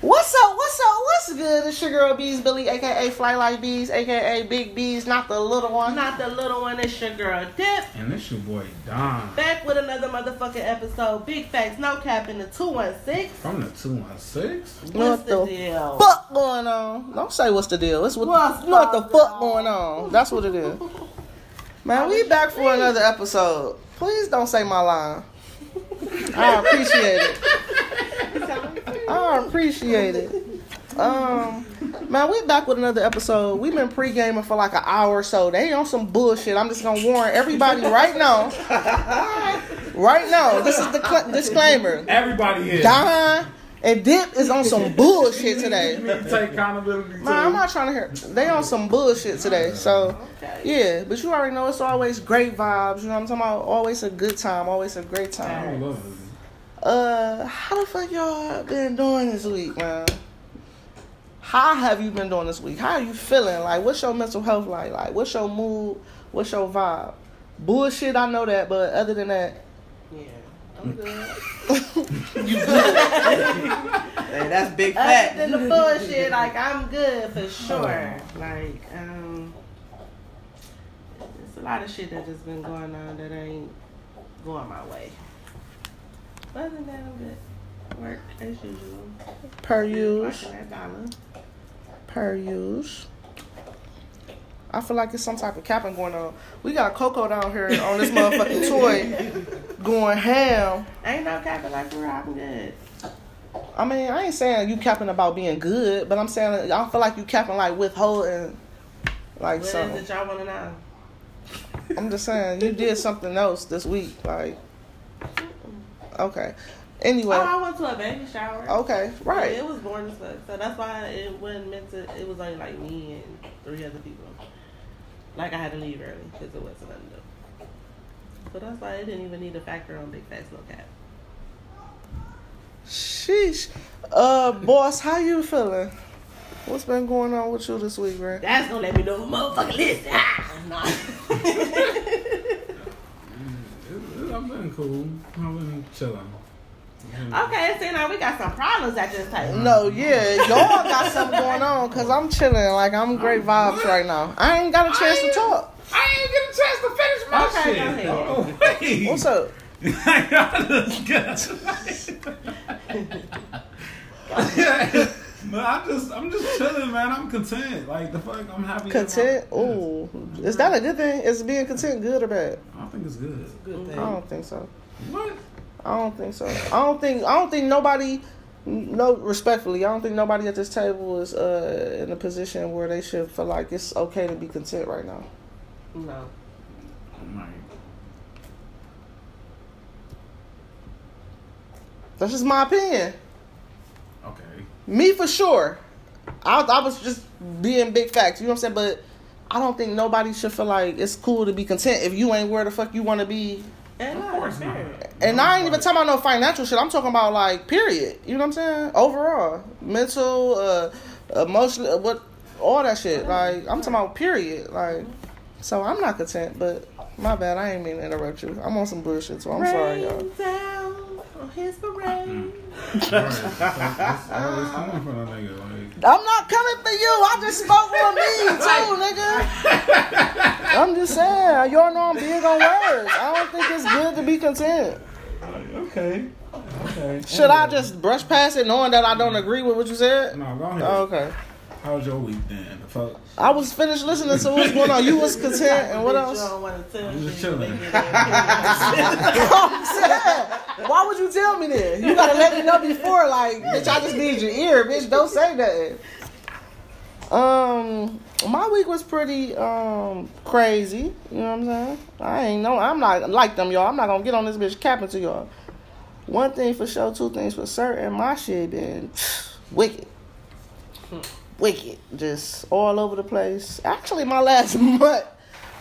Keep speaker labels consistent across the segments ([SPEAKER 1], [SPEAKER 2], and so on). [SPEAKER 1] What's up? What's up? What's good? It's your girl Bees Billy, aka Fly Like Bees, aka Big Bees, not the little one.
[SPEAKER 2] Not the little one, it's your girl Dip.
[SPEAKER 3] And this your boy Don
[SPEAKER 2] Back with another motherfucking episode. Big facts, no cap in the 216.
[SPEAKER 3] from the 216.
[SPEAKER 2] What's
[SPEAKER 1] What
[SPEAKER 2] the
[SPEAKER 1] the
[SPEAKER 2] deal?
[SPEAKER 1] Fuck going on? Don't say what's the deal. It's what,
[SPEAKER 2] What's
[SPEAKER 1] what the
[SPEAKER 2] up,
[SPEAKER 1] fuck
[SPEAKER 2] y'all?
[SPEAKER 1] going on. That's what it is. Man, we back for another episode. Please don't say my line. I appreciate it. I appreciate it. Um, man, we back with another episode. We've been pre-gaming for like an hour or so. They on some bullshit. I'm just gonna warn everybody right now. Right now, this is the cl- disclaimer.
[SPEAKER 3] Everybody is.
[SPEAKER 1] Don and Dip is on some bullshit
[SPEAKER 3] You
[SPEAKER 1] today.
[SPEAKER 3] need to take accountability too.
[SPEAKER 1] Man, I'm not trying to hear. They on some bullshit today. So, yeah, but you already know it's always great vibes. You know what I'm talking about? Always a good time. Always a great
[SPEAKER 3] I
[SPEAKER 1] time.
[SPEAKER 3] don't love
[SPEAKER 1] Uh, how the fuck y'all been doing this week, man? How have you been doing this week? How are you feeling? Like, what's your mental health like? Like, what's your mood? What's your vibe? Bullshit, I know that, but other than that,
[SPEAKER 2] Yeah. I'm good.
[SPEAKER 4] Hey, that's big
[SPEAKER 2] Other
[SPEAKER 4] fact.
[SPEAKER 2] than the bullshit, like I'm good for sure. Like, um it's a lot of shit that has been going on that ain't going my way. But other than that, I'm good. Work as usual.
[SPEAKER 1] per use,
[SPEAKER 2] Rocking that dollar.
[SPEAKER 1] per use. I feel like it's some type of capping going on. We got Coco down here on this motherfucking toy going ham.
[SPEAKER 2] Ain't no capping like we're I'm good.
[SPEAKER 1] I mean, I ain't saying you capping about being good, but I'm saying I feel like you capping like withholding, like
[SPEAKER 2] What is
[SPEAKER 1] something.
[SPEAKER 2] it y'all wanna know?
[SPEAKER 1] I'm just saying you did something else this week, like. Okay.
[SPEAKER 2] Oh,
[SPEAKER 1] Anyway.
[SPEAKER 2] I went to a baby shower.
[SPEAKER 1] Okay.
[SPEAKER 2] It
[SPEAKER 1] Oh, Right.
[SPEAKER 2] was boring as fuck. So that's why it wasn't meant to. It was only like me and three other people. Like I had to leave early because it wasn't nothing to do. So that's why it didn't even need a factor on Big Facts No Cap.
[SPEAKER 1] Sheesh. Uh, boss, how you feeling? What's been going on with you this week, man?
[SPEAKER 2] That's gonna let me know, motherfucker. Listen, ah, no.
[SPEAKER 3] it. I've been cool. I've been chilling.
[SPEAKER 2] okay, see now we got some problems at this time.
[SPEAKER 1] No, yeah, y'all got something going on because I'm chilling. Like I'm great vibes right now. I ain't got a chance to talk.
[SPEAKER 3] I didn't get a chance to finish my
[SPEAKER 2] Okay, go ahead.
[SPEAKER 3] shit.
[SPEAKER 1] What's up?
[SPEAKER 3] But I just, I'm just chilling, man. I'm content. Like the fuck, I'm happy.
[SPEAKER 1] Content?
[SPEAKER 3] Yes.
[SPEAKER 1] Ooh, is that a good thing? Is being content good or bad?
[SPEAKER 3] I think it's good.
[SPEAKER 2] Mm-hmm.
[SPEAKER 4] Good
[SPEAKER 1] I
[SPEAKER 4] thing.
[SPEAKER 1] don't think so.
[SPEAKER 3] What?
[SPEAKER 1] I don't think so. I don't think I don't think nobody no respectfully, I don't think nobody at this table is uh in a position where they should feel like it's okay to be content right now.
[SPEAKER 2] No.
[SPEAKER 3] Like,
[SPEAKER 1] That's just my opinion.
[SPEAKER 3] okay.
[SPEAKER 1] Me for sure. I I was just being big facts, you know what I'm saying? But I don't think nobody should feel like it's cool to be content if you ain't where the fuck you want to be.
[SPEAKER 2] And uh,
[SPEAKER 3] Of course not.
[SPEAKER 1] And I ain't even
[SPEAKER 3] Like,
[SPEAKER 1] talking about no financial shit. I'm talking about like period. You know what I'm saying? Overall, mental, uh, emotional, uh, what, all that shit. Like I'm talking about period. Like, so I'm not content. But my bad. I ain't mean to interrupt you. I'm on some bullshit, so I'm sorry, y'all.
[SPEAKER 2] Rain down on his parade.
[SPEAKER 3] Right. So That's always coming from a nigga. Like,
[SPEAKER 1] I'm not coming for you. I just spoke for me too, nigga. I'm just saying. Y'all know I'm big on words. I don't think it's good to be content.
[SPEAKER 3] like, okay. Okay.
[SPEAKER 1] Should I just brush past it, knowing that I don't agree with what you said? Oh,
[SPEAKER 3] No, go ahead.
[SPEAKER 1] Okay.
[SPEAKER 3] How was your week then? The fuck?
[SPEAKER 1] I was finished listening to what's going on. You was content, and what
[SPEAKER 2] You
[SPEAKER 1] else?
[SPEAKER 2] don't want to tell
[SPEAKER 3] I'm just
[SPEAKER 2] me.
[SPEAKER 3] chilling.
[SPEAKER 1] I'm saying, why would you tell me then? You gotta let me know before, like, bitch. I just need your ear, bitch. Don't say nothing. Um, my week was pretty um crazy. You know what I'm saying? I ain't know. I'm not like them, y'all. I'm not gonna get on this bitch capping to y'all. One thing for sure, two things for certain. My shit been wicked. Wicked. Just all over the place. Actually my last month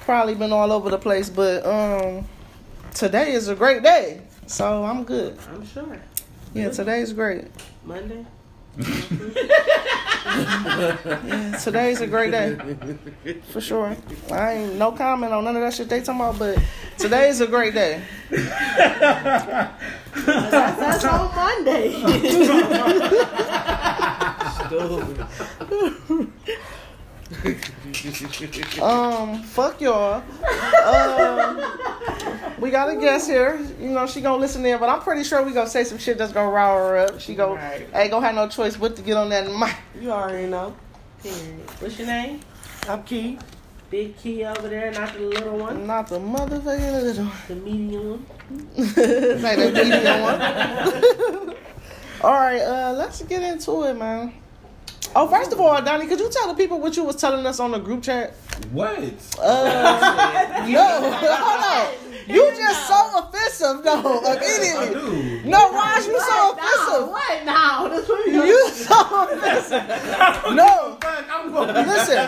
[SPEAKER 1] probably been all over the place, but um today is a great day. So I'm good.
[SPEAKER 2] I'm sure.
[SPEAKER 1] Yeah, today's great.
[SPEAKER 2] Monday.
[SPEAKER 1] Yeah, today's a great day. For sure. I ain't no comment on none of that shit they talking about, but today's a great day.
[SPEAKER 2] That's on Monday.
[SPEAKER 1] um, fuck y'all. Um, we got a guest here. You know she gonna listen in, but I'm pretty sure we gonna say some shit that's gonna rile her up. She go,
[SPEAKER 2] Right.
[SPEAKER 1] ain't gonna have no choice but to get on that mic.
[SPEAKER 4] You already know.
[SPEAKER 2] Period. What's your name?
[SPEAKER 4] I'm Key.
[SPEAKER 2] Big Key over there, not the little one,
[SPEAKER 1] Not the motherfucking little one.
[SPEAKER 2] the medium one.
[SPEAKER 1] It's like that medium one. all right, uh, let's get into it, man. Oh, first of all, Donnie, could you tell the people what you was telling us on the group chat?
[SPEAKER 3] What?
[SPEAKER 1] Uh, no, hold on. You just so offensive, though,
[SPEAKER 3] I
[SPEAKER 1] immediately.
[SPEAKER 3] do.
[SPEAKER 1] No, Raj, you so offensive.
[SPEAKER 2] What now? That's what
[SPEAKER 1] You so offensive. No,
[SPEAKER 3] Fuck, I'm going
[SPEAKER 1] listen,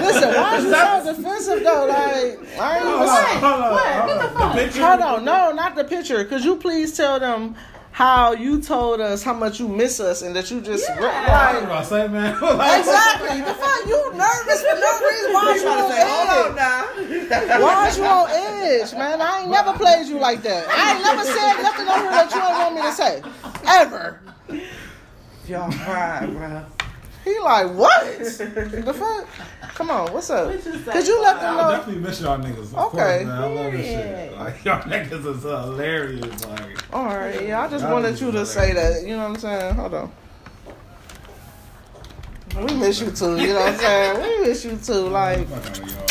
[SPEAKER 1] listen, Raj, you so defensive, though. Like, I ain't even saying. Hold on, no, not the picture. Could you please tell them how you told us how much you miss us and that you just
[SPEAKER 3] I
[SPEAKER 1] like
[SPEAKER 3] about to say, man. Like,
[SPEAKER 1] exactly the fuck you nervous for no reason? Why
[SPEAKER 4] I'm
[SPEAKER 1] is you
[SPEAKER 4] trying to say, "Oh,
[SPEAKER 1] on
[SPEAKER 4] hold on
[SPEAKER 1] edge?
[SPEAKER 4] now.
[SPEAKER 1] Why is you on edge, man? I ain't never played you like that. I ain't never said nothing on here that you don't want me to say ever.
[SPEAKER 4] Y'all fried, bro.
[SPEAKER 1] He like what? The fuck? Come on, what's up?
[SPEAKER 2] What you say?
[SPEAKER 1] Could you let them
[SPEAKER 3] I'll
[SPEAKER 1] know?
[SPEAKER 3] definitely miss y'all niggas. Of
[SPEAKER 1] Okay.
[SPEAKER 3] Course, man. I love this shit.
[SPEAKER 2] Period.
[SPEAKER 3] Like, y'all niggas is hilarious. Like,
[SPEAKER 1] All right, yeah, I just wanted you to say that. You know what I'm saying? Hold on. We miss you too. You know what I'm saying? We miss you too. Like,
[SPEAKER 3] fuck out of y'all.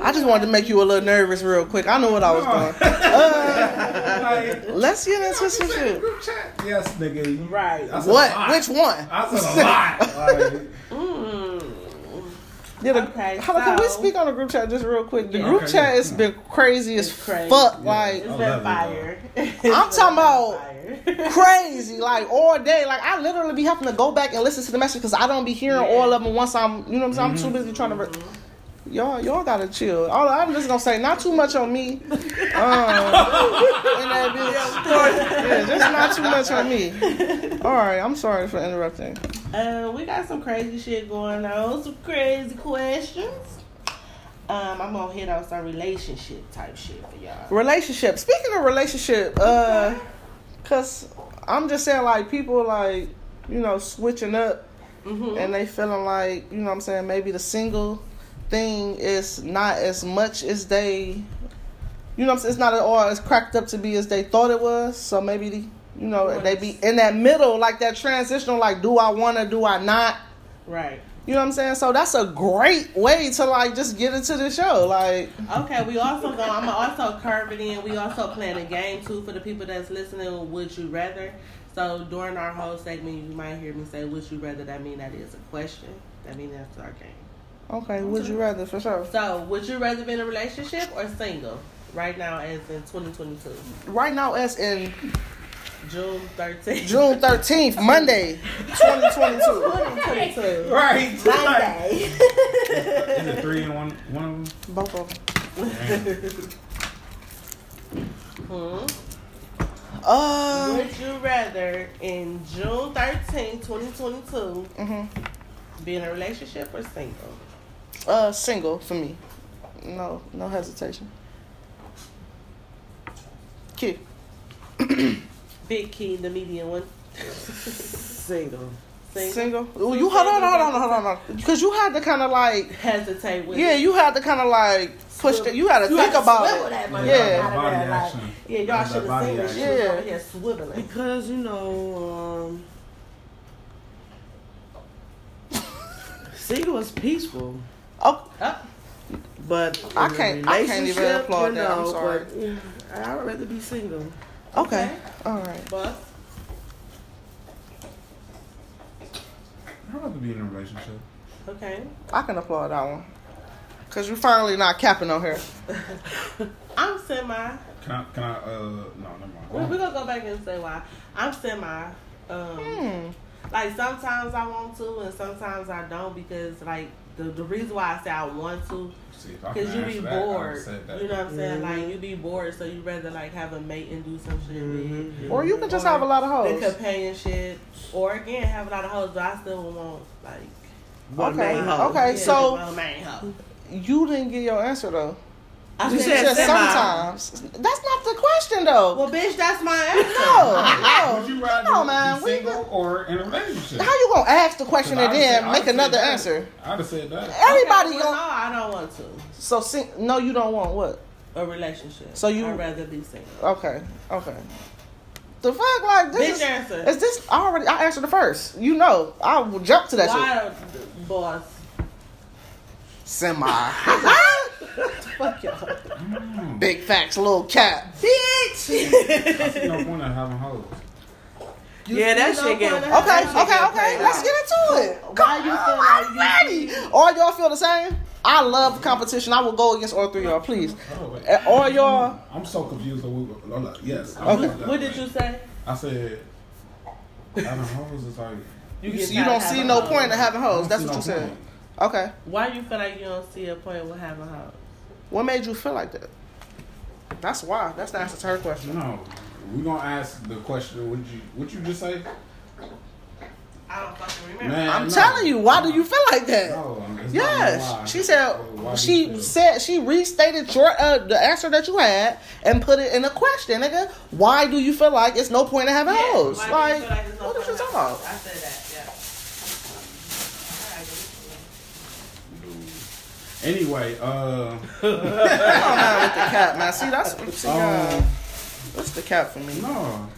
[SPEAKER 1] I just wanted to make you a little nervous real quick. I knew what I was doing. Uh,
[SPEAKER 3] Like,
[SPEAKER 1] let's get into some
[SPEAKER 3] you said
[SPEAKER 1] shit.
[SPEAKER 3] group chat? Yes, nigga.
[SPEAKER 2] Right.
[SPEAKER 3] I said a
[SPEAKER 1] What?
[SPEAKER 3] lot.
[SPEAKER 1] Which one?
[SPEAKER 3] I said a lot. Like,
[SPEAKER 2] Mm.
[SPEAKER 1] Did a,
[SPEAKER 2] Okay,
[SPEAKER 1] hold on, can we
[SPEAKER 2] so-
[SPEAKER 1] speak on the group chat just real quick? The group
[SPEAKER 3] Okay,
[SPEAKER 1] chat
[SPEAKER 3] yeah.
[SPEAKER 1] has been crazy as
[SPEAKER 2] It's crazy.
[SPEAKER 1] fuck.
[SPEAKER 3] Yeah.
[SPEAKER 1] Like,
[SPEAKER 2] It's
[SPEAKER 3] I
[SPEAKER 2] been
[SPEAKER 3] love it,
[SPEAKER 2] fire.
[SPEAKER 1] I'm talking about-
[SPEAKER 2] about.
[SPEAKER 1] crazy, like all day. Like I literally be having to go back and listen to the message because I don't be hearing
[SPEAKER 2] Yeah.
[SPEAKER 1] all of them once I'm, you know what I'm saying.
[SPEAKER 3] Mm-hmm.
[SPEAKER 1] I'm too busy trying to. Re- y'all, y'all gotta chill. All I'm just gonna say, not too much on me. Um, and that bitch, yeah, just not too much on me. All right, I'm sorry for interrupting.
[SPEAKER 2] Uh, we got some crazy shit going on, some crazy questions. Um, I'm gonna hit on some relationship type shit for y'all.
[SPEAKER 1] Relationship. Speaking of relationship, uh, cause I'm just saying, like people, like you know, switching up.
[SPEAKER 2] Mm-hmm.
[SPEAKER 1] and they feeling like you know what I'm saying maybe the single thing is not as much as they you know what I'm saying it's not at all as cracked up to be as they thought it was so maybe the, you know
[SPEAKER 2] Right.
[SPEAKER 1] they be in that middle like that transitional like do I want to do I not
[SPEAKER 2] Right.
[SPEAKER 1] you know what I'm saying so that's a great way to like just get into the show like
[SPEAKER 2] Okay, we also go. I'm also curve it in. We also playing a game too for the people that's listening. Would you rather? So during our whole segment, you might hear me say, "Would you rather?" That mean that is a question. That means that's our game.
[SPEAKER 1] okay would you rather for sure
[SPEAKER 2] So, would you rather be in a relationship or single right now, as in 2022,
[SPEAKER 1] right now as in
[SPEAKER 2] June 13th?
[SPEAKER 1] June 13th Monday 2022
[SPEAKER 2] 2022.
[SPEAKER 3] right. Like,
[SPEAKER 2] Monday.
[SPEAKER 3] is it three and one, one of
[SPEAKER 1] both of them
[SPEAKER 3] them?
[SPEAKER 2] Hmm?
[SPEAKER 1] uh
[SPEAKER 2] Would you rather in June 13th, 2022,
[SPEAKER 1] mhm.
[SPEAKER 2] be in a relationship or single?
[SPEAKER 1] Uh, single for me. No, no hesitation. Kid.
[SPEAKER 2] Big Key, the median one.
[SPEAKER 4] Single.
[SPEAKER 2] Single.
[SPEAKER 1] Single. Ooh, you hold on, hold on, hold on, hold on. Because you had to kind of like,
[SPEAKER 2] Hesitate with
[SPEAKER 1] yeah,
[SPEAKER 2] it.
[SPEAKER 1] you had to kind of like push it. You had to
[SPEAKER 2] You had
[SPEAKER 1] think
[SPEAKER 2] to
[SPEAKER 1] about
[SPEAKER 2] swivel
[SPEAKER 1] it.
[SPEAKER 2] that motherfucker
[SPEAKER 1] Yeah.
[SPEAKER 2] out of
[SPEAKER 3] Body
[SPEAKER 2] there, like,
[SPEAKER 3] action.
[SPEAKER 2] yeah, y'all
[SPEAKER 3] That
[SPEAKER 2] should have
[SPEAKER 3] body
[SPEAKER 2] seen this.
[SPEAKER 1] action.
[SPEAKER 2] She was
[SPEAKER 1] Yeah.
[SPEAKER 2] over here swiveling.
[SPEAKER 4] Because, you know, um, single is peaceful.
[SPEAKER 1] Oh,
[SPEAKER 2] Up.
[SPEAKER 4] But
[SPEAKER 1] I
[SPEAKER 4] in a
[SPEAKER 1] can't- I can't even
[SPEAKER 4] relationship,
[SPEAKER 1] applaud that. I'm sorry.
[SPEAKER 4] but, yeah, I'd rather be single.
[SPEAKER 1] okay. All right.
[SPEAKER 2] Bus.
[SPEAKER 3] I'd rather be in a relationship.
[SPEAKER 2] Okay.
[SPEAKER 1] I can applaud that one. Cause you're finally not capping on here.
[SPEAKER 2] I'm semi.
[SPEAKER 3] Can I? Can I? Uh, no,
[SPEAKER 2] We're,
[SPEAKER 3] never
[SPEAKER 2] we're
[SPEAKER 3] mind.
[SPEAKER 2] gonna go back and say why. I'm semi. Um,
[SPEAKER 1] Hmm.
[SPEAKER 2] Like sometimes I want to, and sometimes I don't because like the the reason why I say I want to
[SPEAKER 3] See, if I
[SPEAKER 2] Cause
[SPEAKER 3] can
[SPEAKER 2] you
[SPEAKER 3] answer
[SPEAKER 2] be
[SPEAKER 3] that, I would've
[SPEAKER 2] bored,
[SPEAKER 3] said that.
[SPEAKER 2] you know what I'm saying?
[SPEAKER 1] Mm-hmm.
[SPEAKER 2] Like you be bored, so you rather like have a mate and do some shit.
[SPEAKER 1] Mm-hmm.
[SPEAKER 2] with.
[SPEAKER 1] Or you can just have a lot of hoes.
[SPEAKER 2] The companionship, or again have a lot of hoes, but I still would want like.
[SPEAKER 4] But
[SPEAKER 1] Okay,
[SPEAKER 4] main hoe.
[SPEAKER 1] okay.
[SPEAKER 2] yeah,
[SPEAKER 1] so-
[SPEAKER 2] my main hoe.
[SPEAKER 1] You didn't get your answer though.
[SPEAKER 2] I
[SPEAKER 1] You
[SPEAKER 4] You
[SPEAKER 1] said
[SPEAKER 4] said semi.
[SPEAKER 1] sometimes. That's not the question though.
[SPEAKER 2] Well, bitch, that's my answer.
[SPEAKER 1] no,
[SPEAKER 3] Would
[SPEAKER 1] no.
[SPEAKER 3] you
[SPEAKER 1] Oh. Come on,
[SPEAKER 3] rather
[SPEAKER 1] man.
[SPEAKER 3] be
[SPEAKER 1] We-
[SPEAKER 3] single or in a relationship?
[SPEAKER 1] How you gonna ask the question and
[SPEAKER 3] I'd say-
[SPEAKER 1] then
[SPEAKER 3] I'd
[SPEAKER 1] make
[SPEAKER 3] say
[SPEAKER 1] another
[SPEAKER 3] that.
[SPEAKER 1] answer?
[SPEAKER 3] I'd have said that.
[SPEAKER 1] Everybody
[SPEAKER 2] okay, well,
[SPEAKER 1] gonna
[SPEAKER 2] No, I don't want to.
[SPEAKER 1] so sing- no, you don't want what?
[SPEAKER 2] A relationship.
[SPEAKER 1] So you-
[SPEAKER 2] I'd rather be single.
[SPEAKER 1] Okay, okay. The fuck, like
[SPEAKER 2] Bitch
[SPEAKER 1] this is,
[SPEAKER 2] answer.
[SPEAKER 1] is this I already? I answered the first. You know, I will jump to that shit.
[SPEAKER 2] Wild boss.
[SPEAKER 1] Semi,
[SPEAKER 2] Fuck y'all.
[SPEAKER 3] Mm.
[SPEAKER 1] big facts, little cap.
[SPEAKER 3] I
[SPEAKER 2] Bitch.
[SPEAKER 3] see no point in having hoes.
[SPEAKER 4] Yeah, that
[SPEAKER 2] see
[SPEAKER 4] shit
[SPEAKER 2] no
[SPEAKER 4] get-
[SPEAKER 2] point in
[SPEAKER 1] Okay,
[SPEAKER 2] having
[SPEAKER 1] okay,
[SPEAKER 2] that shit get
[SPEAKER 1] okay.
[SPEAKER 2] played
[SPEAKER 1] Let's
[SPEAKER 2] out.
[SPEAKER 1] get into it.
[SPEAKER 2] Why you feel like
[SPEAKER 1] I'm
[SPEAKER 2] you-
[SPEAKER 1] ready. All y'all feel the same? I love competition. I will go against all three of y'all, please.
[SPEAKER 3] Oh, wait.
[SPEAKER 1] Uh, All y'all.
[SPEAKER 3] I'm so confused. Of what, we- Lola, yes. I'm
[SPEAKER 1] Okay.
[SPEAKER 3] confused.
[SPEAKER 2] What did you say?
[SPEAKER 3] I said, having hoes is like.
[SPEAKER 1] You,
[SPEAKER 2] get
[SPEAKER 1] you
[SPEAKER 2] tired
[SPEAKER 1] don't
[SPEAKER 2] of
[SPEAKER 1] see
[SPEAKER 2] having
[SPEAKER 1] no
[SPEAKER 2] hoes.
[SPEAKER 1] point in having
[SPEAKER 3] I don't
[SPEAKER 1] hoes. Oh, That's
[SPEAKER 3] see
[SPEAKER 1] what
[SPEAKER 3] no
[SPEAKER 1] you said.
[SPEAKER 3] point.
[SPEAKER 1] Okay.
[SPEAKER 2] Why you feel like you don't see a point with having hoes?
[SPEAKER 1] What made you feel like that? That's why. That's the answer to her question.
[SPEAKER 3] No, we're gonna ask the question. Would you? Would you just say?
[SPEAKER 2] I don't fucking
[SPEAKER 3] Man,
[SPEAKER 1] I'm
[SPEAKER 3] no.
[SPEAKER 1] telling you. Why do you feel like that?
[SPEAKER 3] No, I mean, it's not why.
[SPEAKER 1] Yes, she said.
[SPEAKER 3] Why do you
[SPEAKER 1] She
[SPEAKER 3] feel-
[SPEAKER 1] said she restated your uh, the answer that you had and put it in a question, nigga. Why do you feel like it's no point in having hoes? Like, what are you talking about?
[SPEAKER 2] I said that,
[SPEAKER 3] Anyway, uh,
[SPEAKER 1] Come on now with the cap, man. See, that's see, uh,
[SPEAKER 3] um,
[SPEAKER 1] that's the cap for me.
[SPEAKER 3] no.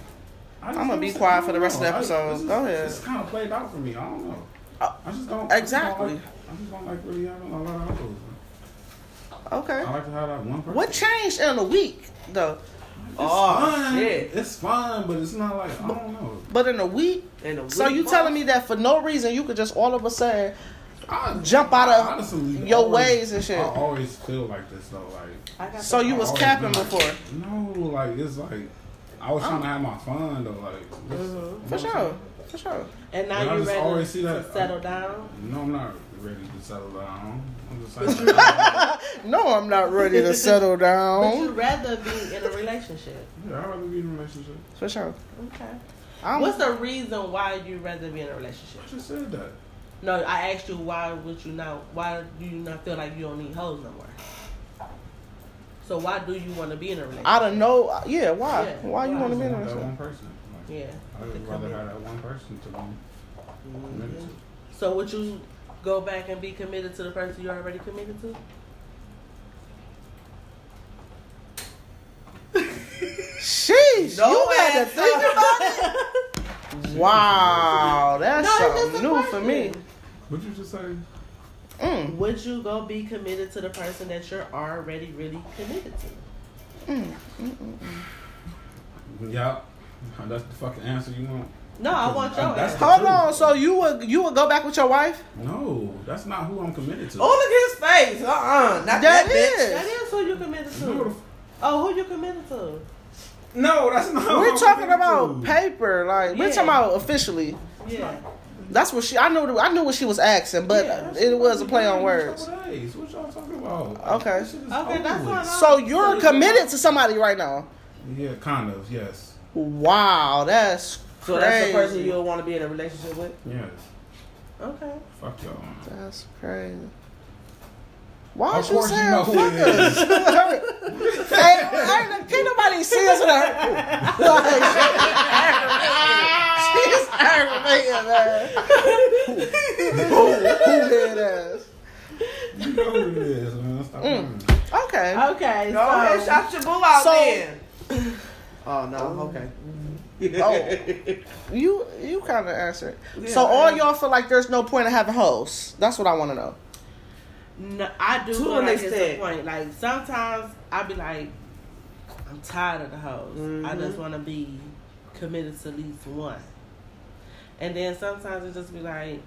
[SPEAKER 3] I just
[SPEAKER 1] I'ma
[SPEAKER 3] don't
[SPEAKER 1] be
[SPEAKER 3] see-
[SPEAKER 1] quiet
[SPEAKER 3] I don't
[SPEAKER 1] for the rest of the
[SPEAKER 3] know. I-
[SPEAKER 1] episode.
[SPEAKER 3] this is-
[SPEAKER 1] Go ahead.
[SPEAKER 3] It's kind of played out for me. I don't know.
[SPEAKER 1] Oh,
[SPEAKER 3] I just don't.
[SPEAKER 1] exactly.
[SPEAKER 3] I just don't like, I just don't like really having a lot of hoes.
[SPEAKER 1] Okay.
[SPEAKER 3] I like to have that one person.
[SPEAKER 1] What changed in a week though?
[SPEAKER 3] It's
[SPEAKER 4] Oh,
[SPEAKER 3] fun.
[SPEAKER 4] shit.
[SPEAKER 3] It's fun, but it's not like I don't know.
[SPEAKER 1] But in a week.
[SPEAKER 4] And a
[SPEAKER 1] So
[SPEAKER 4] weak
[SPEAKER 1] you
[SPEAKER 4] boss.
[SPEAKER 1] telling me that for no reason you could just all of a sudden
[SPEAKER 3] I
[SPEAKER 1] jump out of
[SPEAKER 3] honestly
[SPEAKER 1] your
[SPEAKER 3] always-
[SPEAKER 1] ways and shit?
[SPEAKER 3] I always feel like this though. Like
[SPEAKER 2] yeah. I got
[SPEAKER 1] So
[SPEAKER 2] the-
[SPEAKER 1] Oh, you was
[SPEAKER 3] I always
[SPEAKER 1] capping
[SPEAKER 3] been like-
[SPEAKER 1] before.
[SPEAKER 3] no, like it's like I was trying to have my fun though. Like this- you know
[SPEAKER 1] Uh-huh. For
[SPEAKER 3] what I'm
[SPEAKER 1] sure. For sure.
[SPEAKER 2] And now
[SPEAKER 3] Did I
[SPEAKER 2] you
[SPEAKER 3] just
[SPEAKER 2] ready
[SPEAKER 3] always see that?
[SPEAKER 2] to settle down?
[SPEAKER 3] saying? No, I'm not ready to settle down. I'm just like yeah,
[SPEAKER 1] No, I'm not ready to settle
[SPEAKER 2] Would you
[SPEAKER 1] down.
[SPEAKER 2] rather be in a relationship?
[SPEAKER 3] I'd rather be in a relationship.
[SPEAKER 1] For sure.
[SPEAKER 2] Okay.
[SPEAKER 1] I'm,
[SPEAKER 2] What's the reason why you rather be in a relationship?
[SPEAKER 3] I just said that.
[SPEAKER 2] No, I asked you why would you not? Why do you not feel like you don't need hoes no more? So why do you want to be in a relationship?
[SPEAKER 1] I don't know. Yeah, why?
[SPEAKER 2] Yeah,
[SPEAKER 1] why you
[SPEAKER 2] why?
[SPEAKER 1] want to
[SPEAKER 3] I just
[SPEAKER 1] be in
[SPEAKER 3] want that
[SPEAKER 1] this?
[SPEAKER 3] one person. Like,
[SPEAKER 2] yeah.
[SPEAKER 3] I
[SPEAKER 2] to
[SPEAKER 3] would rather
[SPEAKER 2] commit.
[SPEAKER 3] have that one person to be committed
[SPEAKER 2] Mhm.
[SPEAKER 3] to.
[SPEAKER 2] So would you go back and be committed to the person you already committed to?
[SPEAKER 1] Sheesh, you had to
[SPEAKER 4] answer.
[SPEAKER 1] think about it. Wow, that's
[SPEAKER 2] No, it's
[SPEAKER 1] something
[SPEAKER 2] just a
[SPEAKER 1] new for me.
[SPEAKER 2] question.
[SPEAKER 3] Would you just say?
[SPEAKER 1] Mm,
[SPEAKER 2] Would you go be committed to the person that you're already really committed to?
[SPEAKER 3] Yeah. That's the fucking answer you want.
[SPEAKER 2] No, I want your
[SPEAKER 3] That's
[SPEAKER 2] answer.
[SPEAKER 3] the-
[SPEAKER 1] Hold on, so you would you would go back with your wife?
[SPEAKER 3] No, that's not who I'm committed to.
[SPEAKER 4] Oh, look at his face. Uh uh Not that,
[SPEAKER 1] That
[SPEAKER 4] bitch.
[SPEAKER 1] is.
[SPEAKER 2] That is who you committed
[SPEAKER 3] No, the
[SPEAKER 2] to. Oh, who you committed to?
[SPEAKER 3] No, that's not.
[SPEAKER 1] We're talking about
[SPEAKER 3] pay.
[SPEAKER 1] paper, like we're
[SPEAKER 2] Yeah.
[SPEAKER 1] talking about officially.
[SPEAKER 2] Yeah.
[SPEAKER 1] That's what she. I knew. I knew what she was asking, but it was a play on words.
[SPEAKER 3] What y'all talking about?
[SPEAKER 1] Okay.
[SPEAKER 3] This shit is
[SPEAKER 2] Okay,
[SPEAKER 3] over
[SPEAKER 2] that's
[SPEAKER 3] with.
[SPEAKER 2] fine.
[SPEAKER 1] So you're committed to somebody right now.
[SPEAKER 3] Yeah, kind of. Yes.
[SPEAKER 1] Wow, that's
[SPEAKER 4] So
[SPEAKER 1] crazy.
[SPEAKER 4] that's the person you'll want to be in a relationship with?
[SPEAKER 3] Yes.
[SPEAKER 2] Okay.
[SPEAKER 3] Fuck y'all. man.
[SPEAKER 1] That's crazy. Why
[SPEAKER 3] Of
[SPEAKER 1] would you
[SPEAKER 3] course
[SPEAKER 1] say
[SPEAKER 3] you know
[SPEAKER 1] fuck
[SPEAKER 3] who it is.
[SPEAKER 1] us? hey, ain't, can't nobody see us in her. Like, she's aggravating, man. who, who did us?
[SPEAKER 3] You know who it is,
[SPEAKER 1] Mm.
[SPEAKER 3] man. Stop lying.
[SPEAKER 1] Okay.
[SPEAKER 2] Okay.
[SPEAKER 4] Go ahead,
[SPEAKER 2] so,
[SPEAKER 4] shout your boo out
[SPEAKER 1] So-
[SPEAKER 4] then. Oh, no, okay. Oh.
[SPEAKER 1] You you kind of answered.
[SPEAKER 4] Yeah,
[SPEAKER 1] so all
[SPEAKER 4] I-
[SPEAKER 1] y'all feel like there's no point in having hoes. That's what I want to know.
[SPEAKER 2] no, I do
[SPEAKER 4] To
[SPEAKER 2] feel
[SPEAKER 4] an
[SPEAKER 2] like it's a
[SPEAKER 4] extent.
[SPEAKER 2] point. Like sometimes I be like, I'm tired of the hoes. I just
[SPEAKER 4] Mhm.
[SPEAKER 2] want to be committed to at least one. And then sometimes it just be like,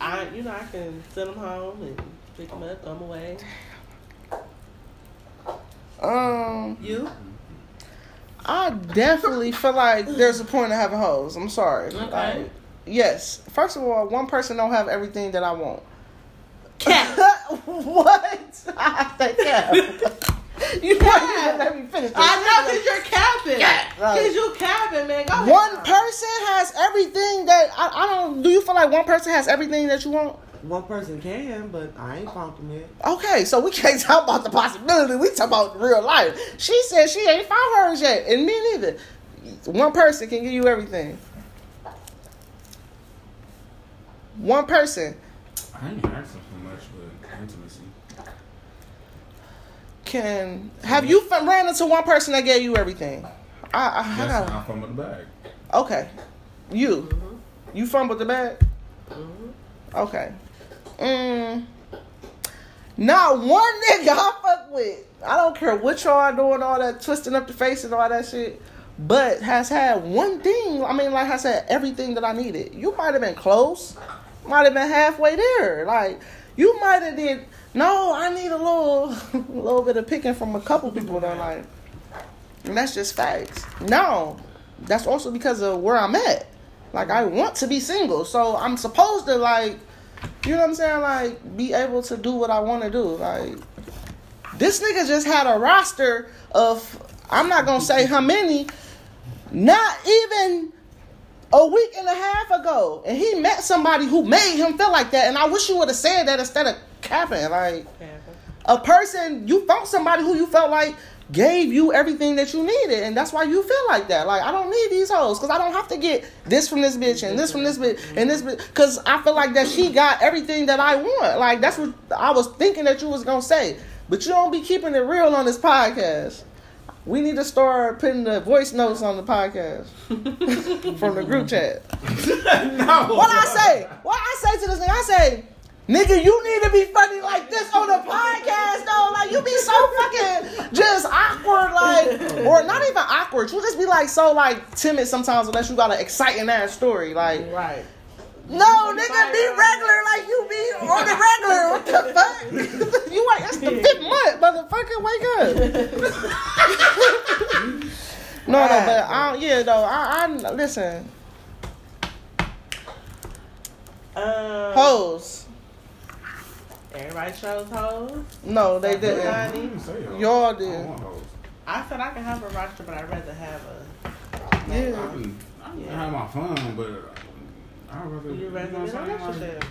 [SPEAKER 2] I you know I can send them home and pick them up, throw them away.
[SPEAKER 1] Um,
[SPEAKER 2] You
[SPEAKER 1] I definitely feel like there's a point in having hoes. I'm sorry.
[SPEAKER 2] Okay.
[SPEAKER 1] Like, yes. First of all, one person don't have everything that I want.
[SPEAKER 2] cat.
[SPEAKER 1] what? I think yeah. You might
[SPEAKER 2] Yeah.
[SPEAKER 1] even let me finish. This.
[SPEAKER 2] I know because you're capping.
[SPEAKER 1] Right.
[SPEAKER 2] Because you capping, man. Go ahead.
[SPEAKER 1] One person has everything that I, I don't. Do you feel like one person has everything that you want?
[SPEAKER 4] One person can, but I
[SPEAKER 2] Oh.
[SPEAKER 4] ain't found it.
[SPEAKER 1] Okay, so we can't talk about the possibility. We talk about real life. She said she ain't found hers yet, and me neither. One person can give you everything. One person
[SPEAKER 3] I ain't asking for much with intimacy.
[SPEAKER 1] can. Have you f- ran into one person that gave you everything? I, I, I
[SPEAKER 3] That's
[SPEAKER 1] gotta-
[SPEAKER 3] not from the bag.
[SPEAKER 1] Okay. You. You fumbled the bag? Okay. Mm. Not one nigga I fuck with. I don't care what y'all are doing, all that twisting up the face and all that shit. But has had one thing. I mean, like I said, everything that I needed. You might have been close. Might have been halfway there. Like you might have did. No, I need a little, little bit of picking from a couple people that like. And that's just facts. No, that's also because of where I'm at. Like I want to be single, so I'm supposed to like, you know what I'm saying? Like be able to do what I want to do. Like this nigga just had a roster of I'm not gonna say how many, not even a week and a half ago, and he met somebody who made him feel like that. And I wish you would have said that instead of capping. Like
[SPEAKER 2] Capping.
[SPEAKER 1] a person you found somebody who you felt like gave you everything that you needed and that's why you feel like that like i don't need these hoes because i don't have to get this from this bitch and this from this bitch and this because i feel like that she got everything that i want like that's what i was thinking that you was gonna say but you don't be keeping it real on this podcast we need to start putting the voice notes on the podcast from the group chat
[SPEAKER 3] no.
[SPEAKER 1] what I say? What I say to this nigga? I say, nigga, you need to be funny like this on the podcast, though. Like you be so fucking just awkward, like, or not even awkward. You just be like so like timid sometimes, unless you got an exciting ass story, like.
[SPEAKER 2] Right.
[SPEAKER 1] No, nigga, be regular like you be on the regular. What the fuck? you ain't. It's the fifth month, motherfucker. Wake up. no, no, but I don't. Yeah, though. I, I listen.
[SPEAKER 2] Um,
[SPEAKER 1] Hoes.
[SPEAKER 2] Everybody shows hoes.
[SPEAKER 1] No, they didn't.
[SPEAKER 3] I didn't even say hoes.
[SPEAKER 1] Y'all
[SPEAKER 3] I
[SPEAKER 1] did.
[SPEAKER 3] don't want hoes.
[SPEAKER 2] I said I can have a roster, but I'd rather have a.
[SPEAKER 3] I
[SPEAKER 1] Yeah.
[SPEAKER 3] can, I can
[SPEAKER 2] Yeah.
[SPEAKER 3] have my fun, but I'd rather.
[SPEAKER 2] You
[SPEAKER 3] know
[SPEAKER 2] rather
[SPEAKER 3] what
[SPEAKER 2] be
[SPEAKER 3] I'm saying?
[SPEAKER 2] on
[SPEAKER 3] Like,
[SPEAKER 2] yourself.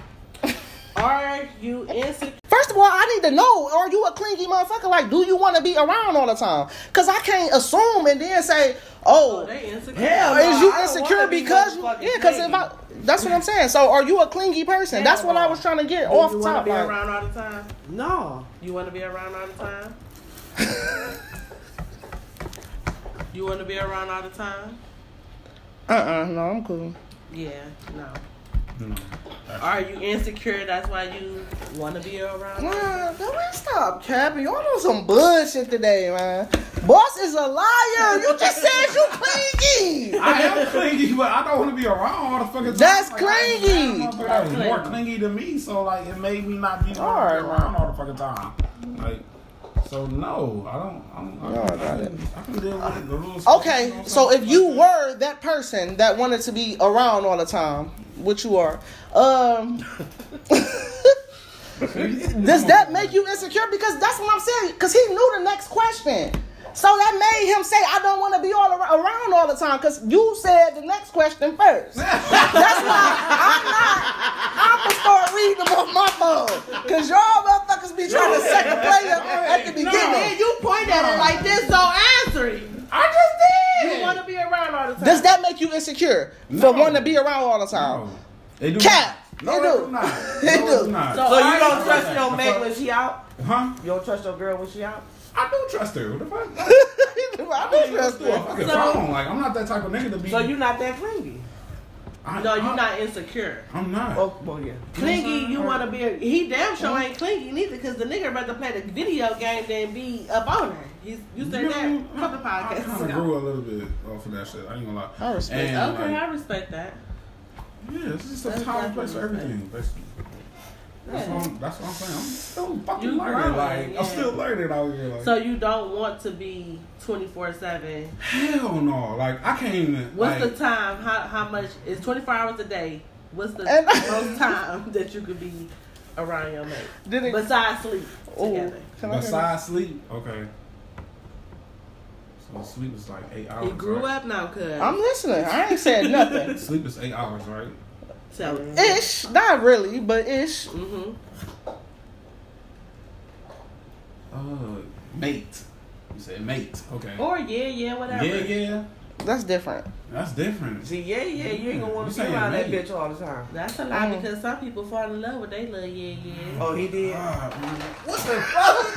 [SPEAKER 2] Are you insecure?
[SPEAKER 1] First of all, I need to know, are you a clingy motherfucker? Like, do you want to be around all the time? Because I can't assume and then say,
[SPEAKER 2] Oh,
[SPEAKER 1] oh,
[SPEAKER 2] they insecure.
[SPEAKER 4] Hell
[SPEAKER 2] Nah,
[SPEAKER 1] is
[SPEAKER 2] I
[SPEAKER 1] you
[SPEAKER 2] don't
[SPEAKER 1] insecure
[SPEAKER 2] wanna be
[SPEAKER 1] because you,
[SPEAKER 2] motherfucking
[SPEAKER 1] yeah, because if I,
[SPEAKER 2] clingy.
[SPEAKER 1] that's what I'm saying. So are you a clingy person? That's what I was trying to get off
[SPEAKER 4] you
[SPEAKER 1] the
[SPEAKER 4] wanna
[SPEAKER 1] top.
[SPEAKER 2] be
[SPEAKER 1] like-
[SPEAKER 2] around all the time.
[SPEAKER 4] No.
[SPEAKER 2] You want to be around all the time? you want to be around all the time?
[SPEAKER 1] Uh-uh, no, I'm cool.
[SPEAKER 2] Yeah, no.
[SPEAKER 3] No.
[SPEAKER 2] Are you insecure? That's why you want to be around?
[SPEAKER 1] Nah, don't we stop capping. Y'all on some bullshit today, man. Boss is a liar. You just said you clingy.
[SPEAKER 3] I am clingy, but I don't want to be around all the fucking time.
[SPEAKER 1] That's
[SPEAKER 3] Like, I-
[SPEAKER 1] clingy.
[SPEAKER 3] that motherfucker was more clingy than me, so like it made me not be
[SPEAKER 1] All right.
[SPEAKER 3] around all the fucking time. Like, so no, I don't. I don't. I,
[SPEAKER 1] Y'all
[SPEAKER 3] don't-
[SPEAKER 1] got
[SPEAKER 3] I,
[SPEAKER 1] it.
[SPEAKER 3] can, I can deal with it. The little stuff, you know
[SPEAKER 1] Okay,
[SPEAKER 3] what I'm
[SPEAKER 1] so
[SPEAKER 3] saying?
[SPEAKER 1] if you were that person that wanted to be around all the time, which you are, um, does that make you insecure? Because that's what I'm saying. Because he knew the next question, so that made him say, "I don't want to be all ar- around all the time." Because you said the next question first. that's why I'm not. I'm gonna start reading them on my phone. Because y'all motherfuckers be trying to second play them at the beginning.
[SPEAKER 2] Then you point at it like this, so answer it.
[SPEAKER 1] I just did.
[SPEAKER 2] You want to be around all the time.
[SPEAKER 1] Does that make you insecure
[SPEAKER 3] No.
[SPEAKER 1] for wanting to be around all the time?
[SPEAKER 3] No. They do.
[SPEAKER 1] Cap.
[SPEAKER 3] No,
[SPEAKER 1] They
[SPEAKER 3] they
[SPEAKER 1] do.
[SPEAKER 3] do not.
[SPEAKER 1] They
[SPEAKER 3] No, they
[SPEAKER 1] do.
[SPEAKER 3] do not.
[SPEAKER 2] So-
[SPEAKER 4] So
[SPEAKER 2] Are
[SPEAKER 4] you don't
[SPEAKER 2] you-
[SPEAKER 4] trust your man when she out?
[SPEAKER 3] huh?
[SPEAKER 4] You don't trust your girl when she out?
[SPEAKER 3] I do trust her. What the
[SPEAKER 1] I
[SPEAKER 3] fuck? I
[SPEAKER 1] do
[SPEAKER 3] mean, let's
[SPEAKER 1] trust
[SPEAKER 3] do a
[SPEAKER 1] that.
[SPEAKER 3] fucking
[SPEAKER 4] So-
[SPEAKER 3] phone. Like, I'm not that type of nigga to be.
[SPEAKER 4] So you not that clingy? Uh-huh.
[SPEAKER 3] I,
[SPEAKER 2] no,
[SPEAKER 3] I-
[SPEAKER 2] you're not insecure.
[SPEAKER 3] I'm not.
[SPEAKER 4] Oh, well, yeah.
[SPEAKER 2] Clingy, you want to be. A, he damn sure
[SPEAKER 4] Uh-huh.
[SPEAKER 2] ain't clingy neither, because the nigga rather play the video game than be a boner. He's, you said that
[SPEAKER 3] No,
[SPEAKER 2] a couple
[SPEAKER 3] I
[SPEAKER 2] podcasts
[SPEAKER 3] kind of
[SPEAKER 2] ago.
[SPEAKER 3] grew a little bit off of that shit. I ain't gonna lie.
[SPEAKER 1] I respect
[SPEAKER 3] And,
[SPEAKER 2] Okay,
[SPEAKER 3] like,
[SPEAKER 2] I respect that.
[SPEAKER 3] yeah, it's just a
[SPEAKER 2] That's
[SPEAKER 3] time and
[SPEAKER 2] what
[SPEAKER 3] place for
[SPEAKER 2] I'm saying.
[SPEAKER 3] everything. basically. That's,
[SPEAKER 2] Yeah.
[SPEAKER 3] what I'm, that's what I'm saying. I'm still fucking
[SPEAKER 2] You
[SPEAKER 3] learning.
[SPEAKER 2] growing,
[SPEAKER 3] like,
[SPEAKER 2] yeah.
[SPEAKER 3] I'm still learning out here. Like,
[SPEAKER 2] So you don't want to be twenty four seven.
[SPEAKER 3] hell no. Like, I can't even.
[SPEAKER 2] What's
[SPEAKER 3] like,
[SPEAKER 2] the time? How how much is twenty four hours a day? What's the
[SPEAKER 1] And-
[SPEAKER 2] most time that you could be around your mate
[SPEAKER 1] Did it,
[SPEAKER 2] besides sleep
[SPEAKER 1] Ooh,
[SPEAKER 2] together?
[SPEAKER 1] can I hear
[SPEAKER 3] Besides sleep, okay. Well, sleep is like eight hours.
[SPEAKER 2] He grew
[SPEAKER 3] right?
[SPEAKER 2] up now, cuz.
[SPEAKER 1] I'm listening. I ain't said nothing.
[SPEAKER 3] Sleep is eight hours, right?
[SPEAKER 2] So,
[SPEAKER 1] ish, not really, but ish.
[SPEAKER 2] mm-hmm.
[SPEAKER 3] Uh, mate. You said mate. Okay.
[SPEAKER 2] Or yeah, yeah,
[SPEAKER 3] yeah,
[SPEAKER 2] Oh, whatever.
[SPEAKER 3] yeah.
[SPEAKER 1] That's different.
[SPEAKER 3] That's different.
[SPEAKER 4] See, yeah, yeah, you ain't gonna want
[SPEAKER 3] You
[SPEAKER 4] to be
[SPEAKER 3] saying
[SPEAKER 4] around that
[SPEAKER 3] mate.
[SPEAKER 4] bitch all the time.
[SPEAKER 2] That's a lie
[SPEAKER 1] Mm.
[SPEAKER 2] because some people fall in love with they little yeah, yeah.
[SPEAKER 4] Oh, he did.
[SPEAKER 3] God, Ah, man.
[SPEAKER 4] What the fuck?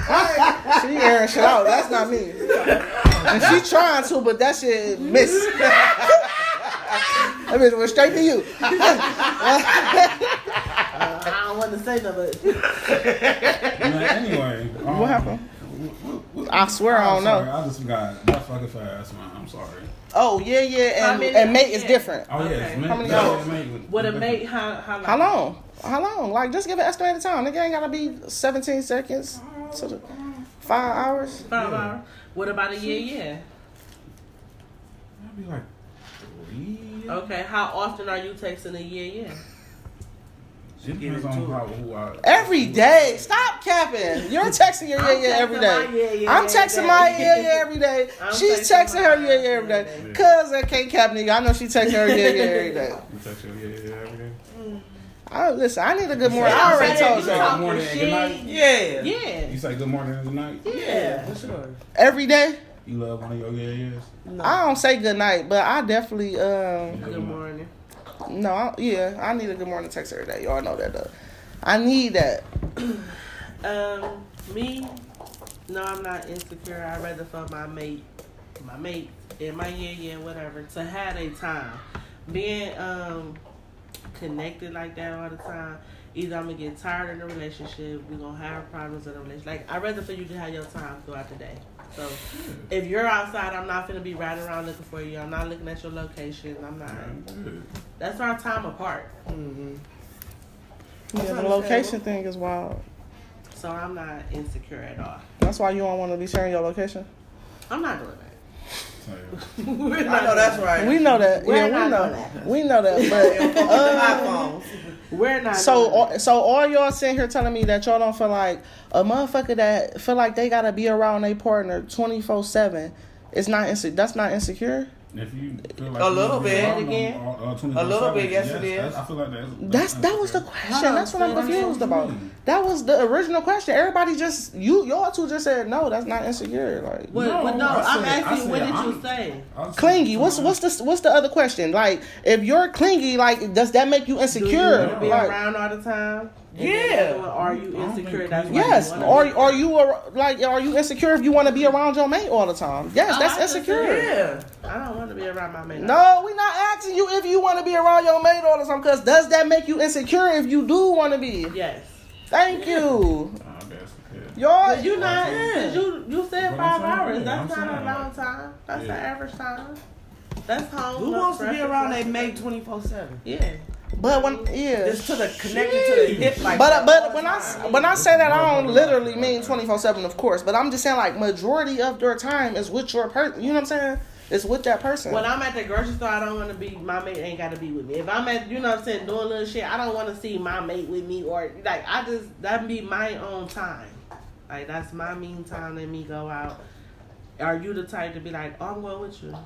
[SPEAKER 1] She airing shit out. That's not me. And she trying to, but that shit miss. that bitch went straight to you.
[SPEAKER 2] I don't want to say no, but
[SPEAKER 3] Man, anyway. um,
[SPEAKER 1] What happened?
[SPEAKER 3] wh- wh- wh-
[SPEAKER 1] I swear I
[SPEAKER 3] I'm
[SPEAKER 1] don't know.
[SPEAKER 3] sorry, I just got that fucking fast, man. I'm sorry.
[SPEAKER 1] Oh yeah, yeah, and,
[SPEAKER 2] How many-
[SPEAKER 1] and mate is
[SPEAKER 2] yeah.
[SPEAKER 1] different.
[SPEAKER 3] Oh yeah,
[SPEAKER 2] Okay.
[SPEAKER 3] it's mate.
[SPEAKER 1] How many
[SPEAKER 3] that's
[SPEAKER 1] hours?
[SPEAKER 3] mate with-
[SPEAKER 2] with a
[SPEAKER 3] with-
[SPEAKER 2] mate, how how long?
[SPEAKER 1] How long? How long? Like just give an estimated time. Nigga ain't gotta be 17 seconds to the five hours.
[SPEAKER 2] Five
[SPEAKER 3] Yeah.
[SPEAKER 2] hours. What about a yeah, yeah?
[SPEAKER 3] That'd be like three.
[SPEAKER 2] Okay, how often are you texting a yeah, yeah?
[SPEAKER 3] It depends
[SPEAKER 4] Give
[SPEAKER 3] on
[SPEAKER 4] it two.
[SPEAKER 3] how who I.
[SPEAKER 1] Every day. Stop capping. You're texting your yeah
[SPEAKER 2] I'm
[SPEAKER 1] yeah every
[SPEAKER 2] texting
[SPEAKER 1] day.
[SPEAKER 2] my yeah, yeah
[SPEAKER 1] I'm
[SPEAKER 2] every
[SPEAKER 1] texting
[SPEAKER 2] day.
[SPEAKER 1] my yeah yeah every day.
[SPEAKER 2] I'm
[SPEAKER 1] She's
[SPEAKER 2] texting
[SPEAKER 1] texting her
[SPEAKER 2] my
[SPEAKER 1] yeah yeah every
[SPEAKER 2] yeah,
[SPEAKER 1] day.
[SPEAKER 3] yeah.
[SPEAKER 1] Cause I can't cap nigga. I know she texting her yeah yeah every day.
[SPEAKER 3] You text your yeah, yeah, every day.
[SPEAKER 1] I, listen, I need a good morning.
[SPEAKER 3] said-
[SPEAKER 1] I
[SPEAKER 3] you
[SPEAKER 1] already
[SPEAKER 3] said-
[SPEAKER 1] told
[SPEAKER 3] you
[SPEAKER 1] you.
[SPEAKER 3] said-
[SPEAKER 2] talking
[SPEAKER 3] good morning and good
[SPEAKER 2] shit.
[SPEAKER 3] night.
[SPEAKER 4] yeah. Yeah.
[SPEAKER 2] Yeah.
[SPEAKER 3] You say good morning and good night.
[SPEAKER 2] Yeah.
[SPEAKER 4] for sure.
[SPEAKER 1] Every day.
[SPEAKER 3] You love one of your yeah yeahs.
[SPEAKER 4] No.
[SPEAKER 1] I don't say good night, but I definitely um
[SPEAKER 2] Good morning.
[SPEAKER 1] No, I, yeah, I need a good morning text every day. Y'all know that though. I need that.
[SPEAKER 2] Um, me, no, I'm not insecure. I'd rather fuck my mate, my mate, and my yeah, yeah, whatever, to have a time. Being um connected like that all the time, either I'm gonna get tired in the relationship, we're gonna have problems in the relationship. Like, I'd rather for you to have your time throughout the day. So, if you're outside, I'm not gonna be riding around looking for you. I'm not looking at your location. I'm not.
[SPEAKER 3] Good.
[SPEAKER 2] That's our time apart.
[SPEAKER 4] Mm-hmm.
[SPEAKER 1] Yeah, the
[SPEAKER 4] understandable.
[SPEAKER 1] location thing is wild.
[SPEAKER 2] So, I'm not insecure at all.
[SPEAKER 1] That's why you don't want to be sharing your location.
[SPEAKER 2] I'm not doing that.
[SPEAKER 3] So,
[SPEAKER 2] We're
[SPEAKER 4] I
[SPEAKER 2] not
[SPEAKER 4] know that's
[SPEAKER 2] doing
[SPEAKER 4] right.
[SPEAKER 1] We know that.
[SPEAKER 2] We're
[SPEAKER 1] yeah,
[SPEAKER 2] not
[SPEAKER 1] we know that.
[SPEAKER 2] doing
[SPEAKER 1] We know that. uh,
[SPEAKER 4] With iPhones.
[SPEAKER 2] that. We're not.
[SPEAKER 1] But so, uh,
[SPEAKER 2] doing that.
[SPEAKER 1] all- so all y'all sitting here telling me that y'all don't feel like a motherfucker that feel like they gotta be around their partner twenty four seven. It's not inse- That's not insecure.
[SPEAKER 3] if you feel like
[SPEAKER 4] A
[SPEAKER 3] you
[SPEAKER 4] little
[SPEAKER 3] need to be uh,
[SPEAKER 4] bit.
[SPEAKER 3] around them
[SPEAKER 2] Again.
[SPEAKER 3] all- all 24/7,
[SPEAKER 4] A little bit, yes, it is.
[SPEAKER 3] that's- I feel like that's.
[SPEAKER 1] That's that was the
[SPEAKER 2] Hold on,
[SPEAKER 1] question. That's what I'm
[SPEAKER 2] so what
[SPEAKER 1] confused
[SPEAKER 3] you
[SPEAKER 1] about.
[SPEAKER 3] mean?
[SPEAKER 1] That was the original question. Everybody just you y'all two just said no. That's not insecure. Like
[SPEAKER 2] What,
[SPEAKER 3] No,
[SPEAKER 2] what, no,
[SPEAKER 3] I
[SPEAKER 2] I'm
[SPEAKER 3] said-
[SPEAKER 2] asking,
[SPEAKER 3] I
[SPEAKER 2] what
[SPEAKER 3] said
[SPEAKER 2] did you
[SPEAKER 3] I'm-
[SPEAKER 2] say?
[SPEAKER 3] I was-
[SPEAKER 1] clingy. What's what's the what's the other question? Like if you're clingy, like does that make you
[SPEAKER 2] Do you want
[SPEAKER 1] insecure?
[SPEAKER 2] to be
[SPEAKER 1] Like,
[SPEAKER 2] around all the time? And then
[SPEAKER 4] Yeah.
[SPEAKER 2] the other one, Are you
[SPEAKER 3] I don't
[SPEAKER 2] insecure?
[SPEAKER 3] think
[SPEAKER 2] That's why
[SPEAKER 1] yes.
[SPEAKER 2] you
[SPEAKER 1] Or
[SPEAKER 2] wanna be-
[SPEAKER 1] are you ar- like are you insecure if you want to be around your mate all the time? Yes,
[SPEAKER 2] Oh, I
[SPEAKER 1] that's
[SPEAKER 2] like this
[SPEAKER 1] insecure.
[SPEAKER 4] Yeah.
[SPEAKER 2] I don't want to be around my man.
[SPEAKER 1] No, we're not asking you if you want to be around your mate all the time. Cause does that make you insecure if you do want to be?
[SPEAKER 2] Yes.
[SPEAKER 1] Thank you,
[SPEAKER 3] I guess. Yeah.
[SPEAKER 1] y'all.
[SPEAKER 2] But you not.
[SPEAKER 3] Yeah.
[SPEAKER 2] Cause you you said
[SPEAKER 3] What
[SPEAKER 2] five
[SPEAKER 3] I'm saying,
[SPEAKER 2] hours.
[SPEAKER 3] yeah,
[SPEAKER 2] That's
[SPEAKER 3] I'm
[SPEAKER 2] not a
[SPEAKER 3] saying,
[SPEAKER 2] long
[SPEAKER 3] like-
[SPEAKER 2] time. That's
[SPEAKER 3] Yeah.
[SPEAKER 2] the average time. That's home.
[SPEAKER 4] Who
[SPEAKER 2] look,
[SPEAKER 4] wants to be
[SPEAKER 2] breakfast,
[SPEAKER 4] around
[SPEAKER 2] lunch,
[SPEAKER 4] their mate
[SPEAKER 2] dinner.
[SPEAKER 4] 24 7?
[SPEAKER 2] Yeah.
[SPEAKER 1] But when yeah.
[SPEAKER 4] Just to the connected to the hip like
[SPEAKER 1] But
[SPEAKER 4] that all
[SPEAKER 1] but
[SPEAKER 4] the
[SPEAKER 1] when I
[SPEAKER 4] time.
[SPEAKER 1] when I say that I don't literally mean twenty four seven, of course. But I'm just saying like majority of your time is with your person. You know what I'm saying? It's with that person.
[SPEAKER 2] When I'm at the grocery store, I don't want to be. My mate ain't got to be with me. If I'm at, you know, what I'm saying, doing little shit, I don't want to see my mate with me or like I just that be my own time. Like that's my mean time. Let me go out. Are you the type to be like, oh, I'm going with you?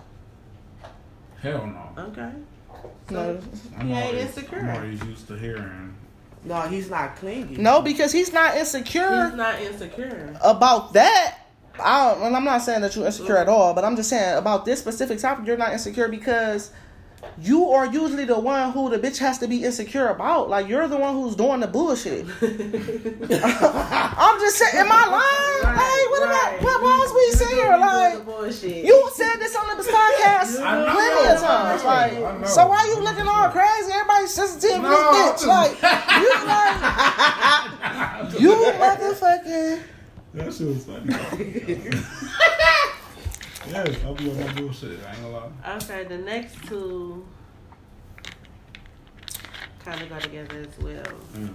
[SPEAKER 3] Hell no.
[SPEAKER 2] Okay.
[SPEAKER 1] no.
[SPEAKER 3] I'm
[SPEAKER 2] Yeah,
[SPEAKER 3] always,
[SPEAKER 2] insecure.
[SPEAKER 3] I'm always used to hearing.
[SPEAKER 4] No, he's not clingy.
[SPEAKER 1] no, because he's not insecure
[SPEAKER 2] He's not insecure.
[SPEAKER 1] about that. I don't, and I'm not saying that you're insecure at all, but I'm just saying about this specific topic, you're not insecure because you are usually the one who the bitch has to be insecure about. Like you're the one who's doing the bullshit. I'm just saying, am I lying? like, what
[SPEAKER 2] right.
[SPEAKER 1] about what was we
[SPEAKER 2] You
[SPEAKER 1] saying?
[SPEAKER 2] do be
[SPEAKER 1] Like,
[SPEAKER 2] doing the bullshit.
[SPEAKER 1] You said this on this podcast
[SPEAKER 3] I know,
[SPEAKER 1] plenty of
[SPEAKER 3] I
[SPEAKER 1] times.
[SPEAKER 3] know,
[SPEAKER 1] Like,
[SPEAKER 3] I know.
[SPEAKER 1] so why you looking all crazy? Everybody's sensitive,
[SPEAKER 3] No,
[SPEAKER 1] no, bitch.
[SPEAKER 3] I'm
[SPEAKER 1] Like, you like you motherfucking.
[SPEAKER 3] That shit was funny. yes, I'll be on my bullshit. I ain't gonna lie.
[SPEAKER 2] Okay, the next two kind of go together as well.
[SPEAKER 3] Mm.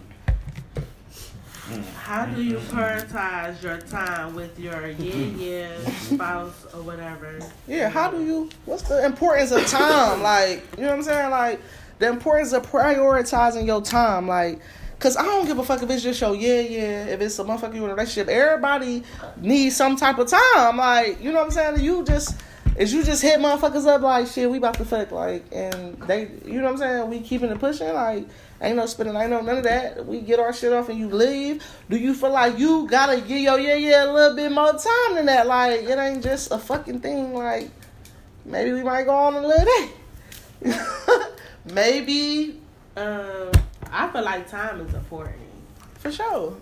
[SPEAKER 2] How do you prioritize your time with your yeah yeah spouse or whatever?
[SPEAKER 1] Yeah, how do you? What's the importance of time? Like, you know what I'm saying? Like, the importance of prioritizing your time. Like, Cause I don't give a fuck if it's just your yeah, yeah. If it's a motherfucker you in a relationship, everybody needs some type of time. Like, you know what I'm saying? You just is you just hit motherfuckers up like shit, we about to fuck like and they you know what I'm saying, we keeping it pushing, like ain't no spinning, ain't no none of that. We get our shit off and you leave. Do you feel like you gotta give your yeah yeah a little bit more time than that? Like it ain't just a fucking thing like maybe we might go on a little day.
[SPEAKER 2] Maybe um, I feel like time is important.
[SPEAKER 1] For sure.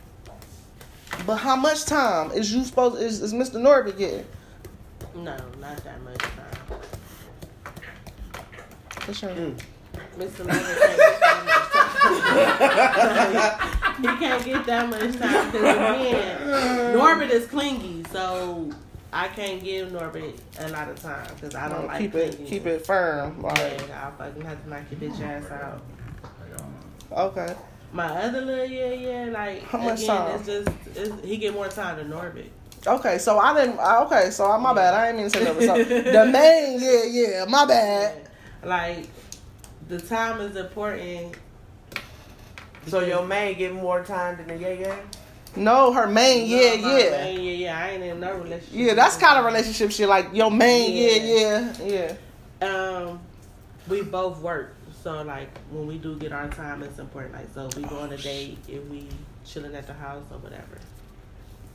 [SPEAKER 1] But how much time is you supposed is, is Mr. Norby getting?
[SPEAKER 2] No, not that much time.
[SPEAKER 1] For sure.
[SPEAKER 2] Mm, Mr. Lover can't get that much time. he can't get that much time because again, Norbert is clingy, so I can't give Norbert a lot of time because I don't
[SPEAKER 1] Like,
[SPEAKER 2] like
[SPEAKER 1] keep it
[SPEAKER 2] clingy.
[SPEAKER 1] keep it firm. Like
[SPEAKER 2] Yeah, I fucking have to knock your bitch ass out.
[SPEAKER 1] okay.
[SPEAKER 2] My other little yeah yeah like
[SPEAKER 1] How much
[SPEAKER 2] again
[SPEAKER 1] time?
[SPEAKER 2] it's just it's, he get more time than Norbit.
[SPEAKER 1] Okay, so I didn't I- okay, so I, my bad. I ain't mean to say that. So the main yeah, yeah, my bad.
[SPEAKER 2] Like the time is important.
[SPEAKER 4] So your man get more time than the yeah yeah?
[SPEAKER 1] No, her main yeah,
[SPEAKER 2] My
[SPEAKER 1] yeah.
[SPEAKER 2] man, yeah yeah. I ain't in no relationship.
[SPEAKER 1] Yeah, that's kind of relationship shit. Like your main yeah,
[SPEAKER 2] Yeah.
[SPEAKER 1] yeah, yeah.
[SPEAKER 2] um we both work so like when we do get our time it's important like so we go on a date if we chilling at the house or whatever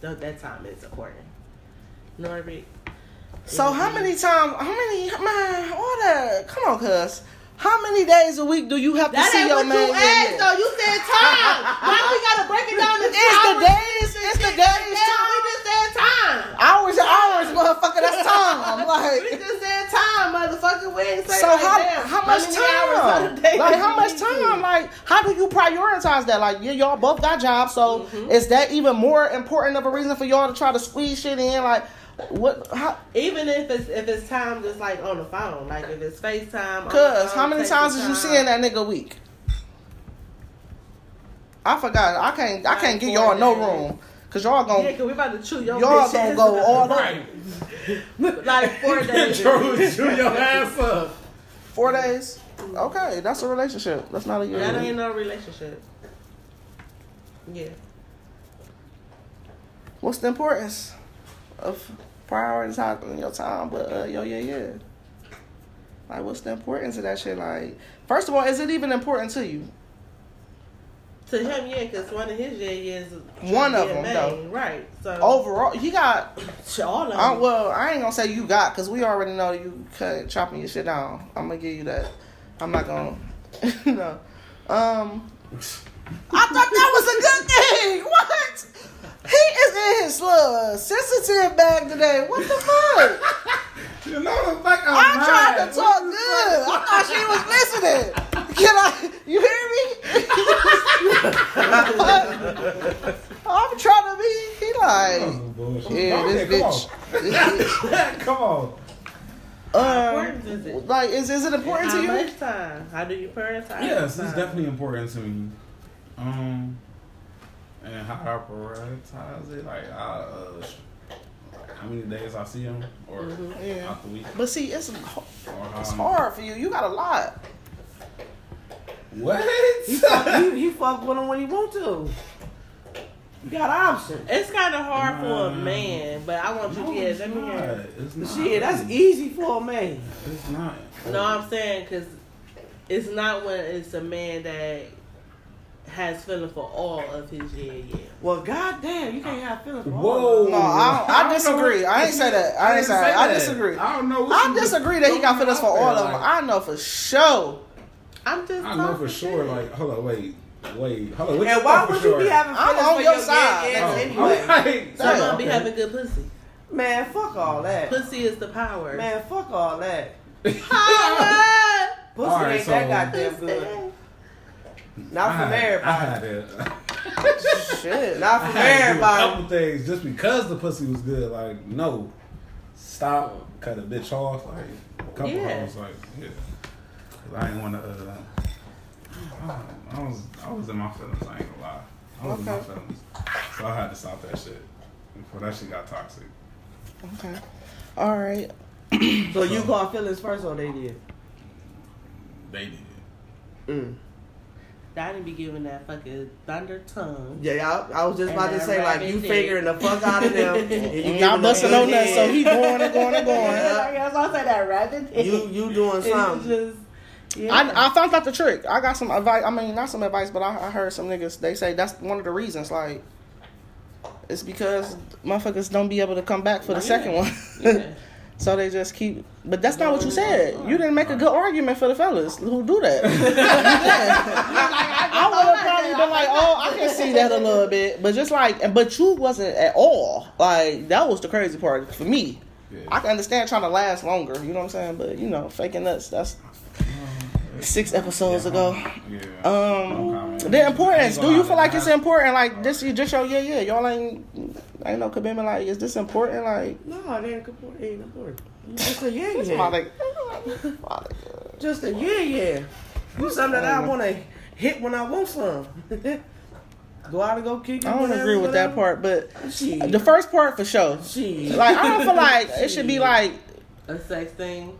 [SPEAKER 2] so that time is important norbit
[SPEAKER 1] So how many times? How many? Man, all that. Come on, cuz. How many days a week do you have to
[SPEAKER 2] that
[SPEAKER 1] see
[SPEAKER 2] ain't
[SPEAKER 1] your
[SPEAKER 2] what
[SPEAKER 1] man?
[SPEAKER 2] you
[SPEAKER 1] yeah, yeah?
[SPEAKER 2] asked though you said time why we gotta break it down to
[SPEAKER 1] It's the
[SPEAKER 2] hours?
[SPEAKER 1] days. It's the days.
[SPEAKER 2] Yeah,
[SPEAKER 1] Time.
[SPEAKER 2] we just said time
[SPEAKER 1] Hours and hours, motherfucker. That's time.
[SPEAKER 2] we
[SPEAKER 1] Like,
[SPEAKER 2] just said time motherfucker we didn't say
[SPEAKER 1] so
[SPEAKER 2] like,
[SPEAKER 1] how
[SPEAKER 2] damn,
[SPEAKER 1] how much
[SPEAKER 2] many hours out of the day
[SPEAKER 1] time? Like, how
[SPEAKER 2] we
[SPEAKER 1] much
[SPEAKER 2] need
[SPEAKER 1] time?
[SPEAKER 2] to?
[SPEAKER 1] Like, how do you prioritize that? Like, yeah, y'all both got jobs, so
[SPEAKER 2] Mm-hmm.
[SPEAKER 1] is that even more important of a reason for y'all to try to squeeze shit in? Like, what? How,
[SPEAKER 2] Even if it's if it's time just like on the phone, like if it's FaceTime. on the
[SPEAKER 1] Cuz, how
[SPEAKER 2] phone,
[SPEAKER 1] many
[SPEAKER 2] text
[SPEAKER 1] times is you
[SPEAKER 2] time,
[SPEAKER 1] seeing that nigga a week? I forgot. I can't. I can't
[SPEAKER 2] Like
[SPEAKER 1] get
[SPEAKER 2] four
[SPEAKER 1] y'all no
[SPEAKER 2] days.
[SPEAKER 1] room. Cause y'all
[SPEAKER 2] Yeah,
[SPEAKER 1] gon'
[SPEAKER 2] cause we about to chew your
[SPEAKER 1] y'all
[SPEAKER 2] bitch
[SPEAKER 1] gonna
[SPEAKER 2] ass
[SPEAKER 1] go
[SPEAKER 2] up.
[SPEAKER 1] all
[SPEAKER 3] Right.
[SPEAKER 2] like four days.
[SPEAKER 3] Drew, chew your ass up.
[SPEAKER 1] four days. Okay, that's a relationship. That's not a year.
[SPEAKER 2] That ain't no relationship. Yeah,
[SPEAKER 1] What's the importance of prioritizing your time? But uh, yo, yeah, yeah. Like, what's the importance of that shit? Like, first of all, is it even important to you?
[SPEAKER 2] to him, yeah, cause one of his yeah yeahs. is
[SPEAKER 1] One of
[SPEAKER 2] yeah,
[SPEAKER 1] them,
[SPEAKER 2] main,
[SPEAKER 1] though.
[SPEAKER 2] right? So
[SPEAKER 1] Overall, you got.
[SPEAKER 2] to all of them.
[SPEAKER 1] I, well, I ain't gonna say you got, cause we already know you cut chopping your shit down. I'm gonna give you that. I'm not gonna. no. Um. I thought that was a good thing. What? He is in his little sensitive bag today. What the fuck?
[SPEAKER 3] You know the fuck I'm,
[SPEAKER 1] I'm trying
[SPEAKER 3] mad.
[SPEAKER 1] to talk good. I thought she was listening. Can I? You hear me? I'm trying to be. He like. Yeah, this bitch.
[SPEAKER 3] come on. come on.
[SPEAKER 2] How important
[SPEAKER 1] Um,
[SPEAKER 2] is it?
[SPEAKER 1] like, is is it important
[SPEAKER 2] How
[SPEAKER 1] to you?
[SPEAKER 2] much time? How do you prioritize?
[SPEAKER 3] Yes, it's
[SPEAKER 2] time?
[SPEAKER 3] definitely important to me. Um, and how I prioritize it, like I, uh, like, how many days I see him, or
[SPEAKER 1] Yeah.
[SPEAKER 3] out the week,
[SPEAKER 1] But see, it's
[SPEAKER 3] or how
[SPEAKER 1] Mm-hmm. it's
[SPEAKER 3] I'm-
[SPEAKER 1] hard for you. You got a lot.
[SPEAKER 3] What?
[SPEAKER 4] He fuck, he, he fuck with him when he want to. You got options.
[SPEAKER 2] It's kind of hard for a
[SPEAKER 3] Nah.
[SPEAKER 2] man, but I want you.
[SPEAKER 3] No,
[SPEAKER 2] yeah,
[SPEAKER 3] it's
[SPEAKER 2] let me hear. it.
[SPEAKER 3] not. It's not.
[SPEAKER 4] Shit, that's e- easy for a man.
[SPEAKER 3] It's not.
[SPEAKER 2] No, I'm saying because it's not when it's a man that has feeling for all of his yeah yeah.
[SPEAKER 4] Well, goddamn, you can't have feelings. for all
[SPEAKER 3] Whoa.
[SPEAKER 4] of
[SPEAKER 1] No, I,
[SPEAKER 3] I
[SPEAKER 1] I
[SPEAKER 3] don't
[SPEAKER 1] disagree.
[SPEAKER 3] know.
[SPEAKER 1] I ain't say that. I ain't say
[SPEAKER 3] didn't
[SPEAKER 1] that. I
[SPEAKER 3] that.
[SPEAKER 1] disagree.
[SPEAKER 3] I don't know. what
[SPEAKER 1] I
[SPEAKER 3] you-
[SPEAKER 1] disagree that he got feelings for all of them.
[SPEAKER 3] Like,
[SPEAKER 1] I know for sure.
[SPEAKER 2] I'm just.
[SPEAKER 3] I know
[SPEAKER 2] talking
[SPEAKER 3] for sure.
[SPEAKER 2] shit.
[SPEAKER 3] Like, hold on, wait, wait, hold on.
[SPEAKER 4] them.
[SPEAKER 3] What
[SPEAKER 4] And
[SPEAKER 3] you
[SPEAKER 4] why
[SPEAKER 3] know for
[SPEAKER 4] would
[SPEAKER 3] sure?
[SPEAKER 4] you be having
[SPEAKER 1] I'm
[SPEAKER 4] feelings
[SPEAKER 1] on
[SPEAKER 4] for
[SPEAKER 1] your
[SPEAKER 4] your,
[SPEAKER 1] side.
[SPEAKER 4] side
[SPEAKER 3] Oh,
[SPEAKER 4] anyway?
[SPEAKER 3] okay.
[SPEAKER 2] some
[SPEAKER 1] Damn.
[SPEAKER 2] gonna be having good pussy.
[SPEAKER 4] Man, fuck all that.
[SPEAKER 2] Pussy is the power.
[SPEAKER 4] Man, fuck all that.
[SPEAKER 2] Power!
[SPEAKER 4] Pussy
[SPEAKER 3] All right,
[SPEAKER 4] ain't
[SPEAKER 3] so-
[SPEAKER 4] that goddamn good. Not from
[SPEAKER 3] I had- I had
[SPEAKER 4] everybody.
[SPEAKER 3] a,
[SPEAKER 1] Shit.
[SPEAKER 3] I
[SPEAKER 4] Not from
[SPEAKER 3] had to do a
[SPEAKER 4] everybody.
[SPEAKER 3] couple things just because the pussy was good. Like, no, stop, cut a bitch off. Like, a couple
[SPEAKER 2] Yeah.
[SPEAKER 3] hoes. Like, yeah, 'Cause I didn't want to. Uh, I- I was I was in my feelings. I ain't gonna lie. I was in my
[SPEAKER 1] Okay.
[SPEAKER 3] feelings, so I had to stop that shit before that shit got toxic.
[SPEAKER 1] Okay. All right.
[SPEAKER 4] So you caught feelings first or they did?
[SPEAKER 3] They did.
[SPEAKER 4] Mm.
[SPEAKER 2] I didn't be giving that fucking thunder tongue.
[SPEAKER 4] Yeah, y'all, I was just
[SPEAKER 2] And
[SPEAKER 4] about to
[SPEAKER 2] that
[SPEAKER 4] say like
[SPEAKER 2] rabbit
[SPEAKER 4] you
[SPEAKER 2] dick.
[SPEAKER 4] figuring the fuck out of them. and you
[SPEAKER 1] And
[SPEAKER 4] giving
[SPEAKER 1] y'all
[SPEAKER 4] them
[SPEAKER 1] busting
[SPEAKER 4] good
[SPEAKER 1] on that, so
[SPEAKER 4] head.
[SPEAKER 1] he going and going and going.
[SPEAKER 4] Yeah.
[SPEAKER 2] I guess I'll say that rabbit. dick.
[SPEAKER 4] you you doing
[SPEAKER 2] It's
[SPEAKER 4] something?
[SPEAKER 2] just- yeah.
[SPEAKER 1] I, I found out the trick. I got some advice. I mean, not some advice, but I, I heard some niggas. They say that's one of the reasons. Like, it's because motherfuckers don't be able to come back for the
[SPEAKER 2] Yeah.
[SPEAKER 1] second one,
[SPEAKER 2] Yeah.
[SPEAKER 1] so they just keep. But that's not what you
[SPEAKER 2] Yeah.
[SPEAKER 1] said. You didn't make a good argument for the fellas who do that. You didn't. I would have probably been like, oh, I can see that a little bit, but just like, and but you wasn't at all. Like that was the crazy part for me. I can understand trying to last longer. You know what I'm saying? But you know, faking nuts. That's six episodes ago.
[SPEAKER 3] Yeah.
[SPEAKER 1] Um,
[SPEAKER 3] Okay.
[SPEAKER 1] the importance. Do you feel like it's
[SPEAKER 3] Nah.
[SPEAKER 1] important? Like this, you just show yeah, yeah. Y'all ain't ain't no commitment. Like, is this important? Like,
[SPEAKER 4] No, I didn't complain. Ain't important. Just a yeah,
[SPEAKER 1] this
[SPEAKER 4] yeah.
[SPEAKER 1] my like,
[SPEAKER 4] Just a yeah, yeah. You something that
[SPEAKER 1] Oh,
[SPEAKER 4] I want to hit when I want some. go out and go kick. it
[SPEAKER 1] I don't
[SPEAKER 4] whenever,
[SPEAKER 1] agree with that
[SPEAKER 4] whatever.
[SPEAKER 1] part, but
[SPEAKER 4] Shit.
[SPEAKER 1] the first part for sure.
[SPEAKER 4] Shit.
[SPEAKER 1] Like, I don't feel like it should be like.
[SPEAKER 2] a sex thing.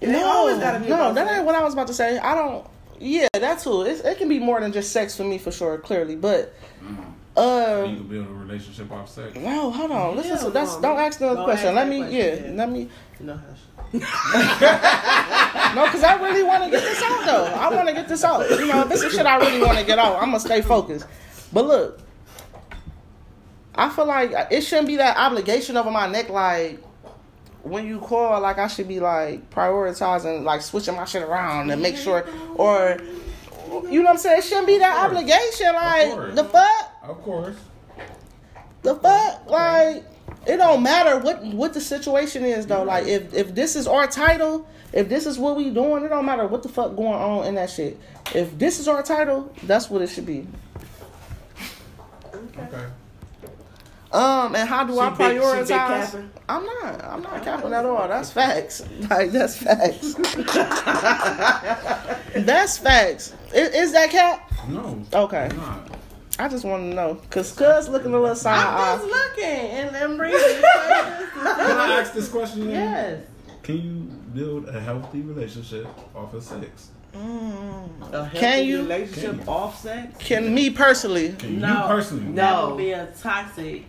[SPEAKER 4] They always gotta
[SPEAKER 1] No,
[SPEAKER 4] be
[SPEAKER 1] no,
[SPEAKER 4] about
[SPEAKER 1] that
[SPEAKER 4] sex.
[SPEAKER 1] ain't what I was about to say. I don't. Yeah, that too. It's, it can be more than just sex for me, for sure, clearly. But,
[SPEAKER 3] Mm. You
[SPEAKER 1] um,
[SPEAKER 3] can build a relationship off sex.
[SPEAKER 1] no, hold on. Listen,
[SPEAKER 4] Hell
[SPEAKER 1] to that's
[SPEAKER 4] no,
[SPEAKER 1] don't
[SPEAKER 4] man.
[SPEAKER 1] ask another
[SPEAKER 2] Don't
[SPEAKER 1] question.
[SPEAKER 2] ask
[SPEAKER 1] Let
[SPEAKER 2] that
[SPEAKER 1] me,
[SPEAKER 2] question,
[SPEAKER 1] yeah,
[SPEAKER 2] yeah.
[SPEAKER 1] let me.
[SPEAKER 2] No hush.
[SPEAKER 1] No, because I really want to get this out, though. I want to get this out. You know, this is shit I really want to get out. I'm going to stay focused. But look, I feel like it shouldn't be that obligation over my neck. Like, when you call, like, I should be, like, prioritizing, like, switching my shit around and make sure. Or, you know what I'm saying? It shouldn't be that
[SPEAKER 3] Of course.
[SPEAKER 1] obligation. Like,
[SPEAKER 3] course.
[SPEAKER 1] the fuck?
[SPEAKER 3] Of course.
[SPEAKER 1] The fuck, like it don't matter what what the situation is though. Like if if this is our title, if this is what we doing, it don't matter what the fuck going on in that shit. If this is our title, that's what it should be.
[SPEAKER 3] Okay.
[SPEAKER 1] Um, and how do I
[SPEAKER 4] She big- she big
[SPEAKER 1] prioritize?
[SPEAKER 4] capping?
[SPEAKER 1] I'm not. I'm not capping at all. That's facts. Like that's facts. that's facts. Is, is that cap?
[SPEAKER 3] No.
[SPEAKER 1] Okay.
[SPEAKER 3] it's Not.
[SPEAKER 1] I just want to know, cause cuz looking a little side
[SPEAKER 4] Ah.
[SPEAKER 2] I'm
[SPEAKER 1] eye.
[SPEAKER 2] just looking and I'm reading. this.
[SPEAKER 3] Can I ask this question? then?
[SPEAKER 2] yes.
[SPEAKER 3] Can you build a healthy relationship off of sex?
[SPEAKER 1] Mm.
[SPEAKER 4] A healthy
[SPEAKER 1] Can you-
[SPEAKER 4] relationship
[SPEAKER 3] Can you?
[SPEAKER 4] off sex?
[SPEAKER 1] Can me personally?
[SPEAKER 3] Can
[SPEAKER 2] No.
[SPEAKER 3] you personally?
[SPEAKER 2] That
[SPEAKER 4] No.
[SPEAKER 2] would be a toxic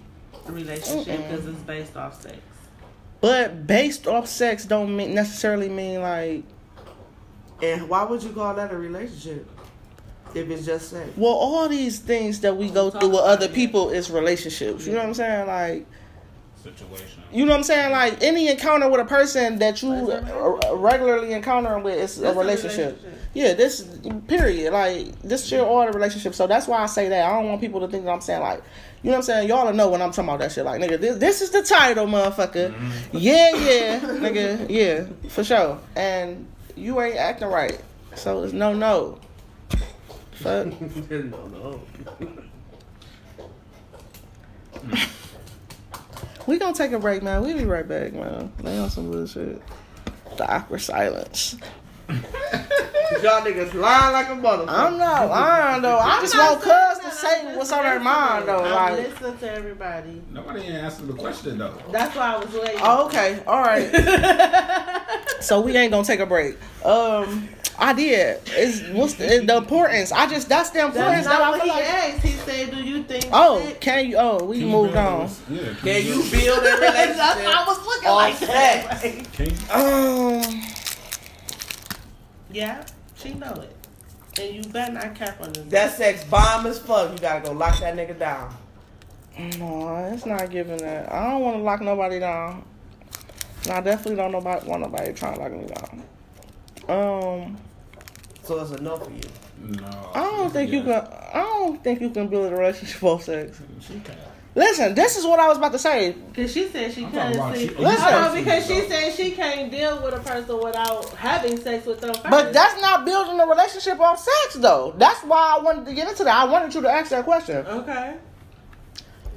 [SPEAKER 2] relationship because it's based off sex.
[SPEAKER 1] But based off sex don't mean, necessarily mean like
[SPEAKER 4] And why would you call that a relationship if it's just sex?
[SPEAKER 1] well all these things that we go through with other people is relationships. You know what I'm saying? Like
[SPEAKER 3] Situation.
[SPEAKER 1] you know what I'm saying? Like any encounter with a person that you uh, regularly encounter with is a
[SPEAKER 2] That's a
[SPEAKER 1] relationship.
[SPEAKER 2] relationship.
[SPEAKER 1] Yeah, this period, like this shit all the relationship. So that's why I say that. I don't want people to think that I'm saying like you know what I'm saying? Y'all know when I'm talking about that shit. Like, nigga, this, this is the title, motherfucker.
[SPEAKER 3] Mm-hmm.
[SPEAKER 1] Yeah, yeah, nigga, yeah, for sure. And you ain't acting right. So it's no, no. Fuck.
[SPEAKER 4] no, no.
[SPEAKER 1] We gonna take a break, man. We'll be right back, man. They on some bullshit. The awkward silence.
[SPEAKER 4] Y'all niggas lying like a motherfucker.
[SPEAKER 1] I'm not lying though. I just want
[SPEAKER 2] saying
[SPEAKER 1] cuz to
[SPEAKER 2] that.
[SPEAKER 1] say
[SPEAKER 2] I'm
[SPEAKER 1] what's on her mind though.
[SPEAKER 2] I
[SPEAKER 1] Like,
[SPEAKER 2] listen to everybody.
[SPEAKER 3] Nobody ain't answered the question though.
[SPEAKER 2] That's why I was waiting.
[SPEAKER 1] oh, okay, all right. so we ain't gonna take a break. Um, I did. It's what's the, the importance? I just that's the importance
[SPEAKER 2] That's
[SPEAKER 1] that
[SPEAKER 2] not
[SPEAKER 1] I
[SPEAKER 2] what
[SPEAKER 1] feel
[SPEAKER 2] he
[SPEAKER 1] like.
[SPEAKER 2] asked. He said, "Do you think?"
[SPEAKER 1] Oh,
[SPEAKER 2] that-
[SPEAKER 1] can you? Oh, we
[SPEAKER 3] Can you
[SPEAKER 1] moved
[SPEAKER 3] build a-
[SPEAKER 1] on.
[SPEAKER 3] Yeah.
[SPEAKER 4] Can you
[SPEAKER 3] build-
[SPEAKER 4] build a
[SPEAKER 2] That's why I
[SPEAKER 4] relationship
[SPEAKER 2] was looking
[SPEAKER 4] on
[SPEAKER 2] like that.
[SPEAKER 4] sex?
[SPEAKER 3] Can you?
[SPEAKER 1] Um,
[SPEAKER 2] Yeah, she know it, and you better not cap on this.
[SPEAKER 4] That sex bomb as fuck. You gotta go lock that nigga down.
[SPEAKER 1] no, it's not giving that. I don't want to lock nobody down. And I definitely don't nobody want nobody trying to lock me down. Um,
[SPEAKER 4] So it's enough for you.
[SPEAKER 3] No.
[SPEAKER 1] I don't think you
[SPEAKER 3] Yeah.
[SPEAKER 1] can. I don't think you can build a relationship off sex.
[SPEAKER 3] She can.
[SPEAKER 1] Listen, this is what I was about to say.
[SPEAKER 2] Because she said she
[SPEAKER 3] I'm talking
[SPEAKER 2] couldn't
[SPEAKER 3] about
[SPEAKER 2] see.
[SPEAKER 3] she-
[SPEAKER 1] Listen.
[SPEAKER 2] No, because she said she can't deal with a person without having sex with them first.
[SPEAKER 1] But that's not building a relationship off sex, though. That's why I wanted to get into that. I wanted you to ask that question.
[SPEAKER 2] okay.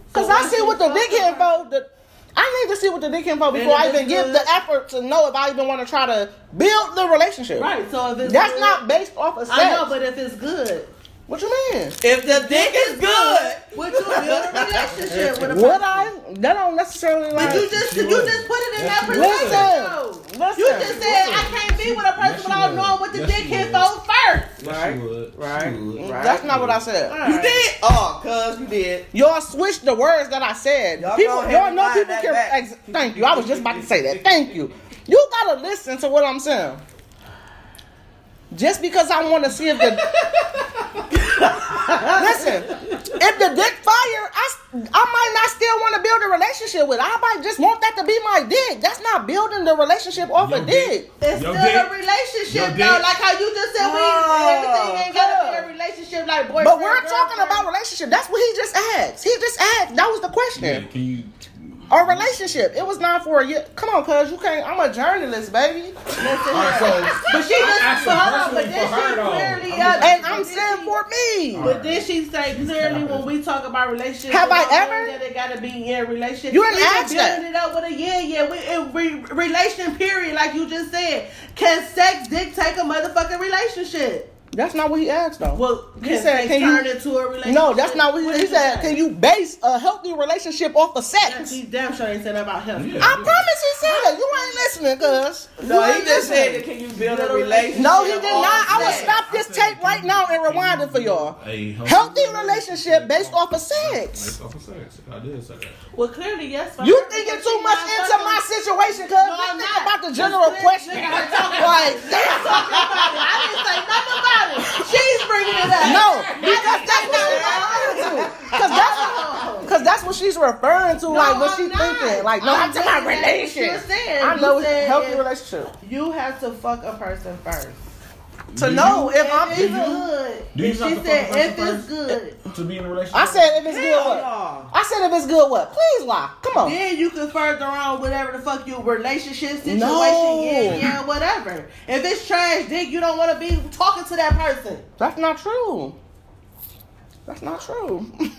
[SPEAKER 1] Because
[SPEAKER 2] So
[SPEAKER 1] I
[SPEAKER 2] why
[SPEAKER 1] see
[SPEAKER 2] she
[SPEAKER 1] what the
[SPEAKER 2] fucking
[SPEAKER 1] dick info. The, I need to see what the dick info before I
[SPEAKER 2] if
[SPEAKER 1] even
[SPEAKER 2] it's
[SPEAKER 1] give
[SPEAKER 2] good-
[SPEAKER 1] the effort to know if I even want to try to build the relationship.
[SPEAKER 2] Right. So if it's
[SPEAKER 1] That's
[SPEAKER 2] good-
[SPEAKER 1] not based off of sex.
[SPEAKER 2] I know, but if it's good,
[SPEAKER 1] What you mean?
[SPEAKER 5] If the dick is good,
[SPEAKER 2] Would you build a relationship with a
[SPEAKER 1] What I that don't necessarily like.
[SPEAKER 2] But you just you just put it in that
[SPEAKER 1] Listen.
[SPEAKER 2] perspective. though.
[SPEAKER 1] Listen.
[SPEAKER 2] You just said I can't be with a person
[SPEAKER 3] Yes, you
[SPEAKER 2] without
[SPEAKER 3] would.
[SPEAKER 2] knowing what the
[SPEAKER 3] Yes,
[SPEAKER 2] dick
[SPEAKER 3] you
[SPEAKER 2] hits
[SPEAKER 3] would.
[SPEAKER 2] on first.
[SPEAKER 3] Yes, she would. She
[SPEAKER 4] Right.
[SPEAKER 3] would.
[SPEAKER 1] Mm, That's not what I said.
[SPEAKER 5] you did. Oh, cuz you did.
[SPEAKER 1] Y'all switched the words that I said.
[SPEAKER 5] Y'all
[SPEAKER 1] people,
[SPEAKER 5] gonna have
[SPEAKER 1] y'all
[SPEAKER 5] to
[SPEAKER 1] know
[SPEAKER 5] buy
[SPEAKER 1] people
[SPEAKER 5] that
[SPEAKER 1] can.
[SPEAKER 5] back.
[SPEAKER 1] Ex- thank you. I was just about to say that. Thank you. You gotta listen to what I'm saying. Just because I want to see if the listen, if the dick fire, I s- I might not still want to build a relationship with. I might just want that to be my dick. That's not building the relationship off
[SPEAKER 3] Your
[SPEAKER 1] a
[SPEAKER 3] dick.
[SPEAKER 1] dick.
[SPEAKER 2] It's still
[SPEAKER 3] Your dick.
[SPEAKER 2] a
[SPEAKER 3] Your
[SPEAKER 2] relationship
[SPEAKER 3] dick.
[SPEAKER 2] though, like how you just said we
[SPEAKER 5] Oh,
[SPEAKER 2] everything ain't gotta be a relationship like boyfriend.
[SPEAKER 1] But we're talking
[SPEAKER 2] girlfriend.
[SPEAKER 1] about relationship. That's what he just asked. He just asked. That was the
[SPEAKER 3] Yeah,
[SPEAKER 1] question.
[SPEAKER 3] can you?
[SPEAKER 1] Our relationship. It was not for a year. Come on, cuz you can't. I'm a journalist, baby.
[SPEAKER 3] All right, so
[SPEAKER 2] But she
[SPEAKER 3] I'm
[SPEAKER 2] just
[SPEAKER 3] asking
[SPEAKER 2] but hold on, but
[SPEAKER 3] personally
[SPEAKER 2] then
[SPEAKER 3] for her,
[SPEAKER 2] she
[SPEAKER 3] though.
[SPEAKER 2] clearly
[SPEAKER 3] I'm
[SPEAKER 2] uh,
[SPEAKER 3] just-
[SPEAKER 1] And I'm
[SPEAKER 2] but then
[SPEAKER 1] saying
[SPEAKER 2] she-
[SPEAKER 1] for me.
[SPEAKER 3] All
[SPEAKER 2] But then she say clearly when we talk about relationships,
[SPEAKER 1] Have I
[SPEAKER 2] we don't
[SPEAKER 1] ever?
[SPEAKER 2] mean That it gotta be in relationship.
[SPEAKER 1] You didn't
[SPEAKER 2] We
[SPEAKER 1] ask
[SPEAKER 2] building
[SPEAKER 1] that.
[SPEAKER 2] it up with a yeah, yeah. We in re- relation period, like you just said. Can sex dictate a motherfucking relationship?
[SPEAKER 1] That's not what he asked though.
[SPEAKER 2] Well,
[SPEAKER 1] He
[SPEAKER 2] can
[SPEAKER 1] said,
[SPEAKER 2] sex
[SPEAKER 1] can you-
[SPEAKER 2] turn into a relationship?
[SPEAKER 1] no, that's not what he,
[SPEAKER 2] did
[SPEAKER 1] he said.
[SPEAKER 2] say?
[SPEAKER 1] Can you base a healthy relationship off of
[SPEAKER 2] Yes,
[SPEAKER 1] sex?
[SPEAKER 2] he damn sure ain't said about him.
[SPEAKER 3] Yeah.
[SPEAKER 1] I promise he said it. You ain't listening, cuz.
[SPEAKER 5] No,
[SPEAKER 1] You
[SPEAKER 5] he
[SPEAKER 1] ain't
[SPEAKER 5] just
[SPEAKER 1] listening.
[SPEAKER 5] said, that "Can you build a relationship?"
[SPEAKER 1] No, he did
[SPEAKER 5] on
[SPEAKER 1] not. I will
[SPEAKER 5] sex?
[SPEAKER 1] stop this tape right now and rewind it for y'all.
[SPEAKER 3] A
[SPEAKER 1] Healthy relationship based off of sex.
[SPEAKER 3] Based off of sex. I did say that.
[SPEAKER 2] Well, clearly yes. for
[SPEAKER 1] You
[SPEAKER 2] her,
[SPEAKER 1] thinking
[SPEAKER 2] because
[SPEAKER 1] too
[SPEAKER 2] she
[SPEAKER 1] much
[SPEAKER 2] not
[SPEAKER 1] into
[SPEAKER 2] fucking-
[SPEAKER 1] my situation, cuz.
[SPEAKER 2] No,
[SPEAKER 1] Just
[SPEAKER 2] I'm
[SPEAKER 1] think
[SPEAKER 2] not.
[SPEAKER 1] about the general
[SPEAKER 2] Just
[SPEAKER 1] question.
[SPEAKER 2] think about the general
[SPEAKER 1] Like, damn.
[SPEAKER 2] I didn't say nothing about it. She's bringing it up.
[SPEAKER 1] No, because that's not what I'm referring to. Because that's, cause that's what she's referring to, like what
[SPEAKER 2] I'm
[SPEAKER 1] she's
[SPEAKER 2] not.
[SPEAKER 1] thinking. Like, no, I'm, talking about
[SPEAKER 2] saying that you
[SPEAKER 1] relationship.
[SPEAKER 2] said-
[SPEAKER 1] I
[SPEAKER 2] you
[SPEAKER 1] know it's
[SPEAKER 2] said
[SPEAKER 1] healthy
[SPEAKER 2] if
[SPEAKER 1] relationship.
[SPEAKER 2] You have to fuck a person first.
[SPEAKER 1] To know if I'm
[SPEAKER 2] If it's
[SPEAKER 1] even.
[SPEAKER 2] good.
[SPEAKER 3] Do you
[SPEAKER 2] If
[SPEAKER 3] have
[SPEAKER 2] she
[SPEAKER 3] to fuck
[SPEAKER 2] said
[SPEAKER 3] a person
[SPEAKER 2] if it's
[SPEAKER 3] first?
[SPEAKER 2] good,
[SPEAKER 3] To be in a relationship.
[SPEAKER 1] I said if it's good,
[SPEAKER 4] Hell
[SPEAKER 1] what?
[SPEAKER 4] no.
[SPEAKER 1] I said if it's good, what? Please lie. Come on.
[SPEAKER 2] then you can further on whatever the fuck your relationship situation,
[SPEAKER 1] No.
[SPEAKER 2] yeah, yeah, whatever. If it's trash dick, you don't want to be talking to that person.
[SPEAKER 1] That's not true. That's not true.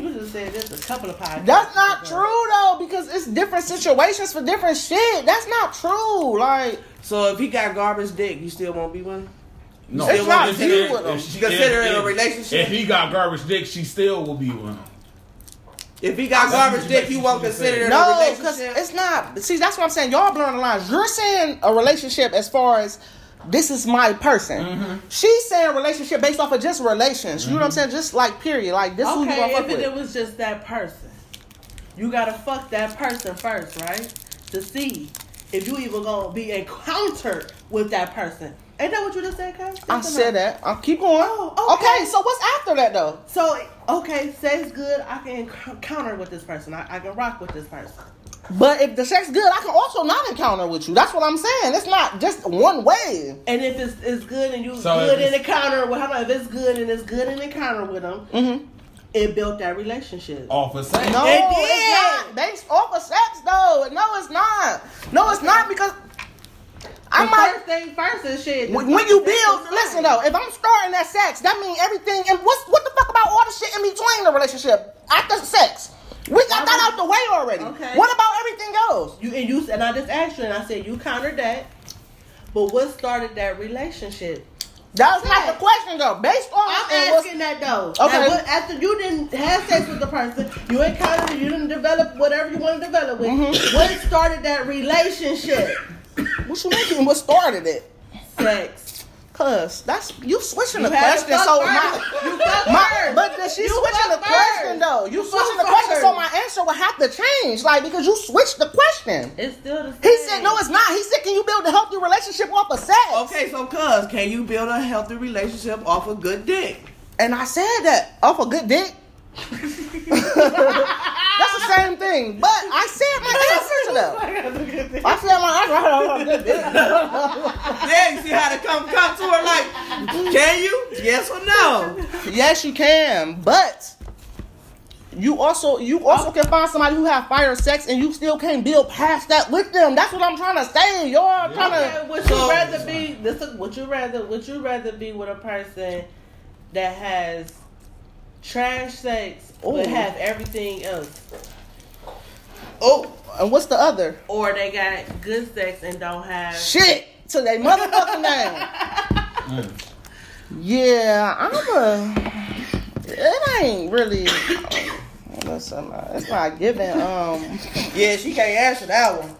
[SPEAKER 2] You just said this a couple of podcasts.
[SPEAKER 1] That's not
[SPEAKER 2] ago.
[SPEAKER 1] true though, because it's different situations for different shit. That's not true. Like,
[SPEAKER 4] So if he got garbage dick, you still won't be one.
[SPEAKER 3] no,
[SPEAKER 1] It's not
[SPEAKER 3] If
[SPEAKER 1] you
[SPEAKER 3] she-
[SPEAKER 1] with him.
[SPEAKER 3] if she-
[SPEAKER 4] Consider
[SPEAKER 3] if-
[SPEAKER 4] it a
[SPEAKER 3] if-
[SPEAKER 4] relationship?
[SPEAKER 3] If he got garbage dick, she still will be with him.
[SPEAKER 4] If he got
[SPEAKER 3] That's what
[SPEAKER 4] garbage
[SPEAKER 3] you
[SPEAKER 4] dick, you
[SPEAKER 3] basically
[SPEAKER 4] won't
[SPEAKER 3] just
[SPEAKER 4] consider
[SPEAKER 3] said.
[SPEAKER 4] it a
[SPEAKER 1] No, because
[SPEAKER 4] relationship.
[SPEAKER 1] it's not. See, that's what I'm saying. Y'all blurring the lines. You're saying a relationship as far as this is my person.
[SPEAKER 2] Mm-hmm.
[SPEAKER 1] She's saying relationship based off of just relations. You know what I'm saying? Just like period. Like this who you
[SPEAKER 2] Okay,
[SPEAKER 1] gonna
[SPEAKER 2] if
[SPEAKER 1] fuck
[SPEAKER 2] it,
[SPEAKER 1] with.
[SPEAKER 2] it was just that person, you gotta fuck that person first, right? To see if you even gonna be encountered with that person. Ain't that what you just said, Kyle?
[SPEAKER 1] I said that. I keep going.
[SPEAKER 2] Oh,
[SPEAKER 1] okay.
[SPEAKER 2] okay.
[SPEAKER 1] So what's after that though?
[SPEAKER 2] So okay, sex good. I can enc- encounter with this person. I, I can rock with this person.
[SPEAKER 1] But if the sex good, I can also not encounter with you. That's what I'm saying. It's not just one way.
[SPEAKER 2] And if it's, it's good and you
[SPEAKER 3] So
[SPEAKER 2] good
[SPEAKER 3] if
[SPEAKER 2] in encounter with, hold on, if it's good and it's good in encounter with them,
[SPEAKER 1] Mhm.
[SPEAKER 2] it built that relationship.
[SPEAKER 3] Off of sex.
[SPEAKER 1] No,
[SPEAKER 4] It did.
[SPEAKER 1] it's not based off of sex though. No, it's not. No, it's not because I
[SPEAKER 2] The
[SPEAKER 1] might
[SPEAKER 2] first thing first and shit.
[SPEAKER 1] When, when you build, listen though, if I'm starting that sex, that means everything. And what's what the fuck about all the shit in between the relationship after sex? We got that out the way already.
[SPEAKER 2] Okay.
[SPEAKER 1] What about everything else?
[SPEAKER 2] You and you and I just asked you, and I said you countered that. But what started that relationship?
[SPEAKER 1] That's not the
[SPEAKER 2] Sex.
[SPEAKER 1] question though. Based on
[SPEAKER 2] I'm
[SPEAKER 1] and what's-
[SPEAKER 2] asking that though.
[SPEAKER 1] Okay.
[SPEAKER 2] Now, what, after you didn't have sex with the person, you encountered, it, you didn't develop whatever you want to develop with.
[SPEAKER 1] Mm-hmm.
[SPEAKER 2] What started that relationship?
[SPEAKER 1] what you mentioned, what started it?
[SPEAKER 2] Sex.
[SPEAKER 1] Cause that's you switching the
[SPEAKER 2] You had to
[SPEAKER 1] question.
[SPEAKER 2] fuck
[SPEAKER 1] So
[SPEAKER 2] first.
[SPEAKER 1] my,
[SPEAKER 2] You fuck
[SPEAKER 1] my
[SPEAKER 2] first.
[SPEAKER 1] but the, she
[SPEAKER 2] You
[SPEAKER 1] switching the
[SPEAKER 2] fuck
[SPEAKER 1] question
[SPEAKER 2] first.
[SPEAKER 1] though. You,
[SPEAKER 2] You
[SPEAKER 1] switching the
[SPEAKER 2] fuck
[SPEAKER 1] question, so
[SPEAKER 2] first.
[SPEAKER 1] my answer will have to change. Like because you switched the question.
[SPEAKER 2] It's still the same.
[SPEAKER 1] He said no, it's not. He said, can you build a healthy relationship off of sex?
[SPEAKER 4] okay, so cuz, can you build a healthy relationship off a good dick?
[SPEAKER 1] And I said that off a good dick. That's the same thing. But I said my answer to them. I said my answer off a good dick.
[SPEAKER 4] Yeah, you see how to come come to her like, can you? Yes or no?
[SPEAKER 1] yes, you can, but you also you also can find somebody who have fire sex and you still can't build past that with them. That's what I'm trying to say. Y'all
[SPEAKER 2] Okay,
[SPEAKER 1] trying to
[SPEAKER 2] would you rather be? This is, would you rather? Would you rather be with a person that has trash sex
[SPEAKER 1] Ooh.
[SPEAKER 2] but have everything else,
[SPEAKER 1] Oh, and what's the other?
[SPEAKER 2] or they got good sex and don't have?
[SPEAKER 1] Shit to their motherfucking name.
[SPEAKER 3] Mm.
[SPEAKER 1] Yeah, I'm a. It ain't really. Listen, uh, it's not giving. Um,
[SPEAKER 5] Yeah, she can't answer that one.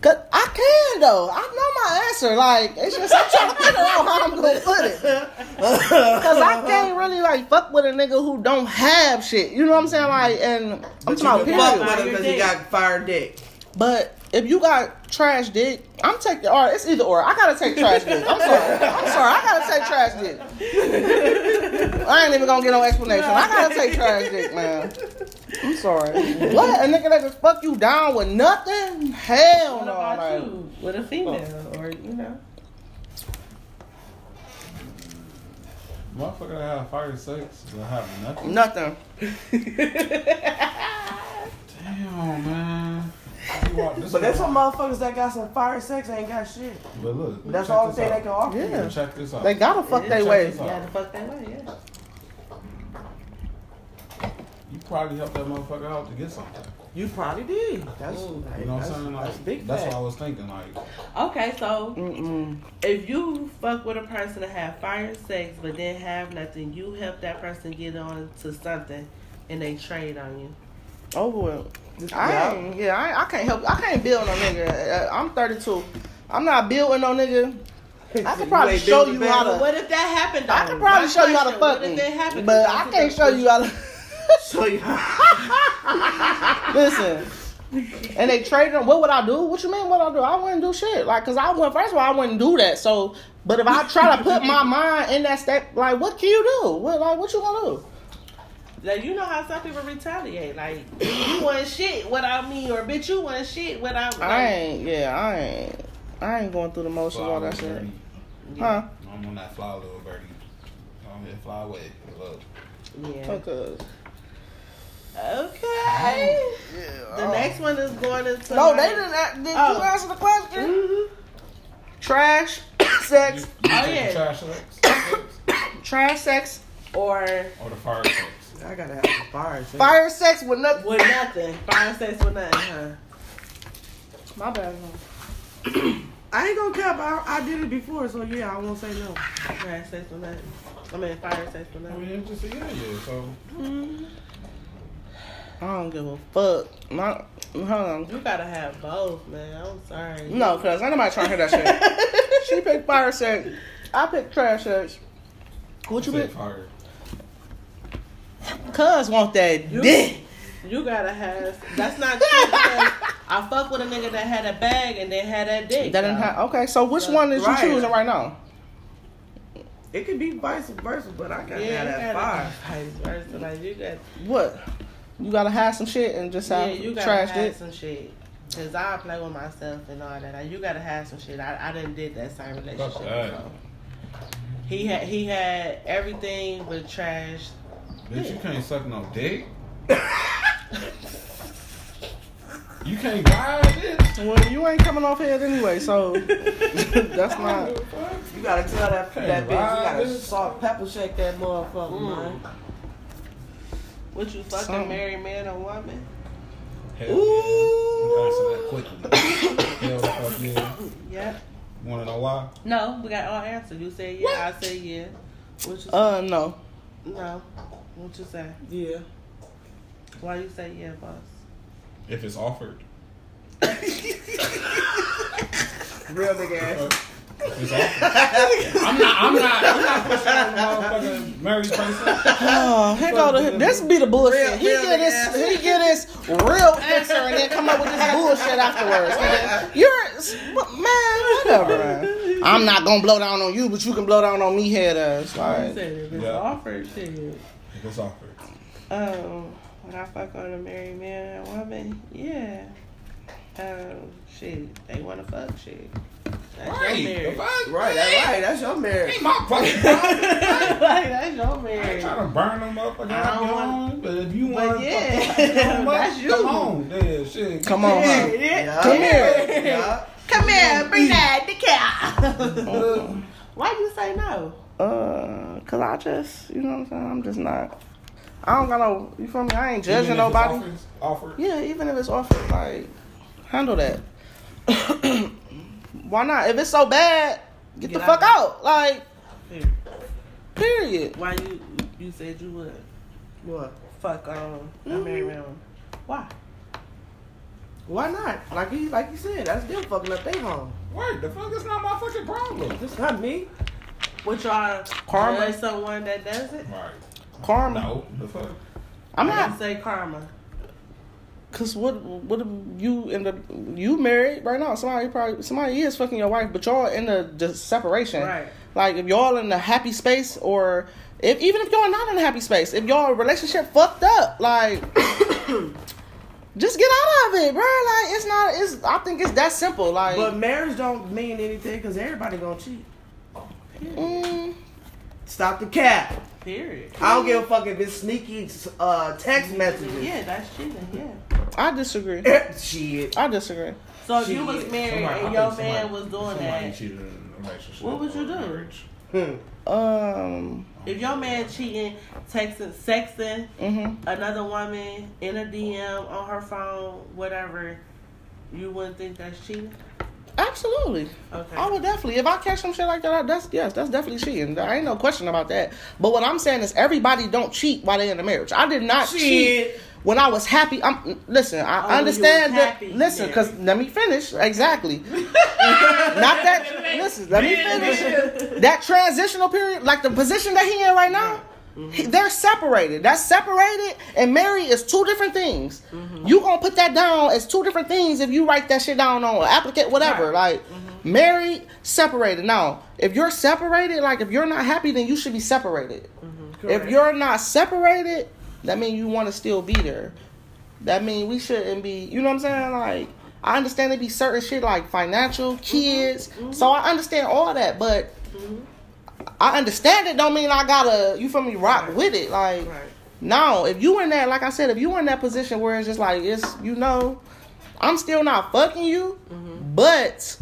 [SPEAKER 1] cause I can though. I know my answer. Like it's just I'm trying to figure out how I'm gonna put it. Cause I can't really like fuck with a nigga who don't have shit. You know what I'm saying? Like, and I'm
[SPEAKER 5] But
[SPEAKER 1] talking about
[SPEAKER 5] you can fuck with her
[SPEAKER 1] period.
[SPEAKER 2] Fire
[SPEAKER 5] because
[SPEAKER 2] dick.
[SPEAKER 5] you got fire dick.
[SPEAKER 1] But if you got trash dick, I'm taking. Or it's either or. I gotta take trash dick. I'm sorry. I'm sorry. I gotta take trash dick. I ain't even gonna get no explanation. I gotta take trash dick, man. I'm sorry. What a nigga that just fuck you down with nothing? Hell
[SPEAKER 2] What
[SPEAKER 1] no.
[SPEAKER 2] about
[SPEAKER 1] Like,
[SPEAKER 2] you with a female or you know?
[SPEAKER 3] Motherfucker that have fire sex, I have nothing.
[SPEAKER 1] nothing.
[SPEAKER 3] Damn, man. You walk this
[SPEAKER 4] But that's
[SPEAKER 3] way.
[SPEAKER 4] what motherfuckers that got some fire sex ain't got shit.
[SPEAKER 3] But look,
[SPEAKER 4] That's
[SPEAKER 3] check
[SPEAKER 4] all
[SPEAKER 3] this
[SPEAKER 4] they
[SPEAKER 3] out.
[SPEAKER 4] they can offer.
[SPEAKER 1] Yeah.
[SPEAKER 3] Yeah, Check this out.
[SPEAKER 1] They gotta fuck their way.
[SPEAKER 2] You gotta fuck that way, yeah.
[SPEAKER 3] You probably helped that motherfucker out to get something.
[SPEAKER 4] You probably did. That's
[SPEAKER 3] You know what I'm
[SPEAKER 4] that's,
[SPEAKER 3] saying? Like,
[SPEAKER 4] that's big
[SPEAKER 3] that's what I
[SPEAKER 4] fact.
[SPEAKER 3] was thinking. Like,
[SPEAKER 2] Okay, so
[SPEAKER 1] Mm-mm.
[SPEAKER 2] if you fuck with a person to have fire and sex but then have nothing, you help that person get on to something and they trade on you.
[SPEAKER 1] Over with. I
[SPEAKER 4] Yeah.
[SPEAKER 1] ain't, yeah, I, ain't- I can't help. I can't build no nigga. Uh, I'm 32. I'm not building no nigga. I could probably
[SPEAKER 4] ain't
[SPEAKER 1] show
[SPEAKER 4] built
[SPEAKER 1] you
[SPEAKER 4] the
[SPEAKER 1] how
[SPEAKER 2] But
[SPEAKER 1] to.
[SPEAKER 2] what if that happened?
[SPEAKER 1] I
[SPEAKER 2] though?
[SPEAKER 1] could probably
[SPEAKER 2] My
[SPEAKER 1] show you how to
[SPEAKER 2] question,
[SPEAKER 1] fuck
[SPEAKER 2] What if that
[SPEAKER 1] me,
[SPEAKER 2] happened?
[SPEAKER 1] but
[SPEAKER 2] Because
[SPEAKER 1] I
[SPEAKER 2] that's
[SPEAKER 1] can't
[SPEAKER 2] the
[SPEAKER 1] show you how to.
[SPEAKER 4] So you
[SPEAKER 1] Listen. And they traded them. What would I do? What you mean? What I do? I wouldn't do shit. Like, cause I wouldn't. First of all, I wouldn't do that. So, but if I try to put my mind in that state, like, what can you do? What, like, what you gonna do?
[SPEAKER 2] Like you know how some people retaliate. Like you want shit without me, or bitch you want shit without me.
[SPEAKER 1] I ain't. Yeah, I ain't. I ain't going through the motions all that shit.
[SPEAKER 3] birdie.
[SPEAKER 1] Huh?
[SPEAKER 3] I'm on that fly, little birdie. I'm here, fly away. Look.
[SPEAKER 2] Yeah.
[SPEAKER 1] Because
[SPEAKER 2] Okay. The
[SPEAKER 1] oh.
[SPEAKER 2] next one is going into.
[SPEAKER 1] no,
[SPEAKER 2] like-
[SPEAKER 1] they didn't. a- Did you
[SPEAKER 2] Oh.
[SPEAKER 1] answer the question?
[SPEAKER 2] Mhm.
[SPEAKER 1] Trash,
[SPEAKER 3] You,
[SPEAKER 1] sex,
[SPEAKER 3] you oh,
[SPEAKER 2] yeah.
[SPEAKER 3] yeah. trash sex, sex,
[SPEAKER 1] trash, sex,
[SPEAKER 2] Or
[SPEAKER 3] or the fire sex.
[SPEAKER 4] I gotta have some fire sex.
[SPEAKER 1] fire, sex with nothing.
[SPEAKER 2] with nothing. Fire sex with nothing, huh?
[SPEAKER 1] My bad.
[SPEAKER 4] I ain't gonna cap. I, I did it before, so yeah, I won't say no.
[SPEAKER 2] Trash sex with nothing. I mean, fire sex with
[SPEAKER 3] I
[SPEAKER 2] nothing.
[SPEAKER 3] mean, it's just yeah, yeah. So
[SPEAKER 1] I don't give a fuck. My, hold on.
[SPEAKER 2] You gotta have both, man. I'm sorry.
[SPEAKER 1] No, cause ain't nobody trying to hear that shit. she picked fire sex. I picked trash sex. What you
[SPEAKER 3] I said
[SPEAKER 1] pick?
[SPEAKER 3] fire.
[SPEAKER 1] Cuz want that
[SPEAKER 2] You-
[SPEAKER 1] dick.
[SPEAKER 2] You gotta have. That's not true. because I fuck with a nigga that had a bag and then had that dick.
[SPEAKER 1] That didn't
[SPEAKER 2] though.
[SPEAKER 1] ha- okay, so which
[SPEAKER 2] So-
[SPEAKER 1] one is
[SPEAKER 4] Right.
[SPEAKER 1] you choosing right now?
[SPEAKER 4] It could be vice versa, but I gotta
[SPEAKER 2] Yeah,
[SPEAKER 4] have
[SPEAKER 2] you
[SPEAKER 4] that
[SPEAKER 2] gotta
[SPEAKER 4] fire.
[SPEAKER 2] vice versa. Like you got
[SPEAKER 1] What? You gotta hide some shit and just
[SPEAKER 2] Yeah,
[SPEAKER 1] have
[SPEAKER 2] you gotta
[SPEAKER 1] trash
[SPEAKER 2] have
[SPEAKER 1] dick.
[SPEAKER 2] some shit. Cause I play with myself and all that. Like, you gotta have some shit. I, I didn't did that same relationship.
[SPEAKER 3] Fuck that.
[SPEAKER 2] before. He had he had everything but trash.
[SPEAKER 3] Bitch, you can't suck no dick. you can't ride bitch.
[SPEAKER 1] Well, you ain't coming off head anyway, so that's my.
[SPEAKER 4] You gotta tell that
[SPEAKER 3] Hey,
[SPEAKER 4] that bitch. You gotta
[SPEAKER 3] Robin.
[SPEAKER 4] salt pepper shake that motherfucker,
[SPEAKER 2] Mm.
[SPEAKER 4] man.
[SPEAKER 2] Would you fuck a
[SPEAKER 1] Some.
[SPEAKER 2] married man or woman?
[SPEAKER 3] Hell
[SPEAKER 4] Ooh.
[SPEAKER 3] Yeah. You answer that quickly. Hell fuck yeah.
[SPEAKER 2] Yeah.
[SPEAKER 3] You wanna know why?
[SPEAKER 2] No, we got all answers. You say yeah, I say yeah. What you
[SPEAKER 1] Uh, no.
[SPEAKER 2] no? What you say?
[SPEAKER 4] Yeah.
[SPEAKER 2] Why you say yeah, boss?
[SPEAKER 3] If it's offered.
[SPEAKER 4] Real nigga ass.
[SPEAKER 3] It's offered. I'm not. I'm not. I'm not pushing on a motherfucking married person.
[SPEAKER 1] Oh, here go the this be the bullshit.
[SPEAKER 4] Real-
[SPEAKER 1] he
[SPEAKER 4] real
[SPEAKER 1] get
[SPEAKER 4] nigga
[SPEAKER 1] his he get his real answer and then come up with this bullshit afterwards. nigga. You're s- what- man, whatever. I'm not gonna blow down on you, but you can blow down on me head ass.
[SPEAKER 2] I
[SPEAKER 1] Like,
[SPEAKER 2] said if it's
[SPEAKER 3] Yeah.
[SPEAKER 2] offered, shit.
[SPEAKER 3] If it's offered.
[SPEAKER 2] Um, when I fuck on a married man and woman, yeah. Um, shit, they want to fuck shit. That's
[SPEAKER 3] Right.
[SPEAKER 2] your marriage.
[SPEAKER 3] The fuck?
[SPEAKER 4] Right, that right. That's your marriage.
[SPEAKER 3] Ain't my fucking problem.
[SPEAKER 2] like that's your
[SPEAKER 3] I ain't
[SPEAKER 2] marriage.
[SPEAKER 3] trying to burn them up or
[SPEAKER 2] I don't
[SPEAKER 3] on, but if you
[SPEAKER 2] But
[SPEAKER 3] want to
[SPEAKER 2] yeah,
[SPEAKER 3] come
[SPEAKER 2] that's you.
[SPEAKER 3] come on, yeah, shit.
[SPEAKER 1] come on, huh?
[SPEAKER 2] Yeah.
[SPEAKER 1] Come here.
[SPEAKER 4] Yeah.
[SPEAKER 2] Come here, bring that the cow.
[SPEAKER 3] Uh,
[SPEAKER 2] Why you say no?
[SPEAKER 1] Uh, cause I just you know what I'm saying. I'm just not. I don't got no. You feel me? I ain't judging
[SPEAKER 3] even if it's
[SPEAKER 1] nobody.
[SPEAKER 3] Offered, offered.
[SPEAKER 1] Yeah, even if it's offered, like handle that. Why not? If it's so bad, get,
[SPEAKER 2] Get
[SPEAKER 1] the
[SPEAKER 2] out.
[SPEAKER 1] fuck out. Like, Period.
[SPEAKER 2] Why you you said you would
[SPEAKER 4] What?
[SPEAKER 2] fuck um a
[SPEAKER 4] Mhm.
[SPEAKER 2] married man? Why?
[SPEAKER 4] Why not? Like you, like you said, that's them fucking up they home.
[SPEAKER 3] Wait, the fuck is not my fucking problem.
[SPEAKER 4] It's not me.
[SPEAKER 2] Would y'all
[SPEAKER 1] Karma.
[SPEAKER 2] karma someone that does it?
[SPEAKER 3] Right.
[SPEAKER 1] Karma.
[SPEAKER 3] No, the fuck.
[SPEAKER 1] I'm
[SPEAKER 2] I didn't
[SPEAKER 1] not.
[SPEAKER 2] say karma.
[SPEAKER 1] Cause what what if you end up you married right now? Somebody probably somebody is fucking your wife, but y'all in the, the separation.
[SPEAKER 2] Right.
[SPEAKER 1] Like if y'all in a happy space, or if even if y'all not in a happy space, if y'all relationship fucked up, like just get out of it, bro. Like it's not. It's I think it's that simple. Like
[SPEAKER 4] But marriage don't mean anything because everybody gonna cheat.
[SPEAKER 1] mm,
[SPEAKER 4] Stop the cap.
[SPEAKER 2] Period.
[SPEAKER 4] I don't give a fuck if it's sneaky uh, text messages.
[SPEAKER 2] Yeah, that's cheating. Yeah.
[SPEAKER 1] I disagree.
[SPEAKER 4] Shit.
[SPEAKER 1] I disagree.
[SPEAKER 2] So if you
[SPEAKER 4] Shit.
[SPEAKER 2] was married
[SPEAKER 3] Somebody- I
[SPEAKER 2] and
[SPEAKER 3] think
[SPEAKER 2] your
[SPEAKER 3] somebody-
[SPEAKER 2] man was doing
[SPEAKER 3] somebody
[SPEAKER 2] that,
[SPEAKER 3] cheated in a relationship
[SPEAKER 2] What would you
[SPEAKER 3] or
[SPEAKER 2] do?
[SPEAKER 3] marriage.
[SPEAKER 4] Hmm.
[SPEAKER 1] Um.
[SPEAKER 2] if your man cheating, texting, sexting
[SPEAKER 1] hmm
[SPEAKER 2] another woman in a DM on her phone, whatever, you wouldn't think that's cheating.
[SPEAKER 1] Absolutely.
[SPEAKER 2] Okay.
[SPEAKER 3] Oh.
[SPEAKER 1] I would definitely. If I catch some shit like that, I, that's yes, that's definitely cheating. There ain't no question about that. But what I'm saying is, everybody don't cheat while they in a marriage. I did not cheat
[SPEAKER 4] Shit.
[SPEAKER 1] when I was happy. I'm listen. I
[SPEAKER 2] Oh, when you
[SPEAKER 1] understand
[SPEAKER 2] was
[SPEAKER 1] that.
[SPEAKER 2] happy,
[SPEAKER 1] Listen,
[SPEAKER 2] yeah.
[SPEAKER 1] because let me finish. Exactly. not that. Listen, let me finish. That transitional period, like the position that he in right now. he- They're separated. That's separated and married is two different things. You gonna put that down as two different things if you write that shit down on applicate whatever. Like married, separated. Now, if you're separated, like if you're not happy, then you should be separated. If
[SPEAKER 4] Correct.
[SPEAKER 1] you're not separated, that means you want to still be there. That mean we shouldn't be. You know what I'm saying? Like I understand it be certain shit like financial, kids. So I understand all that, but I understand it don't mean I gotta. You feel me? Rock
[SPEAKER 2] Right.
[SPEAKER 1] with it, like.
[SPEAKER 2] Right.
[SPEAKER 1] No, if you in that, like I said, if you in that position where it's just like it's, you know, I'm still not fucking you, but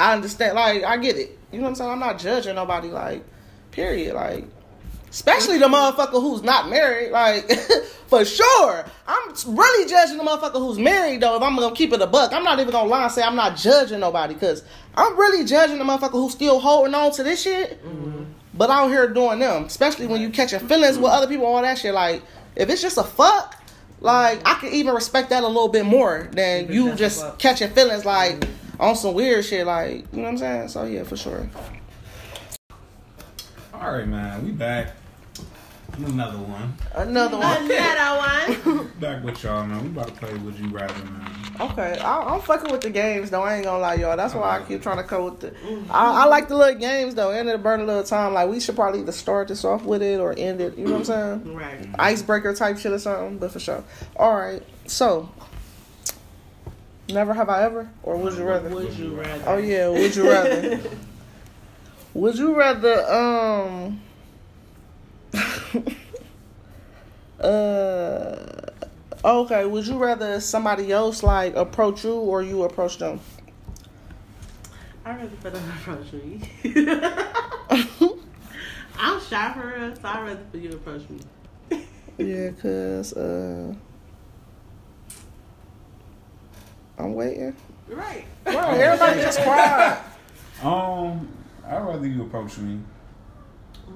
[SPEAKER 1] I understand. Like I get it. You know what I'm saying? I'm not judging nobody. Like, period. Like, especially the motherfucker who's not married. Like, for sure, I'm really judging the motherfucker who's married though. If I'm gonna keep it a buck, I'm not even gonna lie and say I'm not judging nobody because I'm really judging the motherfucker who's still holding on to this shit. But out here doing them, especially when you catching feelings
[SPEAKER 4] Mm-hmm.
[SPEAKER 1] with other people, all that shit. Like, if it's just a fuck, like I can even respect that a little bit more than
[SPEAKER 4] Even
[SPEAKER 1] you
[SPEAKER 4] just a
[SPEAKER 1] just
[SPEAKER 4] fuck. Mm-hmm.
[SPEAKER 1] catching feelings like on some weird shit. Like, you know what I'm saying? So yeah, for sure.
[SPEAKER 3] All right, man. We back. Another one.
[SPEAKER 1] Another one.
[SPEAKER 2] Another one.
[SPEAKER 3] Back with y'all, man. We about to play Would You Rather, man.
[SPEAKER 1] Okay, I, I'm fucking with the games though. I ain't gonna lie, y'all. That's why I keep trying to come with the.
[SPEAKER 2] Mm-hmm.
[SPEAKER 1] I, I like the little games though. End it burn a little time. Like we should probably either start this off with it or end it. You know what I'm saying?
[SPEAKER 2] Right.
[SPEAKER 1] icebreaker type shit or something, but for sure. All right, so never have I ever, or would you rather?
[SPEAKER 2] Would you rather?
[SPEAKER 1] Oh yeah, would you rather? would you rather um uh okay, would you rather somebody else like approach you or you approach them?
[SPEAKER 2] I rather put on approach me. I'm shy for real, so I'd rather for you to approach me.
[SPEAKER 1] yeah, cuz uh I'm waiting.
[SPEAKER 2] Right.
[SPEAKER 1] Wow, everybody just cried.
[SPEAKER 3] Um, I'd rather you approach me.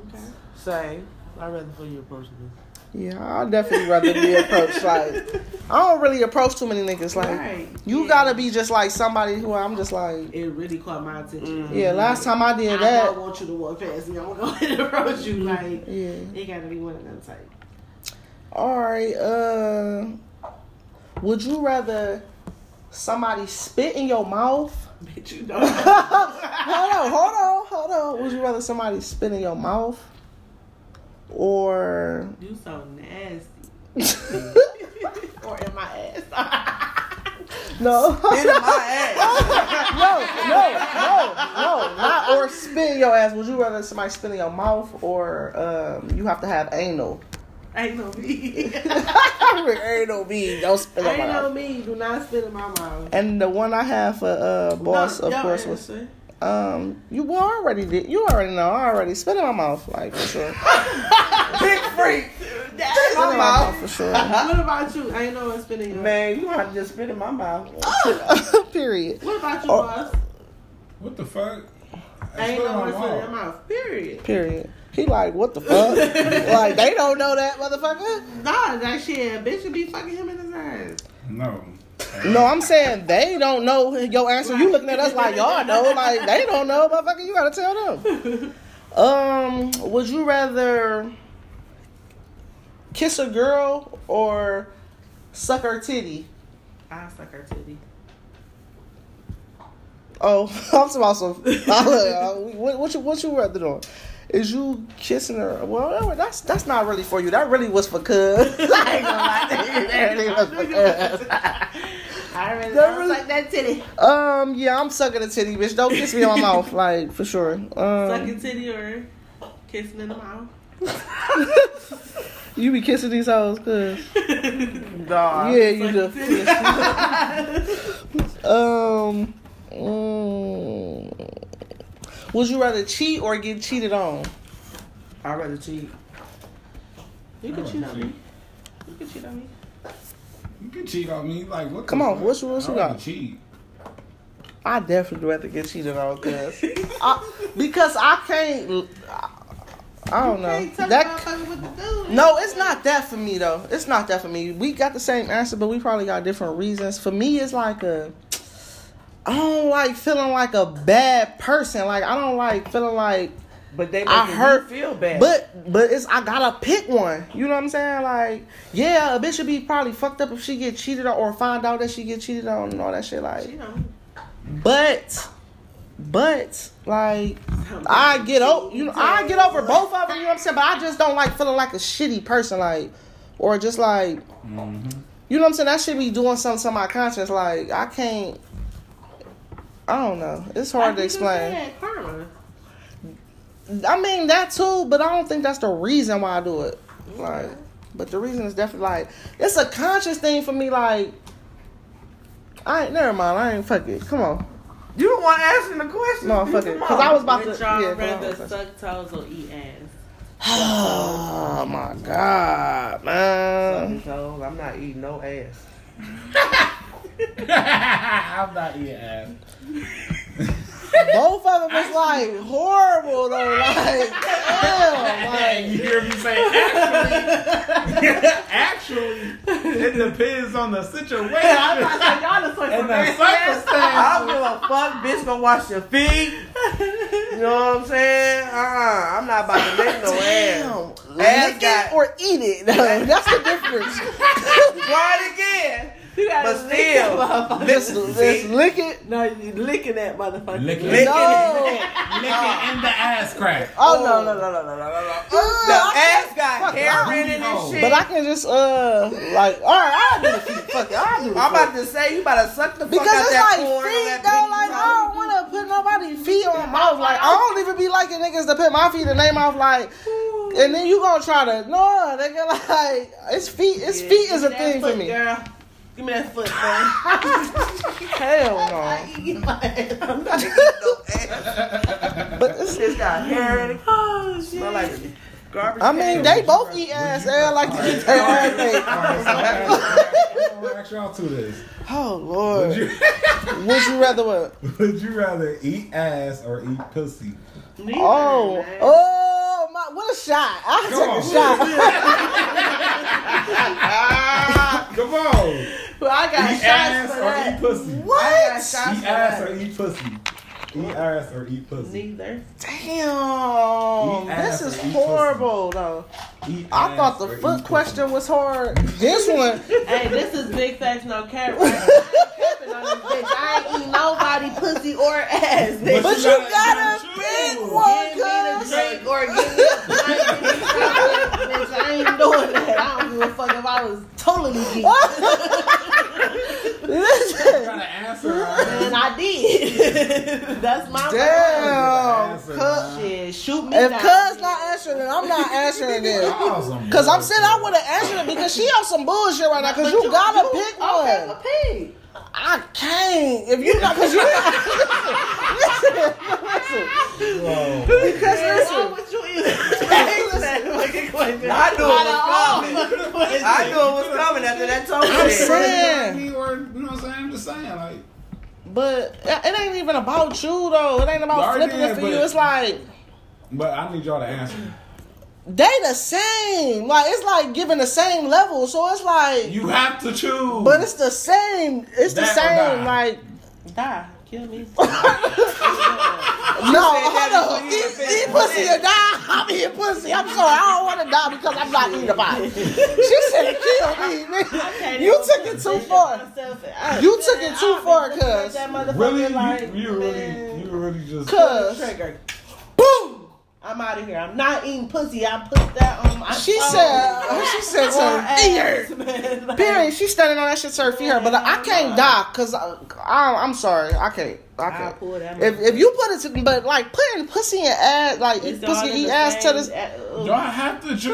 [SPEAKER 2] Okay.
[SPEAKER 4] Same. I'd rather for you approach me.
[SPEAKER 1] Yeah, I'd definitely rather be approached. Like, I don't really approach too many niggas. Like,
[SPEAKER 2] Right.
[SPEAKER 1] you
[SPEAKER 2] Yeah.
[SPEAKER 1] gotta be just like somebody who I'm just like,
[SPEAKER 2] It really caught my attention.
[SPEAKER 1] yeah, last time I
[SPEAKER 2] I
[SPEAKER 1] did
[SPEAKER 2] don't
[SPEAKER 1] that, Mm-hmm.
[SPEAKER 2] want you to walk past me. I'm gonna go ahead and approach you. Like
[SPEAKER 1] yeah.
[SPEAKER 2] it gotta be one of them type.
[SPEAKER 1] All right, uh, would you rather somebody spit in your mouth?
[SPEAKER 2] Bitch, you know.
[SPEAKER 1] hold on, hold on, hold on. Would you rather somebody spit in your mouth? Or.
[SPEAKER 2] you so nasty.
[SPEAKER 1] no.
[SPEAKER 2] or in my ass.
[SPEAKER 5] In my ass.
[SPEAKER 1] no, no, no, no, not or spit in your ass. Would you rather somebody spit in your mouth or um, you have to have anal?
[SPEAKER 2] Ain't no me.
[SPEAKER 1] anal be don't spit in my
[SPEAKER 2] Ain't no
[SPEAKER 1] mouth.
[SPEAKER 2] me. Do not spit in my mouth.
[SPEAKER 1] And the one I have for uh, boss,
[SPEAKER 2] No,
[SPEAKER 1] of
[SPEAKER 2] your
[SPEAKER 1] course, was
[SPEAKER 2] answer.
[SPEAKER 1] um, you well, I already did. You already know. I already spit in my mouth, like for sure.
[SPEAKER 4] Big freak.
[SPEAKER 2] That-
[SPEAKER 1] Spit in my mouth for
[SPEAKER 2] What about you? Ain't no one spitting your
[SPEAKER 4] Man, you don't have to just spit in my mouth.
[SPEAKER 1] sure. Period.
[SPEAKER 2] What about you,
[SPEAKER 1] Oh.
[SPEAKER 2] boss?
[SPEAKER 3] What the fuck?
[SPEAKER 2] ain't no one in their mouth. Period.
[SPEAKER 1] Period. He like, what the fuck? like they don't know that motherfucker.
[SPEAKER 2] Nah, that shit, a bitch would be fucking him in his ass.
[SPEAKER 3] No.
[SPEAKER 1] No, I'm saying they don't know your answer. You looking at us like y'all know. Like they don't know, motherfucker. You gotta tell them. Um, would you rather kiss a girl or suck her titty?
[SPEAKER 2] I suck her titty.
[SPEAKER 1] Oh, I'm some awesome. what, what you what you rather doing? Is you kissing her? Well, that- that's that's not really for you. That really was for cuz. I ain't gonna lie to you. That really was for cuz.
[SPEAKER 2] I really
[SPEAKER 1] That
[SPEAKER 2] don't
[SPEAKER 1] really-
[SPEAKER 2] suck that titty.
[SPEAKER 1] Um, yeah, I'm sucking a titty, bitch. Don't kiss me on my mouth, like for sure.
[SPEAKER 2] Sucking
[SPEAKER 1] Um,
[SPEAKER 2] titty or kissing in the mouth.
[SPEAKER 1] you be kissing these hoes, cuz
[SPEAKER 4] Dog.
[SPEAKER 1] yeah, you
[SPEAKER 2] Sucking
[SPEAKER 1] do.
[SPEAKER 2] titty.
[SPEAKER 1] Um, mm, would you rather cheat or get cheated on?
[SPEAKER 4] I'd rather cheat.
[SPEAKER 2] you can cheat on me. You can cheat on me.
[SPEAKER 3] You can cheat on me. Like, what?
[SPEAKER 1] Come
[SPEAKER 3] the
[SPEAKER 1] on,
[SPEAKER 3] fuck?
[SPEAKER 1] what you- what you
[SPEAKER 3] I
[SPEAKER 1] got?
[SPEAKER 3] wouldn't Cheat.
[SPEAKER 1] I definitely rather get cheated on, cuz I, because I can't. I, I don't know.
[SPEAKER 2] Can't tell
[SPEAKER 1] That
[SPEAKER 2] that motherfucker what to do.
[SPEAKER 1] No, it's not that for me though. It's not that for me. We got the same answer, but we probably got different reasons. For me, it's like a I don't like feeling like a bad person. Like I don't like feeling like
[SPEAKER 4] But they
[SPEAKER 1] I
[SPEAKER 4] make
[SPEAKER 1] hurt-
[SPEAKER 4] hurt feel bad.
[SPEAKER 1] but but it's I gotta pick one. You know what I'm saying? Like yeah, a bitch should be probably fucked up if she get cheated on or find out that she get cheated on and all that shit. Like
[SPEAKER 2] Cheat on me.
[SPEAKER 1] but but like I get over you know I get over both of them. You know what I'm saying? But I just don't like feeling like a shitty person. Like or just like.
[SPEAKER 3] Mm-hmm.
[SPEAKER 1] You know what I'm saying? That should be doing something to my conscience. Like I can't. I don't know. It's hard
[SPEAKER 2] Like
[SPEAKER 1] to
[SPEAKER 2] you just
[SPEAKER 1] explain.
[SPEAKER 2] said, Karma.
[SPEAKER 1] I mean that too, but I don't think that's the reason why I do it. Like, but the reason is definitely like it's a conscious thing for me. Like, I ain't never mind. I ain't fuck it. Come on,
[SPEAKER 4] you don't want to ask him the question.
[SPEAKER 1] no fuck it. Because I was about to.
[SPEAKER 2] Would y'all
[SPEAKER 1] Yeah,
[SPEAKER 2] rather
[SPEAKER 1] come on.
[SPEAKER 2] suck toes or eat ass?
[SPEAKER 1] oh my god, man.
[SPEAKER 4] I'm not eating no ass.
[SPEAKER 3] I'm not eating ass.
[SPEAKER 1] Both of them was like horrible though. Like, damn, like.
[SPEAKER 3] Hey, you hear me say actually? actually, it depends on the situation and
[SPEAKER 2] Y'all just like
[SPEAKER 3] the circumstance.
[SPEAKER 4] I don't give a fuck, bitch. Gonna wash your feet. You know what I'm saying? Uh, uh-uh, I'm not about to lick no ass.
[SPEAKER 1] Damn.
[SPEAKER 4] Ass
[SPEAKER 1] Lick
[SPEAKER 4] got-
[SPEAKER 1] it or eat it. That's the difference.
[SPEAKER 4] Try it again,
[SPEAKER 2] you gotta
[SPEAKER 4] but still,
[SPEAKER 1] Just,
[SPEAKER 4] listen,
[SPEAKER 1] just lick it.
[SPEAKER 2] No, you licking that motherfucker.
[SPEAKER 3] Lick it.
[SPEAKER 4] Lick-
[SPEAKER 1] No.
[SPEAKER 3] Licking in the ass crack.
[SPEAKER 1] Oh no no no no no no no.
[SPEAKER 4] the
[SPEAKER 1] Uh,
[SPEAKER 4] ass got
[SPEAKER 1] fuck
[SPEAKER 4] hair
[SPEAKER 3] that.
[SPEAKER 4] in it
[SPEAKER 3] No.
[SPEAKER 4] and shit.
[SPEAKER 1] but I can just uh like all right I'll do the feet. Fuck it I'll do the
[SPEAKER 4] I'm
[SPEAKER 1] feet.
[SPEAKER 4] about to say you about to suck the fuck
[SPEAKER 1] Because
[SPEAKER 4] out
[SPEAKER 1] it's
[SPEAKER 4] that
[SPEAKER 1] like
[SPEAKER 4] corn on
[SPEAKER 1] feet
[SPEAKER 4] that
[SPEAKER 1] though,
[SPEAKER 4] big
[SPEAKER 1] like
[SPEAKER 4] toe.
[SPEAKER 1] I don't wanna put nobody's feet on mouth. Like I don't even be liking niggas to put my feet in their mouth like and then you gonna try to no nigga like it's feet it's
[SPEAKER 2] Yeah,
[SPEAKER 1] feet
[SPEAKER 2] give
[SPEAKER 1] is a
[SPEAKER 2] me that
[SPEAKER 1] thing
[SPEAKER 2] foot,
[SPEAKER 1] for me.
[SPEAKER 2] Girl. Give me that foot, girl.
[SPEAKER 1] Hell
[SPEAKER 2] I'm not-
[SPEAKER 1] no. but it's
[SPEAKER 4] It's got hair in it.
[SPEAKER 2] oh, shit.
[SPEAKER 4] Smell like garbage.
[SPEAKER 1] I mean,
[SPEAKER 4] can.
[SPEAKER 1] they both eat ass. They don't like to eat their own thing.
[SPEAKER 3] I'm gonna ask y'all to this.
[SPEAKER 1] Oh
[SPEAKER 3] Would
[SPEAKER 1] lord,
[SPEAKER 3] you,
[SPEAKER 1] would you rather what?
[SPEAKER 3] would you rather eat ass or eat pussy?
[SPEAKER 2] Neither,
[SPEAKER 1] Oh,
[SPEAKER 2] man.
[SPEAKER 1] oh my! What a shot! I
[SPEAKER 3] Come
[SPEAKER 1] took
[SPEAKER 3] on.
[SPEAKER 1] a shot.
[SPEAKER 3] Ah, Come on. Eat
[SPEAKER 2] Well, I got
[SPEAKER 3] ass
[SPEAKER 2] shots for
[SPEAKER 3] or
[SPEAKER 2] that.
[SPEAKER 3] eat pussy?
[SPEAKER 2] I got
[SPEAKER 1] What?
[SPEAKER 2] shots
[SPEAKER 3] Eat
[SPEAKER 2] for
[SPEAKER 3] ass
[SPEAKER 2] that.
[SPEAKER 3] or eat pussy? Eat ass or eat pussy?
[SPEAKER 2] Neither.
[SPEAKER 1] Damn,
[SPEAKER 3] Eat ass
[SPEAKER 1] this is
[SPEAKER 3] or eat
[SPEAKER 1] horrible though.
[SPEAKER 3] Eat
[SPEAKER 1] I
[SPEAKER 3] ass
[SPEAKER 1] thought
[SPEAKER 3] or
[SPEAKER 1] the
[SPEAKER 3] eat
[SPEAKER 1] foot
[SPEAKER 3] pussy?
[SPEAKER 1] question was hard. This one,
[SPEAKER 2] hey, this is big facts, no cap. Right? I ain't capping on this bitch. I ain't eating nobody pussy or ass, bitch.
[SPEAKER 1] but you
[SPEAKER 3] gotta
[SPEAKER 1] got a
[SPEAKER 3] choose.
[SPEAKER 1] big
[SPEAKER 2] Give me
[SPEAKER 1] one,
[SPEAKER 2] the
[SPEAKER 1] cuz.
[SPEAKER 2] drink or give me a drink. bitch, I ain't doing that. I don't give a fuck if I was totally geek.
[SPEAKER 1] Listen,
[SPEAKER 3] Gotta answer. right?
[SPEAKER 2] And I did. That's my
[SPEAKER 1] damn,
[SPEAKER 3] Answer,
[SPEAKER 1] cuz.
[SPEAKER 3] man.
[SPEAKER 2] problem. Shit, shoot me
[SPEAKER 1] If
[SPEAKER 2] down.
[SPEAKER 1] cuz not answering it, I'm not answering it.
[SPEAKER 3] Y'all some
[SPEAKER 1] Cause I'm
[SPEAKER 3] bullshit.
[SPEAKER 1] saying I would have answered it because she on some bullshit right now. Cause
[SPEAKER 2] But
[SPEAKER 1] you, gotta
[SPEAKER 2] you-
[SPEAKER 1] pick
[SPEAKER 2] okay,
[SPEAKER 1] one.
[SPEAKER 2] but pick.
[SPEAKER 1] I can't if you not. Cause you listen,
[SPEAKER 3] Whoa.
[SPEAKER 1] listen, because
[SPEAKER 2] Why
[SPEAKER 1] listen.
[SPEAKER 2] would you even
[SPEAKER 1] Listen.
[SPEAKER 2] that fucking question?
[SPEAKER 4] I knew it
[SPEAKER 2] Not at all.
[SPEAKER 4] was coming. I knew it was coming after that toe.
[SPEAKER 1] I'm
[SPEAKER 4] shit.
[SPEAKER 1] saying,
[SPEAKER 3] We were, you know what I'm saying? I'm just saying, like,
[SPEAKER 1] But it ain't even about you though. It ain't about
[SPEAKER 3] Y'all
[SPEAKER 1] flipping
[SPEAKER 3] did,
[SPEAKER 1] it for
[SPEAKER 3] but-
[SPEAKER 1] you. It's like
[SPEAKER 3] But I need y'all to answer.
[SPEAKER 1] they the same. Like it's like giving the same level. So it's like,
[SPEAKER 3] You have to choose.
[SPEAKER 1] but it's the same. It's the
[SPEAKER 3] That or
[SPEAKER 1] same.
[SPEAKER 3] die.
[SPEAKER 1] Like
[SPEAKER 2] Die. Kill me.
[SPEAKER 1] no, hold on. Eat, eat pussy or die. I'm eating pussy. I'm sorry. I don't want to die because I'm not eating a body. she said kill me. nigga. You took it too far. You took it too far, cuz.
[SPEAKER 3] really, you,
[SPEAKER 2] Like,
[SPEAKER 3] you really, you really just.
[SPEAKER 1] Cuz
[SPEAKER 2] Trigger.
[SPEAKER 1] boom.
[SPEAKER 2] I'm out of here. I'm not eating pussy. I put that on my
[SPEAKER 1] She
[SPEAKER 2] phone.
[SPEAKER 1] said. She said
[SPEAKER 2] Ass,
[SPEAKER 1] to ear.
[SPEAKER 2] man, like-
[SPEAKER 1] Period. She's standing on that shit to her feet, her, but I can't die because I, I, I'm sorry, I can't. I
[SPEAKER 2] I'll
[SPEAKER 1] can't.
[SPEAKER 2] pull that
[SPEAKER 1] If if you put it, to, but like putting pussy and ass, like
[SPEAKER 2] It's
[SPEAKER 1] eat
[SPEAKER 2] all
[SPEAKER 1] pussy
[SPEAKER 2] in
[SPEAKER 1] eat
[SPEAKER 2] the
[SPEAKER 1] ass to
[SPEAKER 2] same- uh,
[SPEAKER 1] this.
[SPEAKER 3] Y'all have to choose.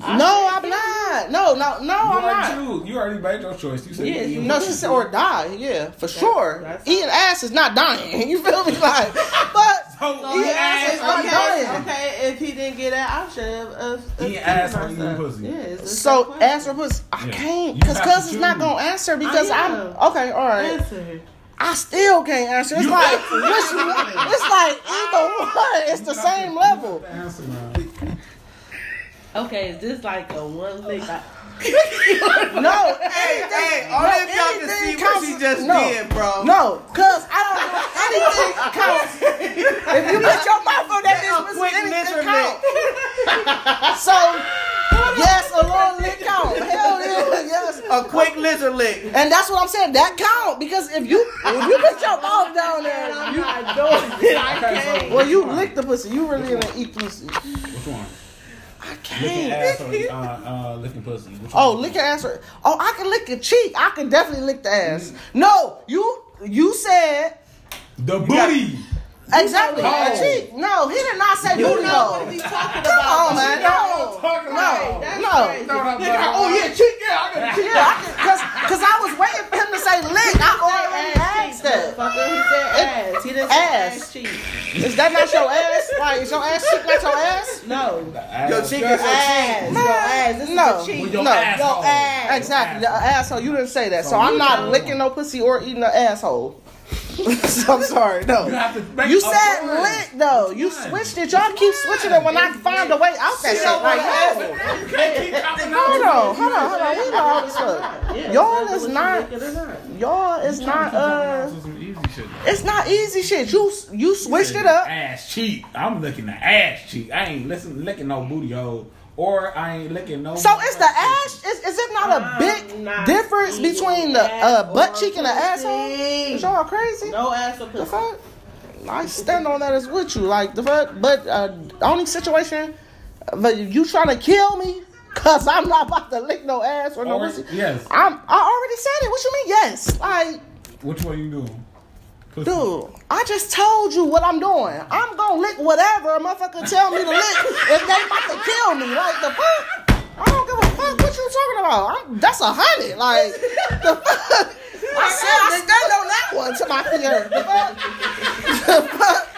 [SPEAKER 1] No, I'm not. No, no, no,
[SPEAKER 3] you
[SPEAKER 1] I'm
[SPEAKER 3] already
[SPEAKER 1] not.
[SPEAKER 3] choose. You already made your choice. You said
[SPEAKER 2] Yes,
[SPEAKER 3] you
[SPEAKER 2] you-
[SPEAKER 1] No, she said or die. Yeah, for sure.
[SPEAKER 2] that's-
[SPEAKER 1] Eating ass is not dying. You feel me? Like, but
[SPEAKER 3] So
[SPEAKER 1] Eat
[SPEAKER 3] he
[SPEAKER 1] ass
[SPEAKER 3] asked.
[SPEAKER 1] is
[SPEAKER 3] are you
[SPEAKER 1] undone.
[SPEAKER 2] okay, okay, if he didn't get that uh, option of, of, of
[SPEAKER 3] He asked
[SPEAKER 2] killing
[SPEAKER 3] for eating
[SPEAKER 2] myself.
[SPEAKER 3] pussy.
[SPEAKER 2] Yeah, it's the same
[SPEAKER 1] so
[SPEAKER 2] question.
[SPEAKER 1] ass or pussy, I
[SPEAKER 3] Yeah.
[SPEAKER 1] can't
[SPEAKER 3] You
[SPEAKER 1] because
[SPEAKER 3] have to
[SPEAKER 1] cuz is not
[SPEAKER 3] choose.
[SPEAKER 1] gonna answer because
[SPEAKER 2] I
[SPEAKER 1] I'm
[SPEAKER 2] am.
[SPEAKER 1] okay. All right.
[SPEAKER 2] Answer.
[SPEAKER 1] I still can't answer. It's
[SPEAKER 3] You
[SPEAKER 1] like
[SPEAKER 3] have to.
[SPEAKER 1] which one? It's like either one. It's the
[SPEAKER 3] have to-
[SPEAKER 1] same
[SPEAKER 3] you
[SPEAKER 1] level.
[SPEAKER 3] have to answer now.
[SPEAKER 2] Okay, is this like a
[SPEAKER 1] Oh.
[SPEAKER 2] one lick? I-
[SPEAKER 1] No,
[SPEAKER 4] Hey, hey, all that y'all can see what she just
[SPEAKER 1] no,
[SPEAKER 4] did, bro.
[SPEAKER 1] No, cause I don't anything counts. If you put your mouth on that bitch, pussy,
[SPEAKER 4] quick
[SPEAKER 1] anything
[SPEAKER 4] measurement.
[SPEAKER 1] counts. So yes, a long lick count. Hell yeah, yes.
[SPEAKER 4] A quick lizard lick.
[SPEAKER 1] And that's what I'm saying. That count because if you if you put your mouth down there, you,
[SPEAKER 3] Okay, so
[SPEAKER 1] well,
[SPEAKER 3] which
[SPEAKER 1] you
[SPEAKER 3] one?
[SPEAKER 1] lick the pussy. You really gonna eat pussy.
[SPEAKER 3] Which one?
[SPEAKER 1] I
[SPEAKER 3] Licking
[SPEAKER 1] can't.
[SPEAKER 3] ass or uh, uh, licking pussy? Which
[SPEAKER 1] Oh,
[SPEAKER 3] one?
[SPEAKER 1] lick your ass. Or, oh, I can lick your cheek. I can definitely lick the ass. No, you you said
[SPEAKER 3] The booty.
[SPEAKER 1] exactly
[SPEAKER 3] No.
[SPEAKER 1] a cheek. No, he did not say booty
[SPEAKER 2] What
[SPEAKER 1] hole.
[SPEAKER 2] are you
[SPEAKER 1] Oh. Come
[SPEAKER 2] talking about?
[SPEAKER 1] on, man. No,
[SPEAKER 3] Talking
[SPEAKER 1] no,
[SPEAKER 3] about-
[SPEAKER 1] no.
[SPEAKER 3] Throw that
[SPEAKER 4] Nigga,
[SPEAKER 3] button.
[SPEAKER 4] oh yeah, cheek, yeah, I got
[SPEAKER 1] Yeah, I can, cause, cause I was waiting for him to say lick. I already asked that.
[SPEAKER 2] Motherfucker, he said ass. He didn't say
[SPEAKER 1] Ass.
[SPEAKER 2] ass cheek.
[SPEAKER 1] Is that not your ass? Like, is your ass cheek not your ass?
[SPEAKER 2] No.
[SPEAKER 4] Your
[SPEAKER 3] ass.
[SPEAKER 4] cheek is your
[SPEAKER 2] Ass.
[SPEAKER 4] cheek.
[SPEAKER 2] Your ass. This
[SPEAKER 1] No.
[SPEAKER 2] is the cheek.
[SPEAKER 3] With your
[SPEAKER 1] No,
[SPEAKER 3] asshole.
[SPEAKER 2] your ass.
[SPEAKER 1] Exactly, the asshole. You didn't say that, so
[SPEAKER 3] So
[SPEAKER 1] I'm
[SPEAKER 3] you
[SPEAKER 1] not
[SPEAKER 3] know.
[SPEAKER 1] licking no pussy or eating an asshole. so I'm sorry, no.
[SPEAKER 3] You have to make
[SPEAKER 1] You
[SPEAKER 3] a
[SPEAKER 1] said
[SPEAKER 3] choice.
[SPEAKER 1] lick though. You
[SPEAKER 3] Which one?
[SPEAKER 1] switched it. Y'all keep switching it when I find a way out that shit.
[SPEAKER 4] don't
[SPEAKER 1] Like,
[SPEAKER 4] wanna
[SPEAKER 1] no.
[SPEAKER 3] You can't keep copping out.
[SPEAKER 1] hold on, hold on, hold on. We know all this fuck.
[SPEAKER 2] Yeah,
[SPEAKER 1] Y'all
[SPEAKER 2] whether
[SPEAKER 1] is
[SPEAKER 2] you
[SPEAKER 1] not-
[SPEAKER 2] lick it or not.
[SPEAKER 1] Y'all, it's not uh,
[SPEAKER 3] Some easy shit.
[SPEAKER 1] it's not easy shit. You you switched it up.
[SPEAKER 3] Ass cheek. I'm licking the ass cheek. I ain't listen, licking no booty hole. Or I ain't licking no.
[SPEAKER 1] So it's the ass. Is, is it not a
[SPEAKER 2] I'm
[SPEAKER 1] big
[SPEAKER 2] not
[SPEAKER 1] difference
[SPEAKER 2] eating
[SPEAKER 1] between the
[SPEAKER 2] ass
[SPEAKER 1] uh, butt
[SPEAKER 2] or
[SPEAKER 1] cheek and the
[SPEAKER 2] pussy.
[SPEAKER 1] asshole? Is y'all crazy?
[SPEAKER 2] No ass or
[SPEAKER 1] The
[SPEAKER 2] pussy.
[SPEAKER 1] fuck? I stand on that as with you. Like the fuck. But uh, only situation. But if you trying to kill me, cause I'm not about to lick no ass or no
[SPEAKER 3] Or-
[SPEAKER 1] pussy.
[SPEAKER 3] yes.
[SPEAKER 1] I'm. I already said it. What you mean? Yes. Like,
[SPEAKER 3] Which one you doing? Pussy.
[SPEAKER 1] dude, I just told you what I'm doing. I'm gonna lick whatever a motherfucker tell me to lick if they about to kill me. Like the fuck. I don't give a fuck what you talking about. I'm, that's a hundred. Like the fuck. I said I stand on that one to my fear. The fuck. The fuck.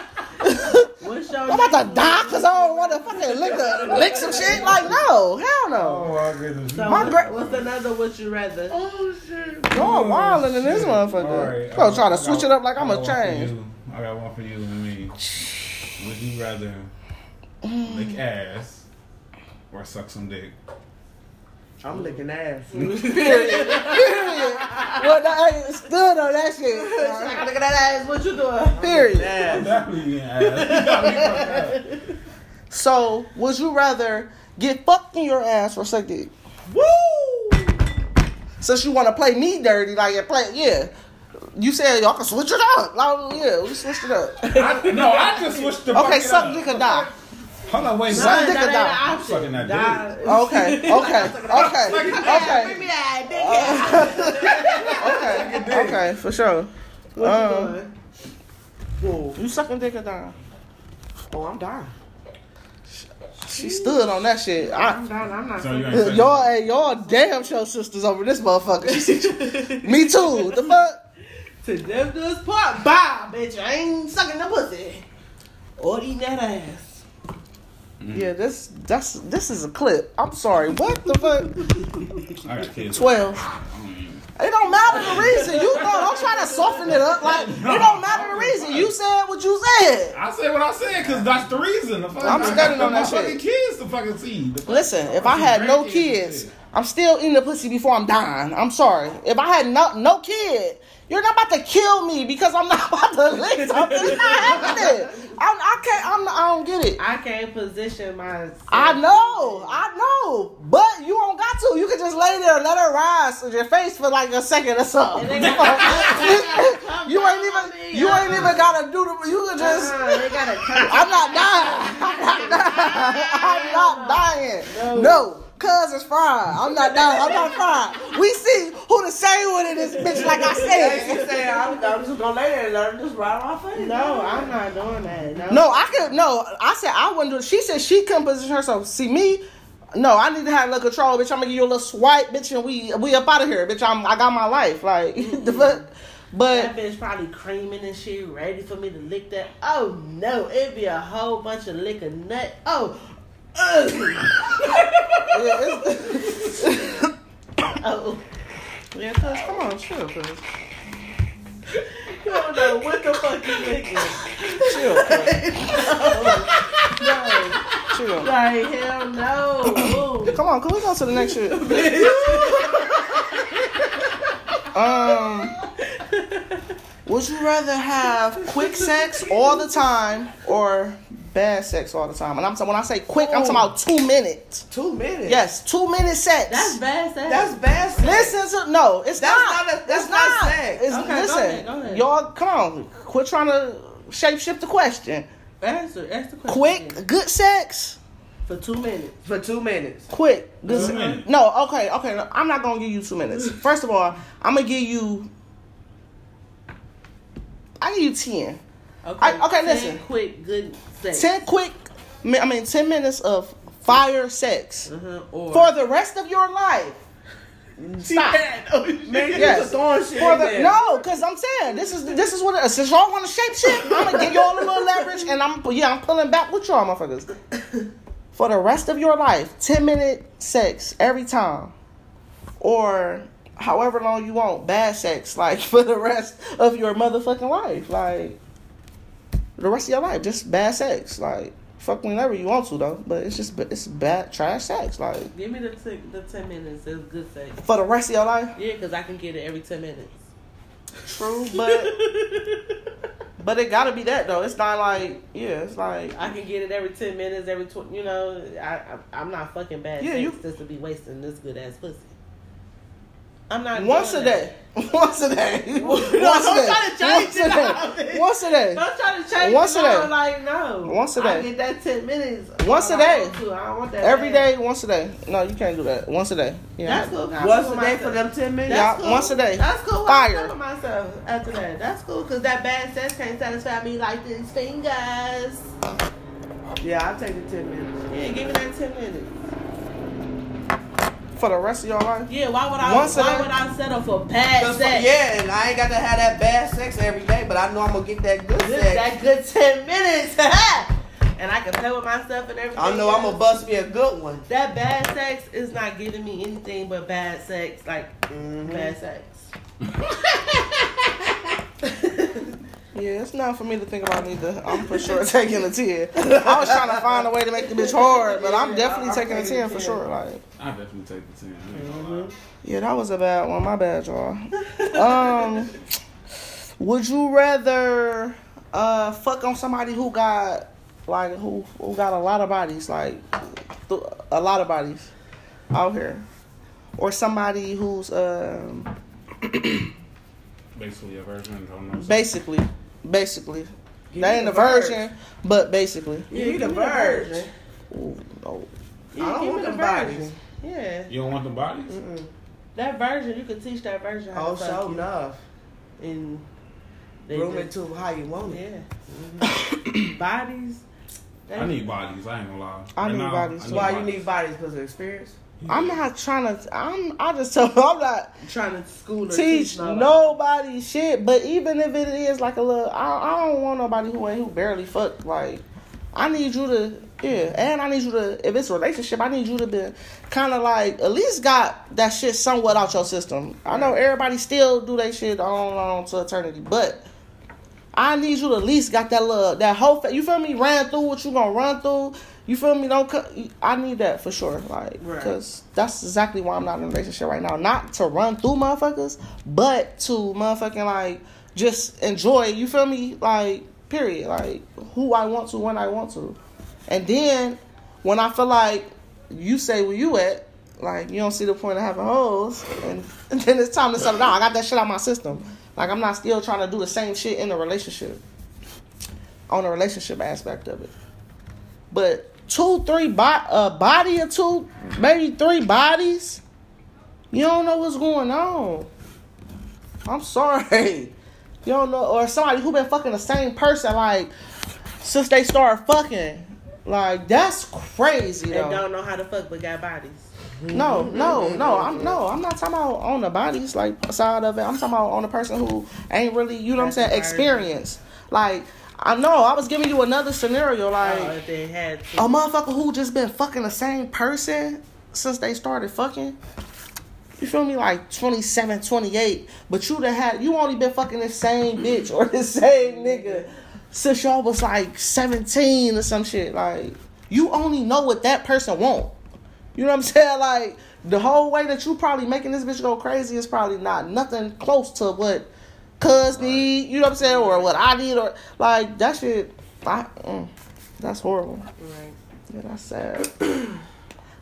[SPEAKER 2] What's your
[SPEAKER 1] I'm about to die because I don't want to fucking lick, the, lick some shit. Like, no, hell no.
[SPEAKER 3] Oh my goodness.
[SPEAKER 2] So
[SPEAKER 1] My
[SPEAKER 2] what-
[SPEAKER 1] bra-
[SPEAKER 2] what's another would you rather?
[SPEAKER 1] Y'all Oh, wildin' in this motherfucker.
[SPEAKER 3] uh,
[SPEAKER 1] Y'all trying to switch it up like I'm a change.
[SPEAKER 3] I got one for you and me. Would you rather lick ass or suck some dick?
[SPEAKER 4] I'm licking ass.
[SPEAKER 1] Period. Well, I ain't stood on that shit.
[SPEAKER 2] Look at that ass. What you doing?
[SPEAKER 1] Period.
[SPEAKER 3] I'm
[SPEAKER 4] Ass.
[SPEAKER 3] definitely eating ass.
[SPEAKER 1] So, would you rather get fucked in your ass or suck dick?
[SPEAKER 4] Woo!
[SPEAKER 1] Since you want to play me dirty, like, and play, yeah. You said y'all can switch it up. Like, yeah, we switched it up.
[SPEAKER 3] I, no, I just switched the
[SPEAKER 1] Okay,
[SPEAKER 3] bucket
[SPEAKER 1] suck
[SPEAKER 3] up.
[SPEAKER 1] dick or die.
[SPEAKER 3] Hold on, wait.
[SPEAKER 1] Suck
[SPEAKER 3] Suck
[SPEAKER 2] Nah,
[SPEAKER 1] dick or die.
[SPEAKER 2] that ain't an option.
[SPEAKER 3] Fucking that
[SPEAKER 2] Die.
[SPEAKER 1] Okay, okay, okay,
[SPEAKER 2] Bring me
[SPEAKER 1] okay,
[SPEAKER 2] that dick.
[SPEAKER 1] okay, okay, for sure.
[SPEAKER 2] What
[SPEAKER 1] Um,
[SPEAKER 2] you
[SPEAKER 4] Uh-huh.
[SPEAKER 2] doing?
[SPEAKER 4] Whoa.
[SPEAKER 1] You sucking dick or dying?
[SPEAKER 4] Oh, I'm dying.
[SPEAKER 1] She stood on that shit. I,
[SPEAKER 2] I'm done. I'm not.
[SPEAKER 3] So you ain't sucking-
[SPEAKER 1] y'all, hey, y'all damn show sisters over this motherfucker. She said, Me too. The fuck?
[SPEAKER 2] To death do us part. Bye, bitch. I ain't sucking the pussy. Or eating that ass.
[SPEAKER 1] Yeah, this that's this is a clip. I'm sorry. What the fuck?
[SPEAKER 3] I got kids.
[SPEAKER 1] Twelve.
[SPEAKER 3] I don't even-
[SPEAKER 1] It don't matter the reason. You go. Don't try to soften it up. Like it don't matter the reason. You said what you said.
[SPEAKER 3] I said what I said because that's the reason. The fucking,
[SPEAKER 1] I'm standing on
[SPEAKER 3] my
[SPEAKER 1] that shit.
[SPEAKER 3] fucking kids to fucking see. The fuck-
[SPEAKER 1] Listen, if I had no
[SPEAKER 3] Drinking
[SPEAKER 1] kids,
[SPEAKER 3] shit.
[SPEAKER 1] I'm still eating the pussy before I'm dying. I'm sorry. If I had no no kid, you're not about to kill me because I'm not about to lick something. It's not happening. I'm, I can't. I'm. I don't get it.
[SPEAKER 2] I can't position myself.
[SPEAKER 1] I know, I know, but you don't got to. You can just lay there, and let her rise to your face for like a second or something.
[SPEAKER 2] And they gotta come
[SPEAKER 1] you ain't
[SPEAKER 2] down on
[SPEAKER 1] even,
[SPEAKER 2] me,
[SPEAKER 1] you ain't
[SPEAKER 2] uh-uh.
[SPEAKER 1] even gotta do the. You can just.
[SPEAKER 2] Uh-uh, they gotta come.
[SPEAKER 1] I'm not dying. I'm not dying. I'm not dying. No. Cuz is fine. I'm not dying. I'm not fine. We see who the same one in this bitch, like I
[SPEAKER 4] Hey, she
[SPEAKER 1] said.
[SPEAKER 4] said, I'm, I'm just gonna lay there and let her just ride my face.
[SPEAKER 2] No, I'm not doing that. No.
[SPEAKER 1] No, I could no. I said I wouldn't do it. She said she couldn't position herself. See me? No, I need to have a little control, bitch. I'm gonna give you a little swipe, bitch, and we we up out of here, bitch. I'm I got my life, like the fuck.
[SPEAKER 2] That
[SPEAKER 1] But
[SPEAKER 2] bitch probably creaming and shit, ready for me to lick that. Oh no, it'd be a whole bunch of lick a nut. Oh,
[SPEAKER 1] yeah, it's-
[SPEAKER 2] oh.
[SPEAKER 1] yeah, cuz come on, chill, cuz
[SPEAKER 2] You don't know what the fuck you licking.
[SPEAKER 1] chill, cuz
[SPEAKER 2] No,
[SPEAKER 1] chill.
[SPEAKER 2] like hell no. Ooh.
[SPEAKER 1] Come on, can we go to the next shit? um, would you rather have quick sex all the time or bad sex all the time? And I'm when I say quick, I'm talking about two minutes.
[SPEAKER 4] Two minutes.
[SPEAKER 1] Yes, two minute sex.
[SPEAKER 2] That's bad sex.
[SPEAKER 4] That's bad sex.
[SPEAKER 1] Listen to no, it's
[SPEAKER 4] That's
[SPEAKER 1] not.
[SPEAKER 4] not a- that's
[SPEAKER 1] it's
[SPEAKER 4] not sex.
[SPEAKER 1] It's,
[SPEAKER 2] Okay, go
[SPEAKER 1] listen,
[SPEAKER 2] ahead, go ahead.
[SPEAKER 1] y'all, come on, quit trying to shape shift the question.
[SPEAKER 2] Answer, ask the question.
[SPEAKER 1] Quick, good sex.
[SPEAKER 2] For two minutes.
[SPEAKER 4] For two minutes.
[SPEAKER 1] Quick. This,
[SPEAKER 3] Two minutes.
[SPEAKER 1] no, okay, okay. no, I'm not gonna give you two minutes. First of all, I'm gonna give you. I give you ten.
[SPEAKER 2] Okay.
[SPEAKER 1] I- okay,
[SPEAKER 2] Ten
[SPEAKER 1] listen.
[SPEAKER 2] Quick, good sex.
[SPEAKER 1] Ten quick. mi- I mean, ten minutes of fire sex
[SPEAKER 2] Uh-huh, or
[SPEAKER 1] for the rest of your life. Stop.
[SPEAKER 4] Man, you
[SPEAKER 1] Oh, Yes.
[SPEAKER 4] just throwing shit
[SPEAKER 1] For
[SPEAKER 4] in
[SPEAKER 1] the,
[SPEAKER 4] there.
[SPEAKER 1] no, because I'm saying this is this is what it is. Since y'all want to shape shit, I'm gonna give y'all a little leverage, and I'm yeah, I'm pulling back with y'all, motherfuckers. For the rest of your life, ten minute sex every time, or however long you want, bad sex, like for the rest of your motherfucking life, like the rest of your life, just bad sex, like fuck whenever you want to though, but it's just it's bad trash sex, like
[SPEAKER 2] give me the t- the ten minutes. It's good sex.
[SPEAKER 1] for the rest of your life.
[SPEAKER 2] Yeah, because I can get it every ten minutes.
[SPEAKER 1] True, but. But it gotta be that though. It's not like yeah, it's like
[SPEAKER 2] I can get it every ten minutes, every tw- you know. I, I I'm not fucking bad.
[SPEAKER 1] Yeah,
[SPEAKER 2] Yeah,
[SPEAKER 1] you-
[SPEAKER 2] you just to be wasting this good ass pussy. I'm not
[SPEAKER 1] once a
[SPEAKER 2] doing
[SPEAKER 1] day. Once a day. Once a day.
[SPEAKER 2] don't try to change
[SPEAKER 1] Once a
[SPEAKER 2] it
[SPEAKER 1] day.
[SPEAKER 2] up.
[SPEAKER 1] Once a
[SPEAKER 2] that.
[SPEAKER 1] day.
[SPEAKER 2] Don't try to
[SPEAKER 1] Once
[SPEAKER 2] change once
[SPEAKER 1] a
[SPEAKER 2] a
[SPEAKER 1] day.
[SPEAKER 2] Like no,
[SPEAKER 1] Once a
[SPEAKER 2] I
[SPEAKER 1] day.
[SPEAKER 2] get that ten minutes.
[SPEAKER 1] Once
[SPEAKER 2] all
[SPEAKER 1] a
[SPEAKER 2] I
[SPEAKER 1] day.
[SPEAKER 2] want to. I don't want that
[SPEAKER 1] Every
[SPEAKER 2] bad.
[SPEAKER 1] day, once a day. No, you can't do that. Once a day. Yeah.
[SPEAKER 2] That's cool. I'm
[SPEAKER 4] Once
[SPEAKER 2] cool
[SPEAKER 4] a
[SPEAKER 2] with
[SPEAKER 4] day for
[SPEAKER 2] myself.
[SPEAKER 4] them ten minutes.
[SPEAKER 1] Yeah,
[SPEAKER 2] That's cool.
[SPEAKER 1] once a day.
[SPEAKER 2] That's cool.
[SPEAKER 1] Fire.
[SPEAKER 2] I'm myself after that. That's cool because that bad sex can't satisfy me like these fingers. Yeah,
[SPEAKER 4] Yeah, I'll take the ten minutes.
[SPEAKER 2] give me that ten minutes.
[SPEAKER 1] For the rest of your life.
[SPEAKER 2] Yeah, why would I?
[SPEAKER 1] Once a
[SPEAKER 2] why
[SPEAKER 1] day?
[SPEAKER 2] would I settle for bad
[SPEAKER 4] Cause-
[SPEAKER 2] sex?
[SPEAKER 4] Yeah, and I ain't got to have that bad sex every day, but I know I'm gonna get that good
[SPEAKER 2] Good-
[SPEAKER 4] sex.
[SPEAKER 2] that good 10 minutes. and I can play with myself and everything.
[SPEAKER 4] I know I'm gonna
[SPEAKER 2] else.
[SPEAKER 4] bust me a good one.
[SPEAKER 2] That bad sex is not giving me anything but bad sex. Like,
[SPEAKER 4] Mm.
[SPEAKER 2] bad sex.
[SPEAKER 1] Yeah, it's not for me to think about neither. I'm for sure taking a ten. I was trying to find a way to make the bitch hard, but I'm definitely taking a ten for sure. Like
[SPEAKER 3] I definitely take the ten. I ain't gonna lie.
[SPEAKER 1] Yeah, that was a bad one. My bad, y'all. Um, would you rather uh fuck on somebody who got like who who got a lot of bodies, like th- a lot of bodies out here, or somebody who's um
[SPEAKER 3] Basically, a virgin don't know.
[SPEAKER 1] basically, basically they ain't
[SPEAKER 4] me
[SPEAKER 1] a
[SPEAKER 4] the verge.
[SPEAKER 1] virgin, but basically.
[SPEAKER 4] You
[SPEAKER 2] Yeah,
[SPEAKER 4] need
[SPEAKER 2] give
[SPEAKER 4] a
[SPEAKER 2] me the
[SPEAKER 4] verge.
[SPEAKER 2] version.
[SPEAKER 1] Ooh, no.
[SPEAKER 4] I
[SPEAKER 2] Yeah,
[SPEAKER 4] don't
[SPEAKER 2] give me
[SPEAKER 4] want
[SPEAKER 2] the
[SPEAKER 4] them bodies.
[SPEAKER 2] version. Yeah.
[SPEAKER 3] You don't want the bodies?
[SPEAKER 2] That version, you can teach that version how
[SPEAKER 4] Oh,
[SPEAKER 2] to fuck
[SPEAKER 4] so
[SPEAKER 2] you.
[SPEAKER 4] enough.
[SPEAKER 2] And they
[SPEAKER 4] Room it
[SPEAKER 2] just-
[SPEAKER 4] to how you want it.
[SPEAKER 2] Yeah. bodies. They-
[SPEAKER 3] I need bodies. I ain't gonna lie.
[SPEAKER 1] I need bodies, too.
[SPEAKER 4] Why you need bodies? Cause of experience.
[SPEAKER 1] I'm not trying to. I'm. I just tell. I'm not.
[SPEAKER 2] trying to school or
[SPEAKER 1] teach
[SPEAKER 2] nobody.
[SPEAKER 1] nobody shit. But even if it is like a little, I, I don't want nobody who ain't who barely fucked. Like, I need you to Yeah, and I need you to, if it's a relationship, I need you to be kind of like, at least got that shit somewhat out your system. I know everybody still do that shit on and on to eternity, but I need you to at least got that love, that whole, fa- you feel me? Ran through what you gonna run through. You feel me? Don't, cu- I need that for sure. Like,
[SPEAKER 2] Right.
[SPEAKER 1] because that's exactly why I'm not in a relationship right now. Not to run through motherfuckers, but to motherfucking, like, just enjoy, you feel me? Like, period. Like, who I want to, when I want to. And then when I feel like you say where you at, like you don't see the point of having hoes, and, and then it's time to settle down. I got that shit out of my system. Like I'm not still trying to do the same shit in a relationship, on the relationship aspect of it. But two, three, bo- a body or two, maybe three bodies, you don't know what's going on. I'm sorry. You don't know, or somebody who been fucking the same person like since they started fucking. Like that's crazy
[SPEAKER 2] They
[SPEAKER 1] though.
[SPEAKER 2] don't know how to fuck but got bodies.
[SPEAKER 1] No, no, no. I'm no. I'm not talking about on the bodies like side of it. I'm talking about on the person who ain't really, you know what I'm saying,
[SPEAKER 2] That's the part.
[SPEAKER 1] experience. Like I know I was giving you another scenario,
[SPEAKER 2] oh,
[SPEAKER 1] like
[SPEAKER 2] if they had to.
[SPEAKER 1] a motherfucker who just been fucking the same person since they started fucking. You feel me? Like 27, 28, but you done had you only been fucking the same bitch or the same nigga since y'all was like 17 or some shit. Like you only know what that person want. You know what I'm saying? Like the whole way that you probably making this bitch go crazy is probably not nothing close to what cuz need, you know what I'm saying, or what I need or like that shit I mm, that's horrible.
[SPEAKER 2] Right.
[SPEAKER 1] Yeah, that's sad.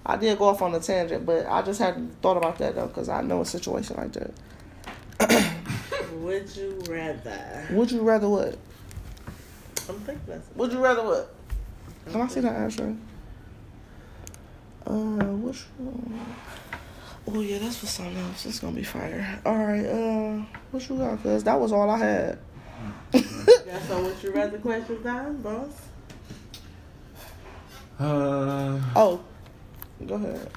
[SPEAKER 1] I did go off on a tangent, but I just hadn't thought about that though, because I know a situation like that.
[SPEAKER 4] Oh.
[SPEAKER 2] Would you rather?
[SPEAKER 1] Would you rather what?
[SPEAKER 2] I'm thinking that's
[SPEAKER 1] Would you rather what? Can I see that answer? Uh, which one? Oh yeah, that's for something else. It's gonna be fire. All right. Uh, what you got? Cause that was all I had.
[SPEAKER 2] That's on what you rather questions down, boss.
[SPEAKER 3] Uh,
[SPEAKER 1] oh, go ahead.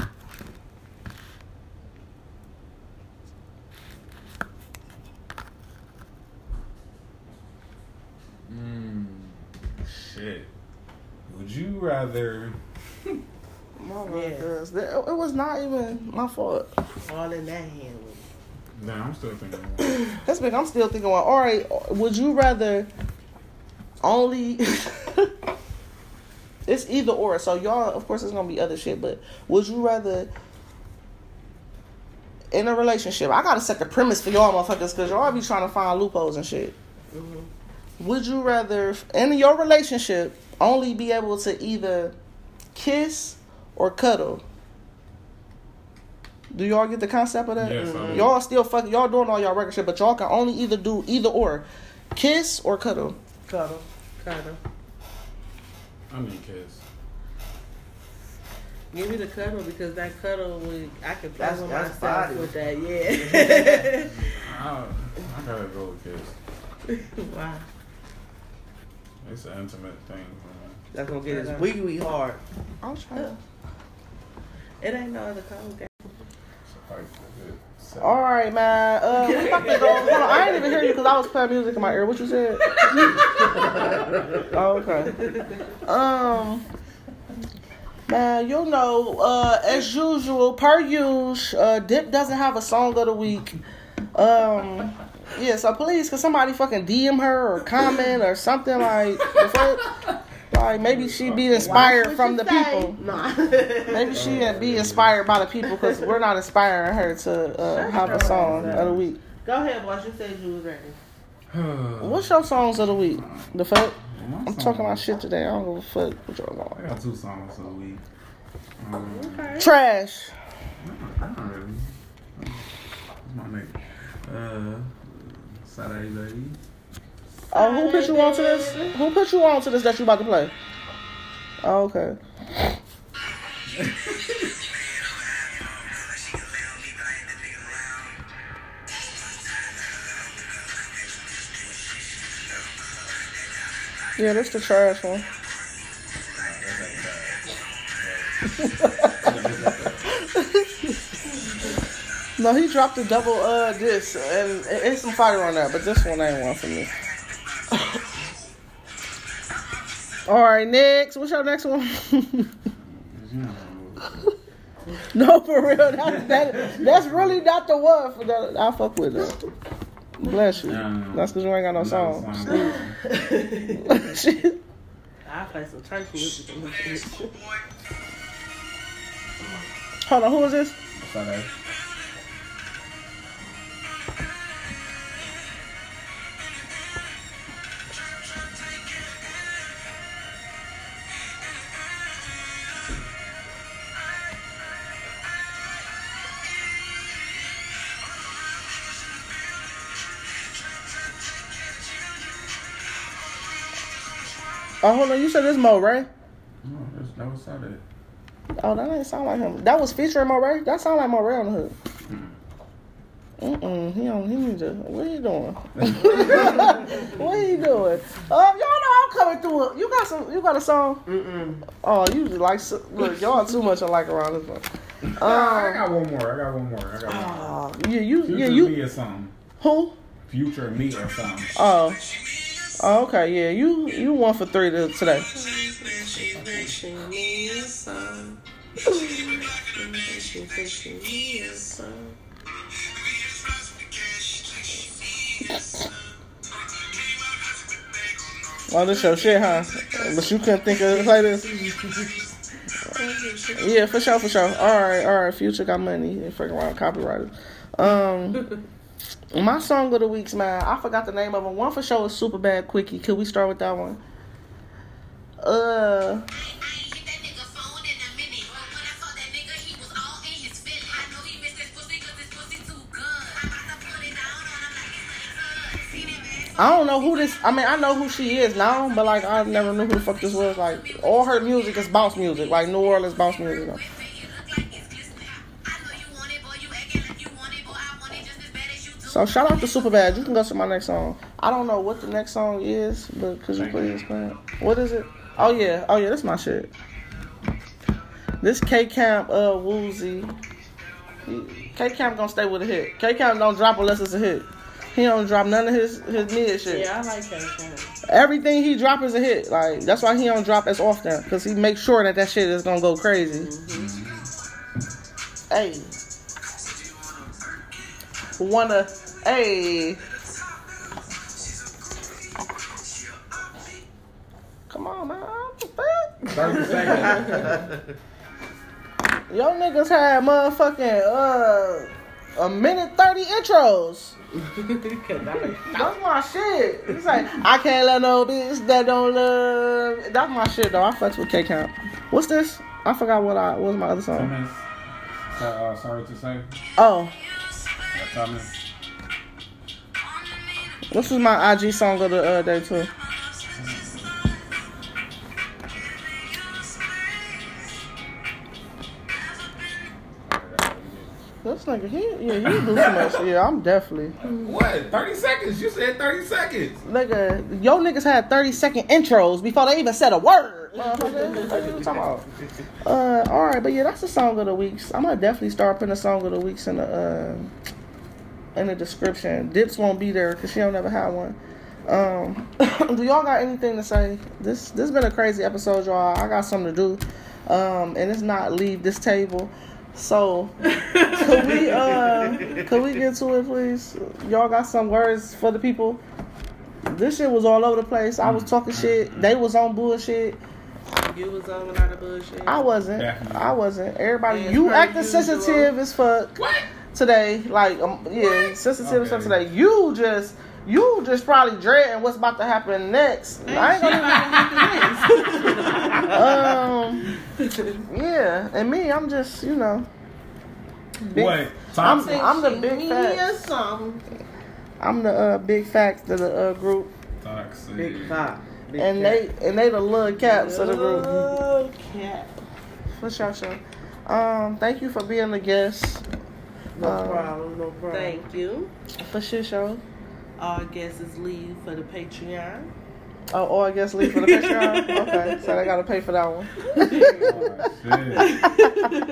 [SPEAKER 3] mm, shit. Would you rather?
[SPEAKER 1] My
[SPEAKER 2] Yeah.
[SPEAKER 1] goodness. That- It was not even my fault.
[SPEAKER 2] All in that hand with
[SPEAKER 3] Nah, I'm still thinking.
[SPEAKER 1] That's big. I'm still thinking. Well, all right. Would you rather only? it's either or. So y'all, of course, it's gonna be other shit. But would you rather in a relationship? I gotta set the premise for y'all, motherfuckers, because y'all be trying to find loopholes and shit.
[SPEAKER 3] Mm-hmm.
[SPEAKER 1] Would you rather in your relationship only be able to either kiss or cuddle? Do y'all get the concept of that? Mm-hmm.
[SPEAKER 3] Yes, I do.
[SPEAKER 1] Y'all still fuck. Y'all doing all y'all record shit, but y'all can only either do either or, kiss or cuddle.
[SPEAKER 2] cuddle, cuddle.
[SPEAKER 3] I mean, kiss.
[SPEAKER 2] Give me the cuddle because that cuddle would I could play
[SPEAKER 4] That's-
[SPEAKER 2] with
[SPEAKER 4] that's
[SPEAKER 2] myself
[SPEAKER 4] body.
[SPEAKER 2] with that. Yeah.
[SPEAKER 3] I, I gotta go with kiss.
[SPEAKER 2] wow.
[SPEAKER 3] It's an intimate thing. for
[SPEAKER 4] That's gonna get his wee wee hard.
[SPEAKER 1] I'll try. it.
[SPEAKER 2] It ain't no other cuddle game.
[SPEAKER 3] me. It's like, it's-
[SPEAKER 1] All right, man. Uh, we about to go. Hold on, I didn't even hear you because I was playing music in my ear. What you said? oh, okay. Um, man, you know, uh, as usual, per usual, uh, Dip doesn't have a song of the week. Um, yeah, so please, could somebody fucking DM her or comment or something like, before, like maybe she be inspired from the people.
[SPEAKER 2] Nah.
[SPEAKER 1] Maybe she would be inspired by the people because we're not inspiring her to uh, have a song of the week.
[SPEAKER 2] Go ahead, boss. You said you was ready.
[SPEAKER 1] What's your songs of the week? The fuck?
[SPEAKER 3] My
[SPEAKER 1] I'm
[SPEAKER 3] song-
[SPEAKER 1] talking about shit today. I don't give a fuck what y'all
[SPEAKER 3] I
[SPEAKER 1] want.
[SPEAKER 3] got two songs a week. Um,
[SPEAKER 1] Trash.
[SPEAKER 3] Not really. My nigga. Uh, Saturday baby.
[SPEAKER 1] Oh, who put you on to this? Who put you on to this that you about to play? Oh, okay. Yeah, this the trash one. No, he dropped a double uh disc, and it- it's some fire on that, but this one ain't one for me. All right, next. What's your next one? no, for real. That, that, that's really not the one for that. I fuck with that. Bless you.
[SPEAKER 3] No, no, no.
[SPEAKER 1] That's because you ain't got no
[SPEAKER 3] Another
[SPEAKER 1] songs.
[SPEAKER 3] song.
[SPEAKER 1] Shit.
[SPEAKER 2] I play some church music. in my shit.
[SPEAKER 1] Hold on, who is this?
[SPEAKER 3] Sorry.
[SPEAKER 1] Oh, hold on. You said this Mo Ray.
[SPEAKER 3] No, that's never saw that.
[SPEAKER 1] Oh, that ain't sound like him. That was featuring Mo Ray. That sound like Mo Ray on the hood. Mm-mm, he on. He need to. What are you doing? what are you doing? Um, y'all know I'm coming through. You got some. You got a song?
[SPEAKER 4] Mm-mm.
[SPEAKER 1] Oh, you just like so- look. Y'all too much alike around this one.
[SPEAKER 3] I
[SPEAKER 1] Um,
[SPEAKER 3] got one more. I got one more. I got one more.
[SPEAKER 1] oh, yeah, you,
[SPEAKER 3] Future
[SPEAKER 1] yeah, you.
[SPEAKER 3] me or something.
[SPEAKER 1] Who?
[SPEAKER 3] Future me or something.
[SPEAKER 1] Oh. oh, okay, yeah, you, you one for three to, today. Oh, this your shit, huh? But you couldn't think of it like this. Yeah, for sure, for sure. All right, all right. Future got money and fucking around copyrighted. Um, my song of the week's man. I forgot the name of it. One for sure is Super Bad Quickie. Could we start with that one? Uh, I don't know who this. I mean, I know who she is now, but like, I never knew who the fuck this was. Like, all her music is bounce music, like New Orleans bounce music. though. So shout out to Superbad. You can go to my next song. I don't know what the next song is, but could you please explain? it? What is it? Oh yeah, oh yeah, that's my shit. This K Camp uh Woozy. K Camp gonna stay with a hit. K Camp don't drop unless it's a hit. He don't drop none of his his mid shit.
[SPEAKER 2] Yeah, I like that.
[SPEAKER 1] Everything he drop is a hit. Like that's why he don't drop as often, cause he makes sure that that shit is gonna go crazy. Hey, wanna hey? Come on, man. What the fuck?
[SPEAKER 3] 30 seconds.
[SPEAKER 1] Yo niggas had motherfucking uh a minute thirty intros. That's my shit. It's like I can't let no bitch that don't love. That's my shit though. I fucks with K Camp. What's this? I forgot what I what was my other song.
[SPEAKER 3] Thomas. So, uh, sorry to say.
[SPEAKER 1] Oh,
[SPEAKER 3] Uh, Thomas.
[SPEAKER 1] this is my IG song of the uh, day too. This nigga, he yeah he do too much. Yeah, I'm definitely
[SPEAKER 3] What? 30 seconds? You said 30 seconds.
[SPEAKER 1] nigga. Yo niggas had 30 second intros before they even said a word. motherfucker. What you talking about? Uh, all right, but yeah, that's the song of the weeks. I'm gonna definitely start putting the song of the weeks in the uh, in the description. Dips won't be there because she don't ever have one. Um, do y'all got anything to say? This this been a crazy episode, y'all. I got something to do, um, and it's not leave this table. So could we uh could we get to it, please? Y'all got some words for the people? This shit was all over the place. I was talking shit. They was on bullshit.
[SPEAKER 2] You was on a lot of bullshit.
[SPEAKER 1] I wasn't.
[SPEAKER 3] Definitely.
[SPEAKER 1] I wasn't. Everybody,
[SPEAKER 2] Yeah,
[SPEAKER 1] you
[SPEAKER 2] per
[SPEAKER 1] acting
[SPEAKER 2] usual.
[SPEAKER 1] sensitive as fuck
[SPEAKER 3] What?
[SPEAKER 1] today. Like, um, yeah, sensitive as fuck
[SPEAKER 3] Okay.
[SPEAKER 1] today. You just, you just probably dreading what's about to happen next. I ain't gonna. um, yeah, and me, I'm just, you know, Big-
[SPEAKER 3] What? Thomas?
[SPEAKER 1] I'm- I'm the big
[SPEAKER 2] me
[SPEAKER 1] fat.
[SPEAKER 2] a song.
[SPEAKER 1] I'm the uh, big facts of the uh, group,
[SPEAKER 3] Toxic.
[SPEAKER 4] Big pop. Big
[SPEAKER 1] and
[SPEAKER 4] cat.
[SPEAKER 1] they and they the little caps of the group.
[SPEAKER 2] Oh, Okay.
[SPEAKER 1] For sure, sure. Um, thank you for being a guest.
[SPEAKER 4] No
[SPEAKER 1] um,
[SPEAKER 4] problem. No problem.
[SPEAKER 2] Thank you.
[SPEAKER 1] For sure, sure.
[SPEAKER 2] All guests leave for the Patreon.
[SPEAKER 1] Oh, oh, I guess leave for the Patreon. okay, so they gotta pay for that one.
[SPEAKER 3] Oh, shit.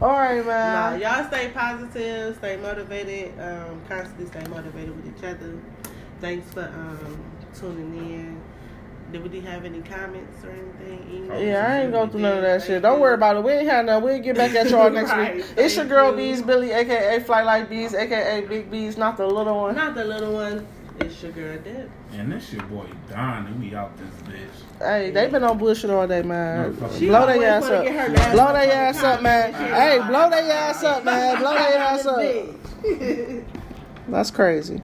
[SPEAKER 1] All right,
[SPEAKER 2] Nah,
[SPEAKER 1] man.
[SPEAKER 2] y'all stay positive, stay motivated, um, constantly stay motivated with each other. Thanks for um, tuning in. Did we have any comments or anything?
[SPEAKER 3] Oh,
[SPEAKER 1] Yeah, I ain't go through none of that shit. Don't worry about it. We ain't had none. We'll get back at y'all next
[SPEAKER 2] Right,
[SPEAKER 1] week. It's your
[SPEAKER 2] thank
[SPEAKER 1] girl
[SPEAKER 2] you.
[SPEAKER 1] Bees Billy, aka Fly Like Bees, aka Big Bees, not the little one.
[SPEAKER 2] Not the little one. It's your girl Deb.
[SPEAKER 3] And this your boy Don, and we out this bitch.
[SPEAKER 1] Hey, they been on bullshit all day, man.
[SPEAKER 3] No, fuck
[SPEAKER 1] blow their
[SPEAKER 3] it.
[SPEAKER 2] She
[SPEAKER 1] ass
[SPEAKER 2] wanna
[SPEAKER 1] up.
[SPEAKER 2] get her last
[SPEAKER 1] Blow their ass
[SPEAKER 2] fucking
[SPEAKER 1] up, man.
[SPEAKER 2] comment.
[SPEAKER 1] Hey, blow their ass up, man. Blow their ass up.
[SPEAKER 2] Bitch.
[SPEAKER 1] That's crazy.